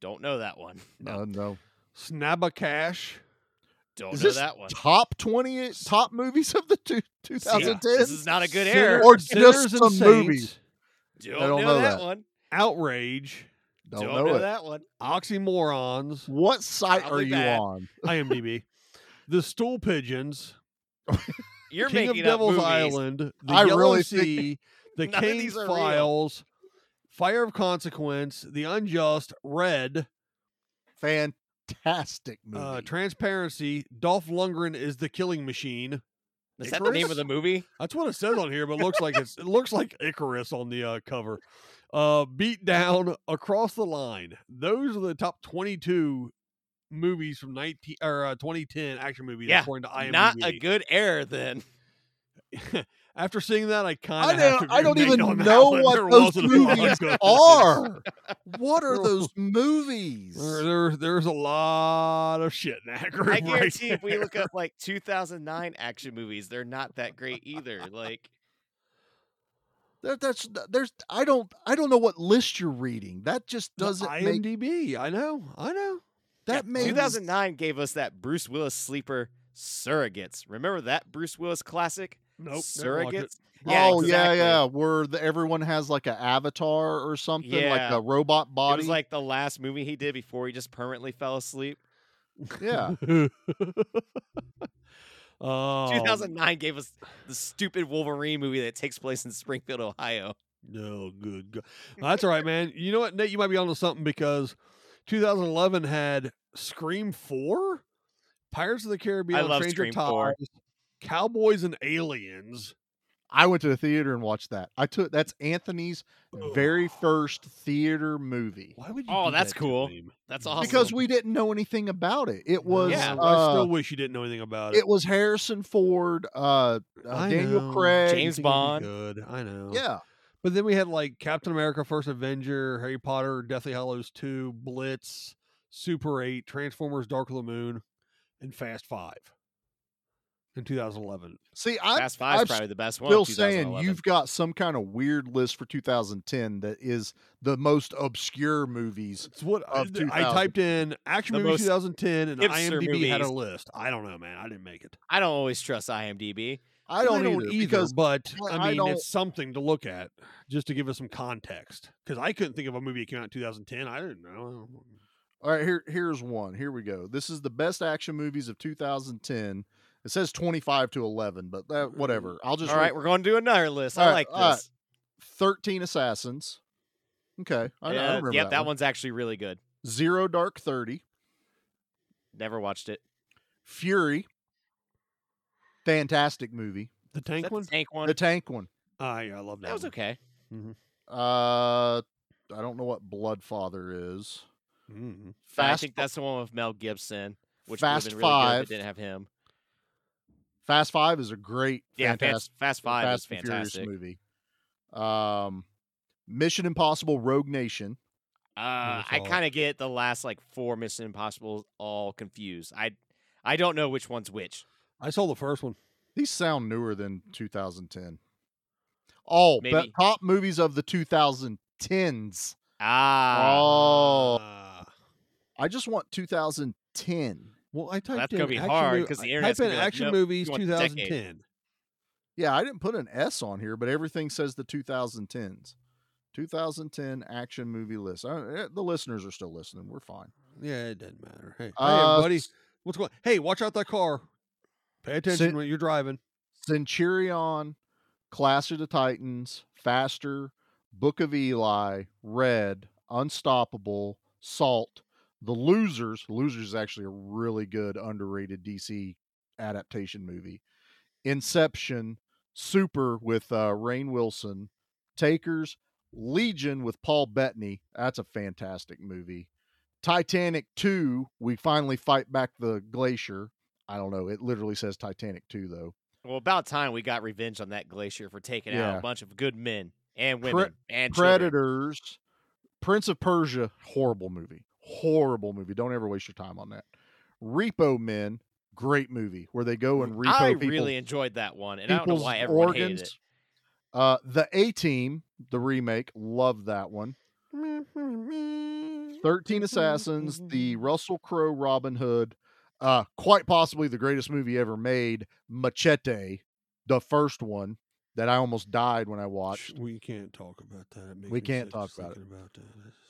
C: Don't know that one.
B: No, no.
A: Snabba Cash,
C: Don't
B: Is
C: know
B: this
C: that one.
B: top 20 top movies of the two,
C: Yeah,
B: 2010?
C: This is not a good
A: Sinner-
C: error.
B: Or
A: Sinners
B: just
A: and
B: some
A: Saints,
B: movies.
C: Don't,
B: don't
C: know
B: know
C: that
B: that.
C: one.
A: Outrage,
B: Don't,
C: Don't
B: know, it.
C: that one.
A: *laughs* Oxymorons,
B: What site
C: Probably
B: are you
C: bad.
B: on?
A: IMDb, The Stool Pigeons,
C: You're
A: King
C: making
A: of
C: up
A: Devil's
C: movies.
A: Island, The
B: I
A: Yellow
B: really think-
C: *laughs*
A: Sea, The
C: None of
A: King's
C: these are real.
A: Files, Fire of Consequence, The Unjust, Red,
B: Fantastic movie.
A: uh, Transparency, Dolph Lundgren is the Killing Machine.
C: Is that the name
A: Icarus?
C: of the movie?
A: That's what it says on here, but it looks like it's it looks like Icarus on the uh, cover. Uh, beat down across the line. Those are the top twenty-two movies from nineteen or uh, twenty ten action movies
C: Yeah,
A: according to IMDb.
C: Not a good error then.
A: After seeing that, I
B: I
A: kind of
B: don't, I don't even know what those movies are. What are those movies?
A: There, there- there's a lot of shit in that group.
C: I
A: right
C: guarantee if we
A: there.
C: look up like 2009 action movies, they're not that great either. Like,
B: That, that's there's I don't I don't know what list you're reading. That just
A: The
B: doesn't make
A: IMDb. I know. I know.
B: that makes
C: 2009 gave us that Bruce Willis sleeper Surrogates. Remember that Bruce Willis classic?
A: Nope. never watched it.
C: Surrogates?
B: oh
C: exactly.
B: yeah yeah where the, everyone has like an avatar or something like
C: Yeah.
B: a robot
C: It
B: body
C: was like *laughs* the last movie he did before he just permanently fell asleep.
B: *laughs* yeah
A: *laughs*
B: Um,
A: Oh,
C: 2009 gave us the stupid Wolverine movie that takes place in Springfield, Ohio.
A: No, good. go- That's all right, man. You know what, Nate? You might be onto something because 2011 had Scream 4, Pirates of the Caribbean,
C: love
A: Stranger
C: Scream 4.
A: Tides, Cowboys and Aliens,
B: I went to the theater and watched that. I took that's Anthony's very first theater movie.
A: Why would
C: Oh, that's cool. That's awesome.
B: Because we didn't know anything about it. It was
A: yeah, I
B: uh,
A: still wish you didn't know anything about it.
B: it was Harrison Ford, uh, uh,
A: I
B: Daniel
A: know.
B: Craig,
C: James
A: Everything would
C: Bond.
A: be Good, I know.
B: Yeah,
A: but then we had like Captain America: First Avenger, Harry Potter, Deathly Hallows Two, Blitz, Super Eight, Transformers: Dark of the Moon, and Fast Five in 2011.
B: See, I,
C: Fast Five
B: I'm
C: is probably the best one.
B: still saying
C: 2011.
B: you've got some kind of weird list for 2010 that is the most obscure movies.
A: It's what I-
B: Of
A: th- I typed in action
C: The
A: movie
C: most
A: 2010, and
C: hipster
A: IMDb had a
C: movies.
A: list. I don't know, man. I didn't make it.
C: I don't always trust IMDb.
B: I don't, either, because
A: but
B: I- I
A: I mean,
B: don't-
A: it's something to look at just to give us some context. Because I couldn't think of a movie that came out in 2010. I didn't know.
B: all right, here here's one. Here we go. This is the best action movies of 2010. It says 25 to 11, but that, whatever. I'll just
C: Mm-hmm. All
B: read
C: right, we're going to do another list. I
B: All right,
C: like this.
B: all right. 13 Assassins. Okay, I, I
C: Yeah,
B: remember
C: yep,
B: that,
C: that, one's actually really good.
B: Zero Dark Thirty,
C: Never watched it.
B: Fury, fantastic movie.
A: The
C: Is
A: tank
C: that the
A: one?
C: tank one.
B: The tank one.
A: Ah, yeah, I love that.
C: that was
A: one.
C: okay.
B: Uh, I don't know what Bloodfather is.
A: Mhm.
C: I
B: Fast
C: think that's the one with Mel Gibson, which would've
B: Fast
C: been really good if
B: Five.
C: it didn't have him.
B: Fast Five is a great,
C: Yeah,
B: fantastic,
C: Fast, Fast Five
B: Fast
C: is
B: and Furious
C: fantastic.
B: movie. Um, Mission Impossible: Rogue Nation.
C: Uh, I
A: Wonderful.
C: kind of get the last like four Mission Impossible all confused. I I don't know which one's which.
A: I saw the first one.
B: These sound newer than 2010. All but
C: Maybe.
B: Oh, top movies of the 2010s.
C: Ah,
B: oh,
A: Ah.
B: I just want 2010.
A: well, I typed
C: that's
A: in
C: gonna be
A: action
C: hard
A: mov-
C: 'cause the
A: I-
C: internet's
A: Type in
C: gonna be like,
A: action
C: nope,
A: movies
C: you want the decade.
A: 2010.
B: Yeah, I didn't put an S on here, but everything says the 2010s. 2010 action movie list. Uh, eh, the listeners are still listening. We're fine.
A: Yeah, it doesn't matter. Hey, hey,
B: Uh,
A: buddy, what's going? Hey, watch out that car. Pay attention
B: Sit-
A: when you're driving.
B: Centurion, Clash of the Titans, Faster, Book of Eli, Red, Unstoppable, Salt, The Losers. Losers is actually a really good underrated DC adaptation movie. Inception, Super with uh, Rain Wilson, Takers, Legion with Paul Bettany. That's a fantastic movie. Titanic 2, we finally fight back the glacier. I don't know. It literally says Titanic 2 though.
C: well, about time we got revenge on that glacier for taking out
B: Yeah.
C: a bunch of good men and
B: Pre-
C: women and children.
B: Predators, Prince of Persia, horrible movie, horrible movie. Don't ever waste your time on that. Repo Men, great movie where they go and repo
C: Mm, I
B: people,
C: really enjoyed that one, and I don't know
B: people's
C: why everyone hated it.
B: organs. Uh, the A Team, the remake, love that one. Thirteen Assassins,
C: *laughs*
B: the Russell Crowe Robin Hood, uh, quite possibly the greatest movie ever made, Machete, the first one that I almost died when I watched.
A: We can't talk about that. It makes
B: We
A: me
B: can't
A: sick
B: talk
A: just
B: about it.
A: thinking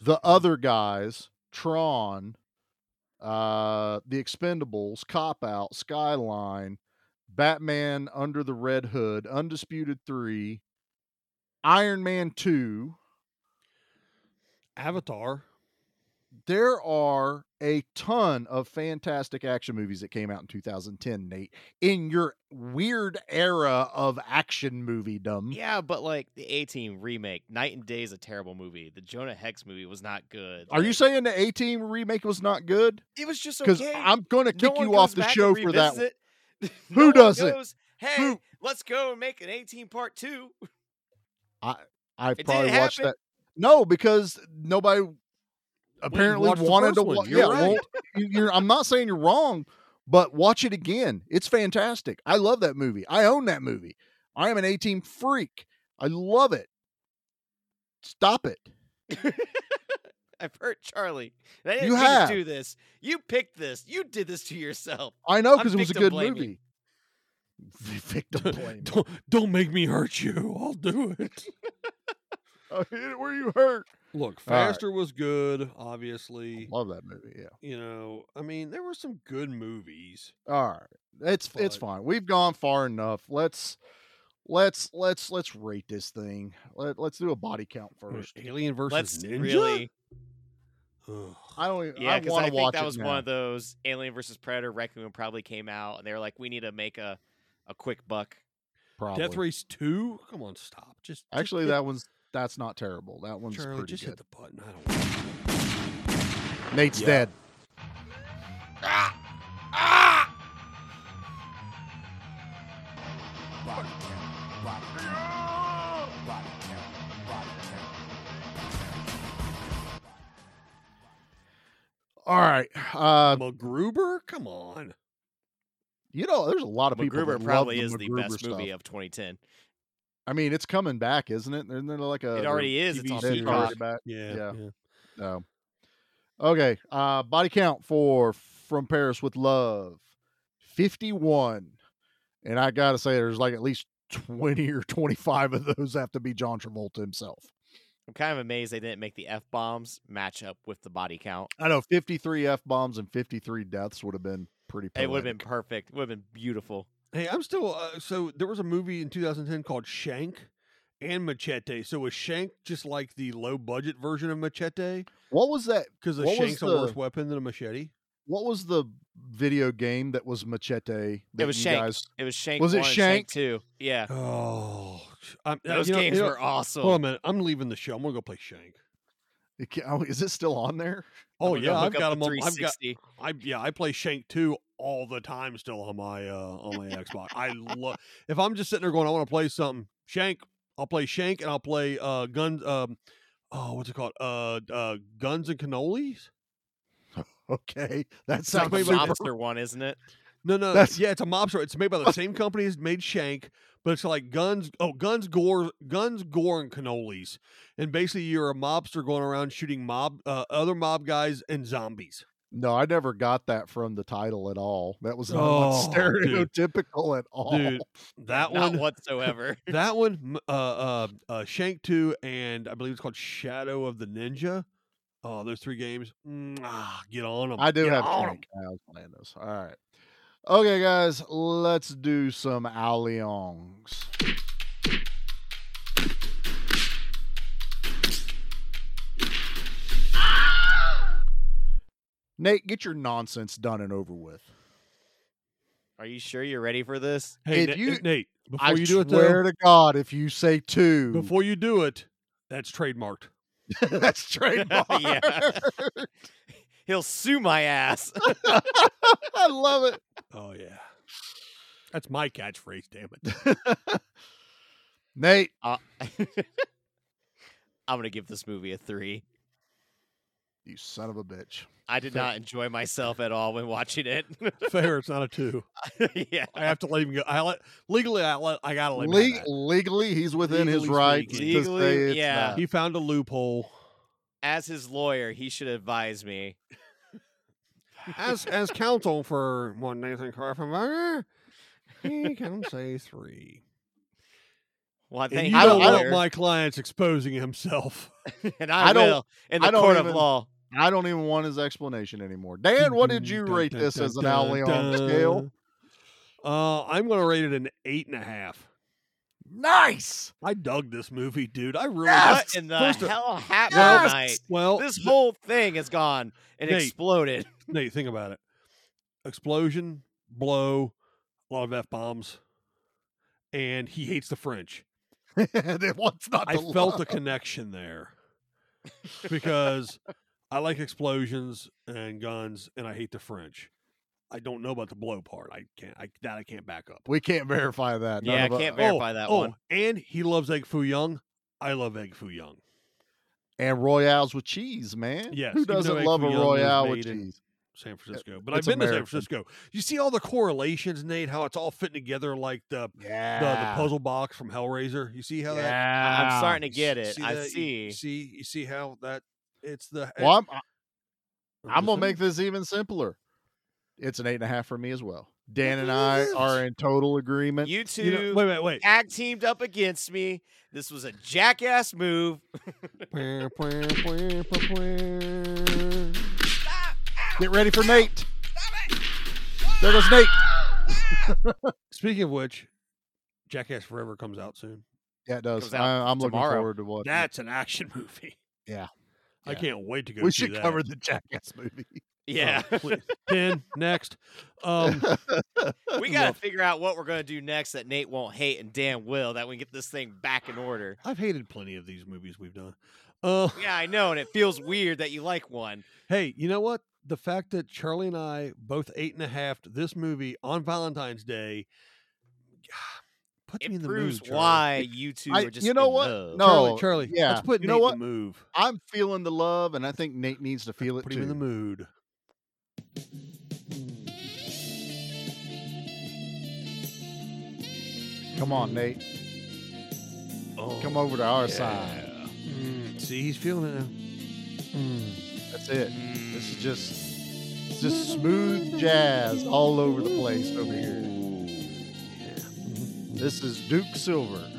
A: that.
B: the other guys, Tron, uh, the Expendables, Cop Out, Skyline, Batman Under the Red Hood, Undisputed Three, Iron Man Two.
A: Avatar.
B: There are a ton of fantastic action movies that came out in 2010, Nate. In your weird era of action moviedom,
C: Yeah, but like the A Team remake, Night and Day is a terrible movie. The Jonah Hex movie was not good.
B: are you
C: like,
B: saying the A Team remake was not good?
C: it was just
B: Because
C: okay?
B: I'm going to
C: No
B: kick
C: one
B: you off
C: goes
B: the
C: back
B: show
C: and
B: for that. one.
C: revisits it. *laughs*
B: Who
C: one
B: does it?
C: goes, Hey,
B: Who-
C: let's go and make an 18 part two. *laughs*
B: I
C: didn't
B: probably watched
C: happen.
B: that. No, because nobody apparently
A: watched the
B: wanted
A: first
B: to
A: one.
B: watch.
A: You're right.
B: you're, I'm not saying you're wrong, but watch it again. It's fantastic. I love that movie. I own that movie. I am an 18 freak. I love it. Stop it.
C: I've hurt Charlie. I didn't
B: You
C: mean
B: have.
C: to do this. You picked this. You did this to yourself.
B: I know
C: I'm
B: because it was a
C: victim
B: good
C: blaming.
B: movie. *laughs*
A: *laughs*
B: Victim blame.
A: Don't don't make me hurt you. I'll do it.
B: I hit *laughs* it where you hurt.
A: Look,
B: All right.
A: Faster was good, obviously.
B: Love that movie. Yeah.
A: You know, I mean, there were some good movies.
B: All right. It's it's
A: But-
B: fine. We've gone far enough. Let's let's let's let's rate this thing. Let, let's do a body count
A: I mean,
B: first.
A: Alien versus
C: Let's
A: Ninja.
C: really,
A: Ugh.
B: I don't even
C: yeah,
B: I
C: because I,
B: want to
C: think
B: watch
C: that
B: it
C: was
B: now.
C: one of those Alien versus Predator. Requiem probably came out, and they were like, "We need to make a, a quick buck."
B: Probably.
A: Death Race Two. Come on, stop. Just just
B: Actually,
A: hit-
B: that one's that's not terrible. That one's
A: Charlie,
B: pretty
A: just hit
B: good.
A: the button. I don't.
B: Nate's
A: Yeah.
B: dead.
E: Body count. Body count. Body count. Body count.
B: All right. Uh,
A: MacGruber. Come on.
B: you know, there's a lot of people.
C: MacGruber
B: that
C: probably
B: love
C: is
B: the,
C: the
B: MacGruber
C: best
B: stuff.
C: movie of 2010.
B: I mean, it's coming back, isn't it? Isn't there like a
C: It already is. It's
A: TV
C: on
A: series.
B: it's already
C: Peacock.
B: back?
A: Yeah.
B: Yeah.
A: yeah.
B: No. Okay. Uh, body count for From Paris with Love, fifty-one, and I gotta say, there's like at least twenty or twenty-five of those have to be John Travolta himself.
C: I'm kind of amazed they didn't make the f bombs match up with the body count.
B: I know fifty-three f bombs and fifty-three deaths would have been pretty.
C: It would have
B: poetic.
C: been perfect. Would have been beautiful.
A: Hey, I'm still. Uh, so there was a movie in 2010 called Shank and Machete. So was Shank just like the low budget version of Machete?
B: What was that?
A: Because a
B: What was
A: shank's a
B: the-
A: worse weapon than a machete.
B: What was the video game that was Machete? That
C: It was
B: you
C: Shank.
B: guys-
C: It was Shank.
B: Was it
C: one and
B: Shank?
C: Two. Yeah,
A: Oh, I'm, uh,
C: those
A: you know-
C: games
A: you know-
C: were awesome.
A: Hold on a minute. I'm leaving the show. I'm gonna go play Shank.
B: It ca- oh, is it still on there? *laughs*
A: Oh
C: I'm gonna
A: yeah, I've
C: hook up
A: got
C: the
A: them. On, I've got.
C: 360.
A: I yeah, I play Shank two all the time still on my uh on my Xbox. I love if I'm just sitting there going, I want to play something. Shank, I'll play Shank and I'll play uh guns. Um, oh, what's it called? Uh, uh, Guns and Cannolis.
B: Okay, that
C: It's
B: sounds
C: like the
B: super.
C: mobster one, isn't it?
A: No, no,
B: That's-
A: yeah, it's a mobster. It's made by the same company as made Shank, but it's like guns. Oh, guns, gore, guns, gore, and cannolis. And basically, you're a mobster going around shooting mob, uh, other mob guys and zombies.
B: No, I never got that from the title at all. That was not
A: Oh, dude.
B: stereotypical at all.
A: Dude, that
C: Not
A: one
C: whatsoever.
A: that one, m- uh, uh, uh, Shank Two, and I believe it's called Shadow of the Ninja. Oh, those three games. Mwah, get on them.
B: *laughs* I do
A: get
B: have
A: on 'em.
B: Frank. I was playing this. All right. Okay, guys, let's do some Alliangs. Nate, get your nonsense done and over with.
C: Are you sure you're ready for this? *laughs*
A: Hey,
B: If
A: Na-
B: you-
A: Nate, before
B: I
A: you do it,
B: swear
A: though,
B: to God, if you say two,
A: before you do it, that's trademarked.
B: *laughs* that's
A: *laughs*
B: trademark. *laughs*
C: Yeah. *laughs* He'll sue my ass.
B: I love it.
A: Oh yeah, that's my catchphrase. Damn it.
B: Nate,
C: Uh, I'm gonna give this movie a three.
B: you son of a bitch.
C: I did
B: Fair.
C: not enjoy myself at all when watching it. *laughs*
A: Fair, it's not a two.
C: yeah,
A: I have to let him go. I let legally. I let. I gotta let him. have
B: Leg- legally, he's within his
A: Legally
B: rights
A: speaking.
B: to
C: Legally,
B: say it's
C: yeah.
A: that.
B: not.
A: He found a loophole.
C: as his lawyer, he should advise me.
A: As as counsel for one Nathan
B: "Eh."
A: Carfenberger, *laughs* he can say three.
C: Well, I
A: And
C: think
A: you
B: I
A: don't
B: don't- I
A: want
B: don't
A: my clients exposing
B: *laughs*
A: himself.
C: *laughs* and I,
B: I don't-
C: will in the
B: I don't
C: court of
B: even-
C: law.
B: I don't even want his explanation anymore. Dan,
A: *laughs*
B: what did you rate this as an alley on scale?
A: Uh, I'm going to rate it an eight and a half.
B: Nice. *laughs*
A: I dug this movie, dude. I really
C: What in the
A: First of-
C: hell happened
A: Well,
C: tonight?
A: well.
C: This whole thing is gone and
A: Nate.
C: exploded.
A: Nate, think about it. Explosion, blow, a lot of f bombs, and he hates the French.
B: Then What's
C: *laughs*
B: not
A: I
B: to
A: felt
B: love?
A: a connection there because I like explosions and guns, and I hate the French. I don't know about the blow part. I can't. I that I can't back up.
B: We can't verify that.
C: Yeah, I
B: of us-
C: can't
A: Oh,
C: verify that
A: oh,
C: one.
A: and he loves egg foo young. I love egg foo young.
B: And royales with cheese, man.
A: Yes,
B: Who
A: even though
B: doesn't
A: Egg
B: love a
A: Foo Young was
B: royale with
A: made in-
B: cheese?
A: San Francisco, but I've
B: it's
A: been
B: American.
A: to San Francisco. You see all the correlations, Nate. How it's all fitting together like the the,
B: Yeah.
A: the puzzle box from Hellraiser. You see how that
C: I- I'm starting
A: You
C: to get
A: s-
C: it. I
A: that? You
C: see.
A: see, you see how that it's the. eh,
B: Well, I'm,
A: I'm
B: I'm
A: just
B: gonna
A: saying.
B: make this even simpler. It's an eight and a half for me as well. Dan and I are in total agreement.
C: You two
A: You know- wait, wait, wait.
C: tag teamed up against me. This was a jackass move.
B: Get ready for Nate. There goes Nate.
A: Speaking of which, Jackass Forever comes out soon.
B: Yeah, it does.
C: Comes out
B: I, I'm looking
C: tomorrow.
B: forward to watching. it.
A: That's an action movie.
B: Yeah.
A: I
B: Yeah.
A: can't wait to go.
B: we
A: see
B: should
A: that.
B: cover the *laughs* Jackass movie.
C: Yeah.
A: Oh, please. Ten. Next.
B: *laughs*
A: Um,
C: *laughs* we got to figure out what we're going to do next that Nate won't hate and Dan will, that we get this thing back in order.
A: I've hated plenty of these movies we've done. Uh,
C: yeah, I know, and it feels weird that you like one.
A: hey, you know what? The fact that Charlie and I both ate and a half this movie on Valentine's Day *sighs* puts me in
C: It
A: the
C: proves
A: mood. Charlie.
C: why you two
B: I-
C: are just
B: you know
C: in
B: what?
C: love.
B: No,
A: Charlie, Charlie,
B: yeah.
A: let's put
B: You
A: Nate
B: know
A: in
B: what?
A: the move.
B: I'm feeling the love, and I think Nate needs to feel it
A: Put
B: too.
A: him in the mood.
B: Come on, Nate. Come over to our side.
A: Mm, see, he's feeling it now. Mm.
B: That's it.
C: Mm,
B: This is just it's just smooth jazz all over the place over here. This is Duke Silver.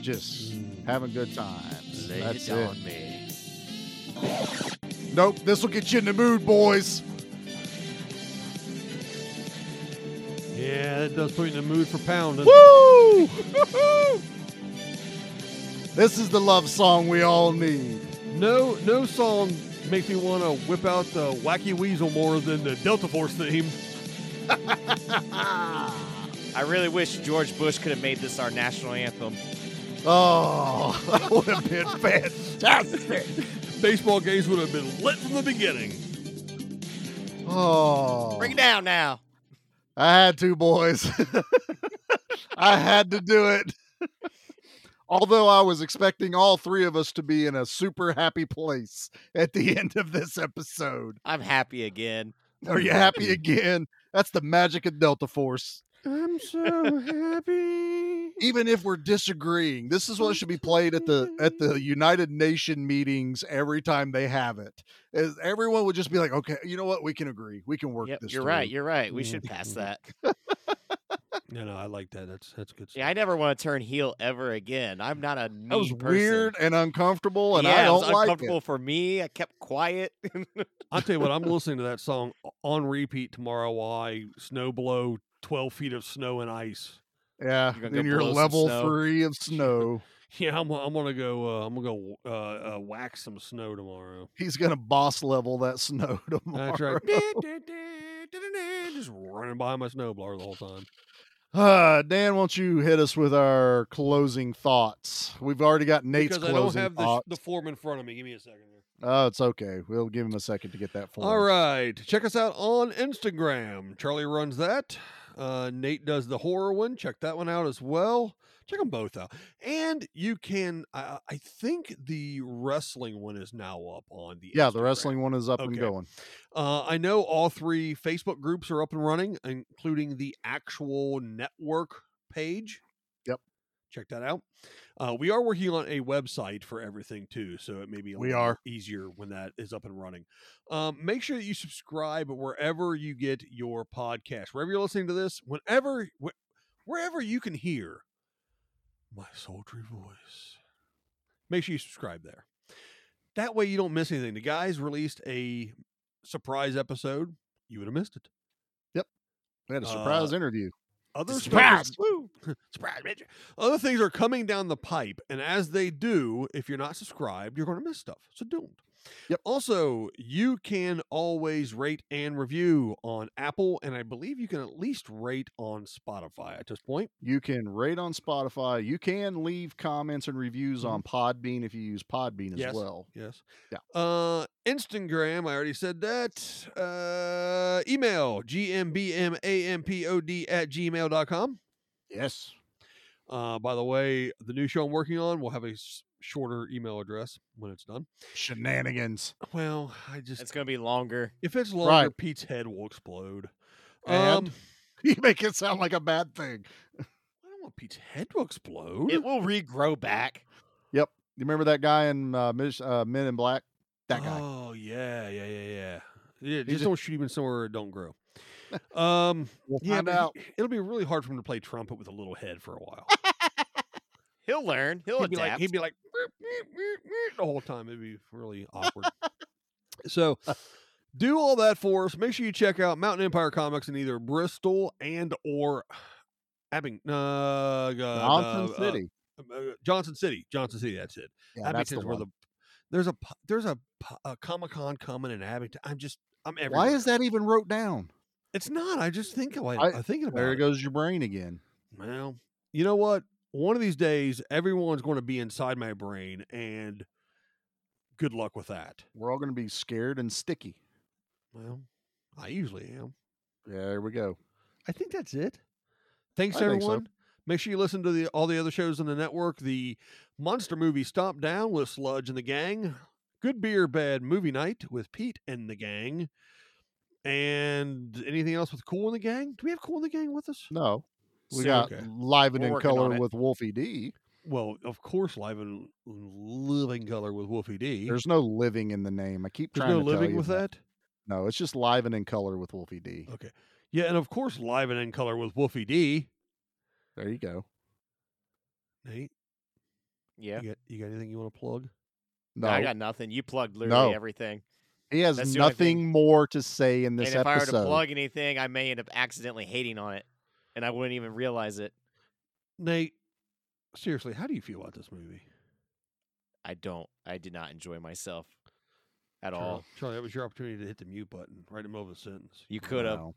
B: Just having good times.
C: Lay
B: That's
C: it
B: it.
C: on me.
B: Nope, this will get you in the mood, boys.
A: Yeah, that does put you in the mood for pounding.
B: Woo! *laughs* this is the love song we all need.
A: No, no song makes me want to whip out the wacky weasel more than the Delta Force theme.
C: Ah. I really wish George Bush could have made this our national anthem.
B: Oh, *laughs* that would have been
C: *laughs*
B: fantastic.
A: Baseball games would have been lit from the beginning.
B: Oh,
C: Bring it down now.
B: I had to, boys. *laughs* I had to do it. *laughs* Although I was expecting all three of us to be in a super happy place at the *laughs* end of this episode.
C: I'm happy again.
B: Are you happy again? That's the magic of Delta Force.
A: I'm so happy.
B: Even if we're disagreeing, this is what should be played at the at the
C: Mm-hmm.
B: United Nation meetings every time they have it. Is everyone would just be like, "Okay, you know what? We can agree. We can work
C: Yep,
B: this."
C: you're
B: through."
C: right. You're right. We should pass that.
A: *laughs*
B: *laughs*
A: No, no, I like that. That's that's good.
C: Yeah, I never want to turn heel ever again. I'm not a mean
B: That was
C: person.
B: weird and uncomfortable, and
C: yeah,
B: I
C: it
B: don't
C: was
B: like it.
C: uncomfortable for me. I kept quiet. *laughs*
A: I'll tell you what, I'm listening to that song on repeat tomorrow while I snow blow 12 feet of snow and ice. *laughs*
B: Yeah,
C: You're gonna
B: then
C: go
B: you're
C: blow some
B: level
C: snow.
B: three
C: *laughs*
B: of snow.
A: Yeah, I'm, I'm gonna go. Uh, I'm gonna go uh, uh, whack some snow *laughs* tomorrow.
B: He's gonna boss level that snow *laughs* tomorrow.
A: That's right. *laughs* Just running by my snowblower the whole time.
B: Uh, Dan, won't you hit us with our closing thoughts? We've already got Nate's
A: because I don't
B: closing
A: have the, sh-
B: thoughts.
A: the form in front of me. Give me a second here.
B: Oh, it's okay. We'll give him a second to get that for.
A: All
B: us.
A: right. Check us out on Instagram. Charlie runs that. Uh, Nate does the horror one. Check that one out as well. Check them both out. And you can, I, I think the wrestling one is now up on the.
B: Yeah, the
A: Instagram.
B: wrestling one is up and
A: Okay.
B: going.
A: Uh, I know all three Facebook groups are up and running, including the actual network page.
B: Yep.
A: Check that out. Uh, we are working on a website for everything too, so it may be a
B: We
A: little
B: are.
A: easier when that is up and running. Um, make sure that you subscribe wherever you get your podcast, wherever you're listening to this, whenever, wh- wherever you can hear my sultry voice. Make sure you subscribe there. That way you don't miss anything. The guys released a surprise episode. You would have missed it.
B: We had a surprise
A: Uh,
B: interview.
A: Other
B: Surprise!
A: things- *laughs* surprise, bitch. Other things are coming down the pipe, and as they do, if you're not subscribed, you're going to miss stuff. So don't.
B: Yep.
A: Also, you can always rate and review on Apple, and I believe you can at least rate on Spotify at this point.
B: You can rate on Spotify. You can leave comments and reviews on Podbean if you use Podbean
A: Mm-hmm.
B: as
A: Yes.
B: well.
A: Yes.
B: Yeah.
A: Uh, Instagram, I already said that. Uh, email, gmbmampod at gmail.com.
B: Yes.
A: Uh, by the way, the new show I'm working on will have a s- shorter email address when it's done.
B: Shenanigans. *laughs*
A: Well, I just,
C: It's gonna be longer.
A: if it's longer,
B: Right.
A: Pete's head will explode.
B: And?
A: Um,
B: You make it sound like a bad thing.
A: I don't want Pete's head to explode.
C: It will regrow back.
B: You remember that guy in uh, Mis- uh, Men in Black? That guy.
A: Oh, yeah, yeah, yeah, yeah. Yeah, just,
B: just-
A: don't shoot him in somewhere where it don't
B: *laughs*
A: grow. Um,
B: We'll
A: yeah,
B: find
A: but
B: out.
A: he- it'll be really hard for him to play trumpet with a little head for a while.
C: He'll learn. He'll
A: he'd be like
C: adapt.
A: he'd be like "Meep, meep, meep, meep," the whole time. It'd be really awkward. *laughs* so do all that for us. Make sure you check out Mountain Empire Comics in either Bristol and or Abing uh, uh,
B: Johnson
A: uh,
B: City.
A: uh, Johnson City, Johnson City. That's it.
B: Yeah, that's the
A: Abington's where
B: one.
A: the there's a pu- there's a, pu- a Comic Con coming in Abington. I'm just I'm
B: Why
A: everywhere.
B: is that even wrote down?
A: It's not. I just think I,
B: I-
A: I, am thinking about
B: There
A: it.
B: goes your brain again.
A: Well, you know what? One of these days, everyone's going to be inside my brain, and good luck with that.
B: We're all going to be scared and sticky.
A: Well, I usually am.
B: There we go.
A: I think that's it. Thanks,
B: I think so.
A: everyone. Make sure you listen to the all the other shows on the network. The monster movie Stomp Down with Sludge and the Gang. Good beer, bad movie night with Pete and the gang. And anything else with Cool in the Gang? Do we have Cool in the Gang with us?
B: No, we
A: So-
B: got
A: okay.
B: live and
A: We're
B: in
A: working on
B: color
A: it.
B: with Wolfie D.
A: Well, of course, live in living color with Wolfie D.
B: There's no living in the name. I keep
A: There's
B: trying
A: no
B: to tell
A: living
B: you
A: with that.
B: No, it's just live and in color with Wolfie D.
C: Oh,
A: Okay. Yeah, and of course, live and in color with Wolfie D.
B: There you go.
A: Nate,
C: Yeah.
A: you got, you got anything you want to plug?
B: No,
C: I got nothing. You plugged literally
B: No.
C: everything.
B: he has
C: That's the only thing.
B: nothing more to say in this
C: and if
B: episode.
C: I were to plug anything, I may end up accidentally hating on it, and I wouldn't even realize it.
A: Nate, seriously, how do you feel about this movie?
C: I don't. I did not enjoy myself at
A: Charlie,
C: all.
A: Charlie, that was your opportunity to hit the mute button right in the middle of a sentence.
C: You could have.
B: No.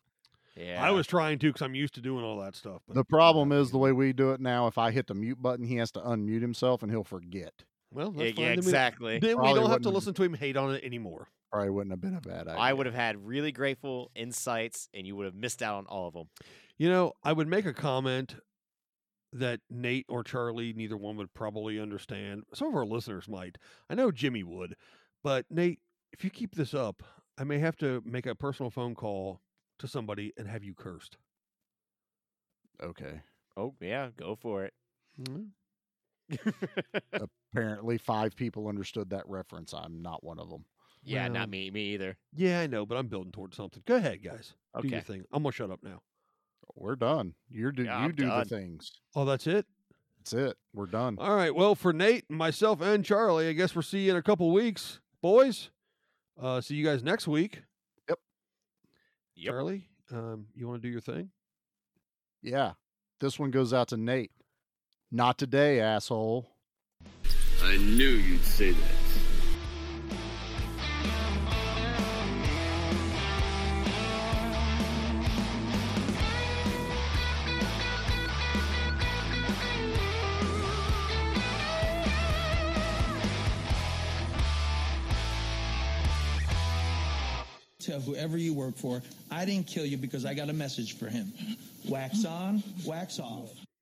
C: Yeah.
A: I was trying to because I'm used to doing all that stuff. But
B: The problem is the way we do it now. If I hit the mute button, he has to unmute himself, and he'll forget.
A: well, that's
C: Yeah, yeah,
A: fine. Then we-
C: exactly.
A: Then we
B: Probably
A: don't have to
B: wouldn't-
A: listen to him hate on it anymore.
B: Probably wouldn't have been a bad idea.
C: I would have had really grateful insights, and you would have missed out on all of them.
A: You know, I would make a comment that Nate or Charlie, neither one would probably understand. Some of our listeners might. I know Jimmy would, but Nate, if you keep this up, I may have to make a personal phone call to somebody and have you cursed.
B: Okay.
C: Oh yeah, go for it.
B: Apparently, five people understood that reference. I'm not one of them.
C: yeah,
A: Well,
C: not me. Me either.
A: Yeah, I know, but I'm building towards something. Go ahead, guys. Do your
C: Okay.
A: thing. I'm gonna shut up now.
B: We're done. You're do
C: Yeah,
B: you
C: I'm
B: do
C: done.
B: the things.
A: Oh, that's it.
B: That's it. We're done.
A: All right. Well, for Nate, myself, and Charlie, I guess we'll see you in a couple weeks, boys. Uh, see you guys next week.
C: Yep.
A: Charlie, um, you want to do your thing?
B: Yeah. This one goes out to Nate. Not today, asshole.
L: I knew you'd say that.
F: Tell whoever you work for, I didn't kill you because I got a message for him. Wax on, wax off.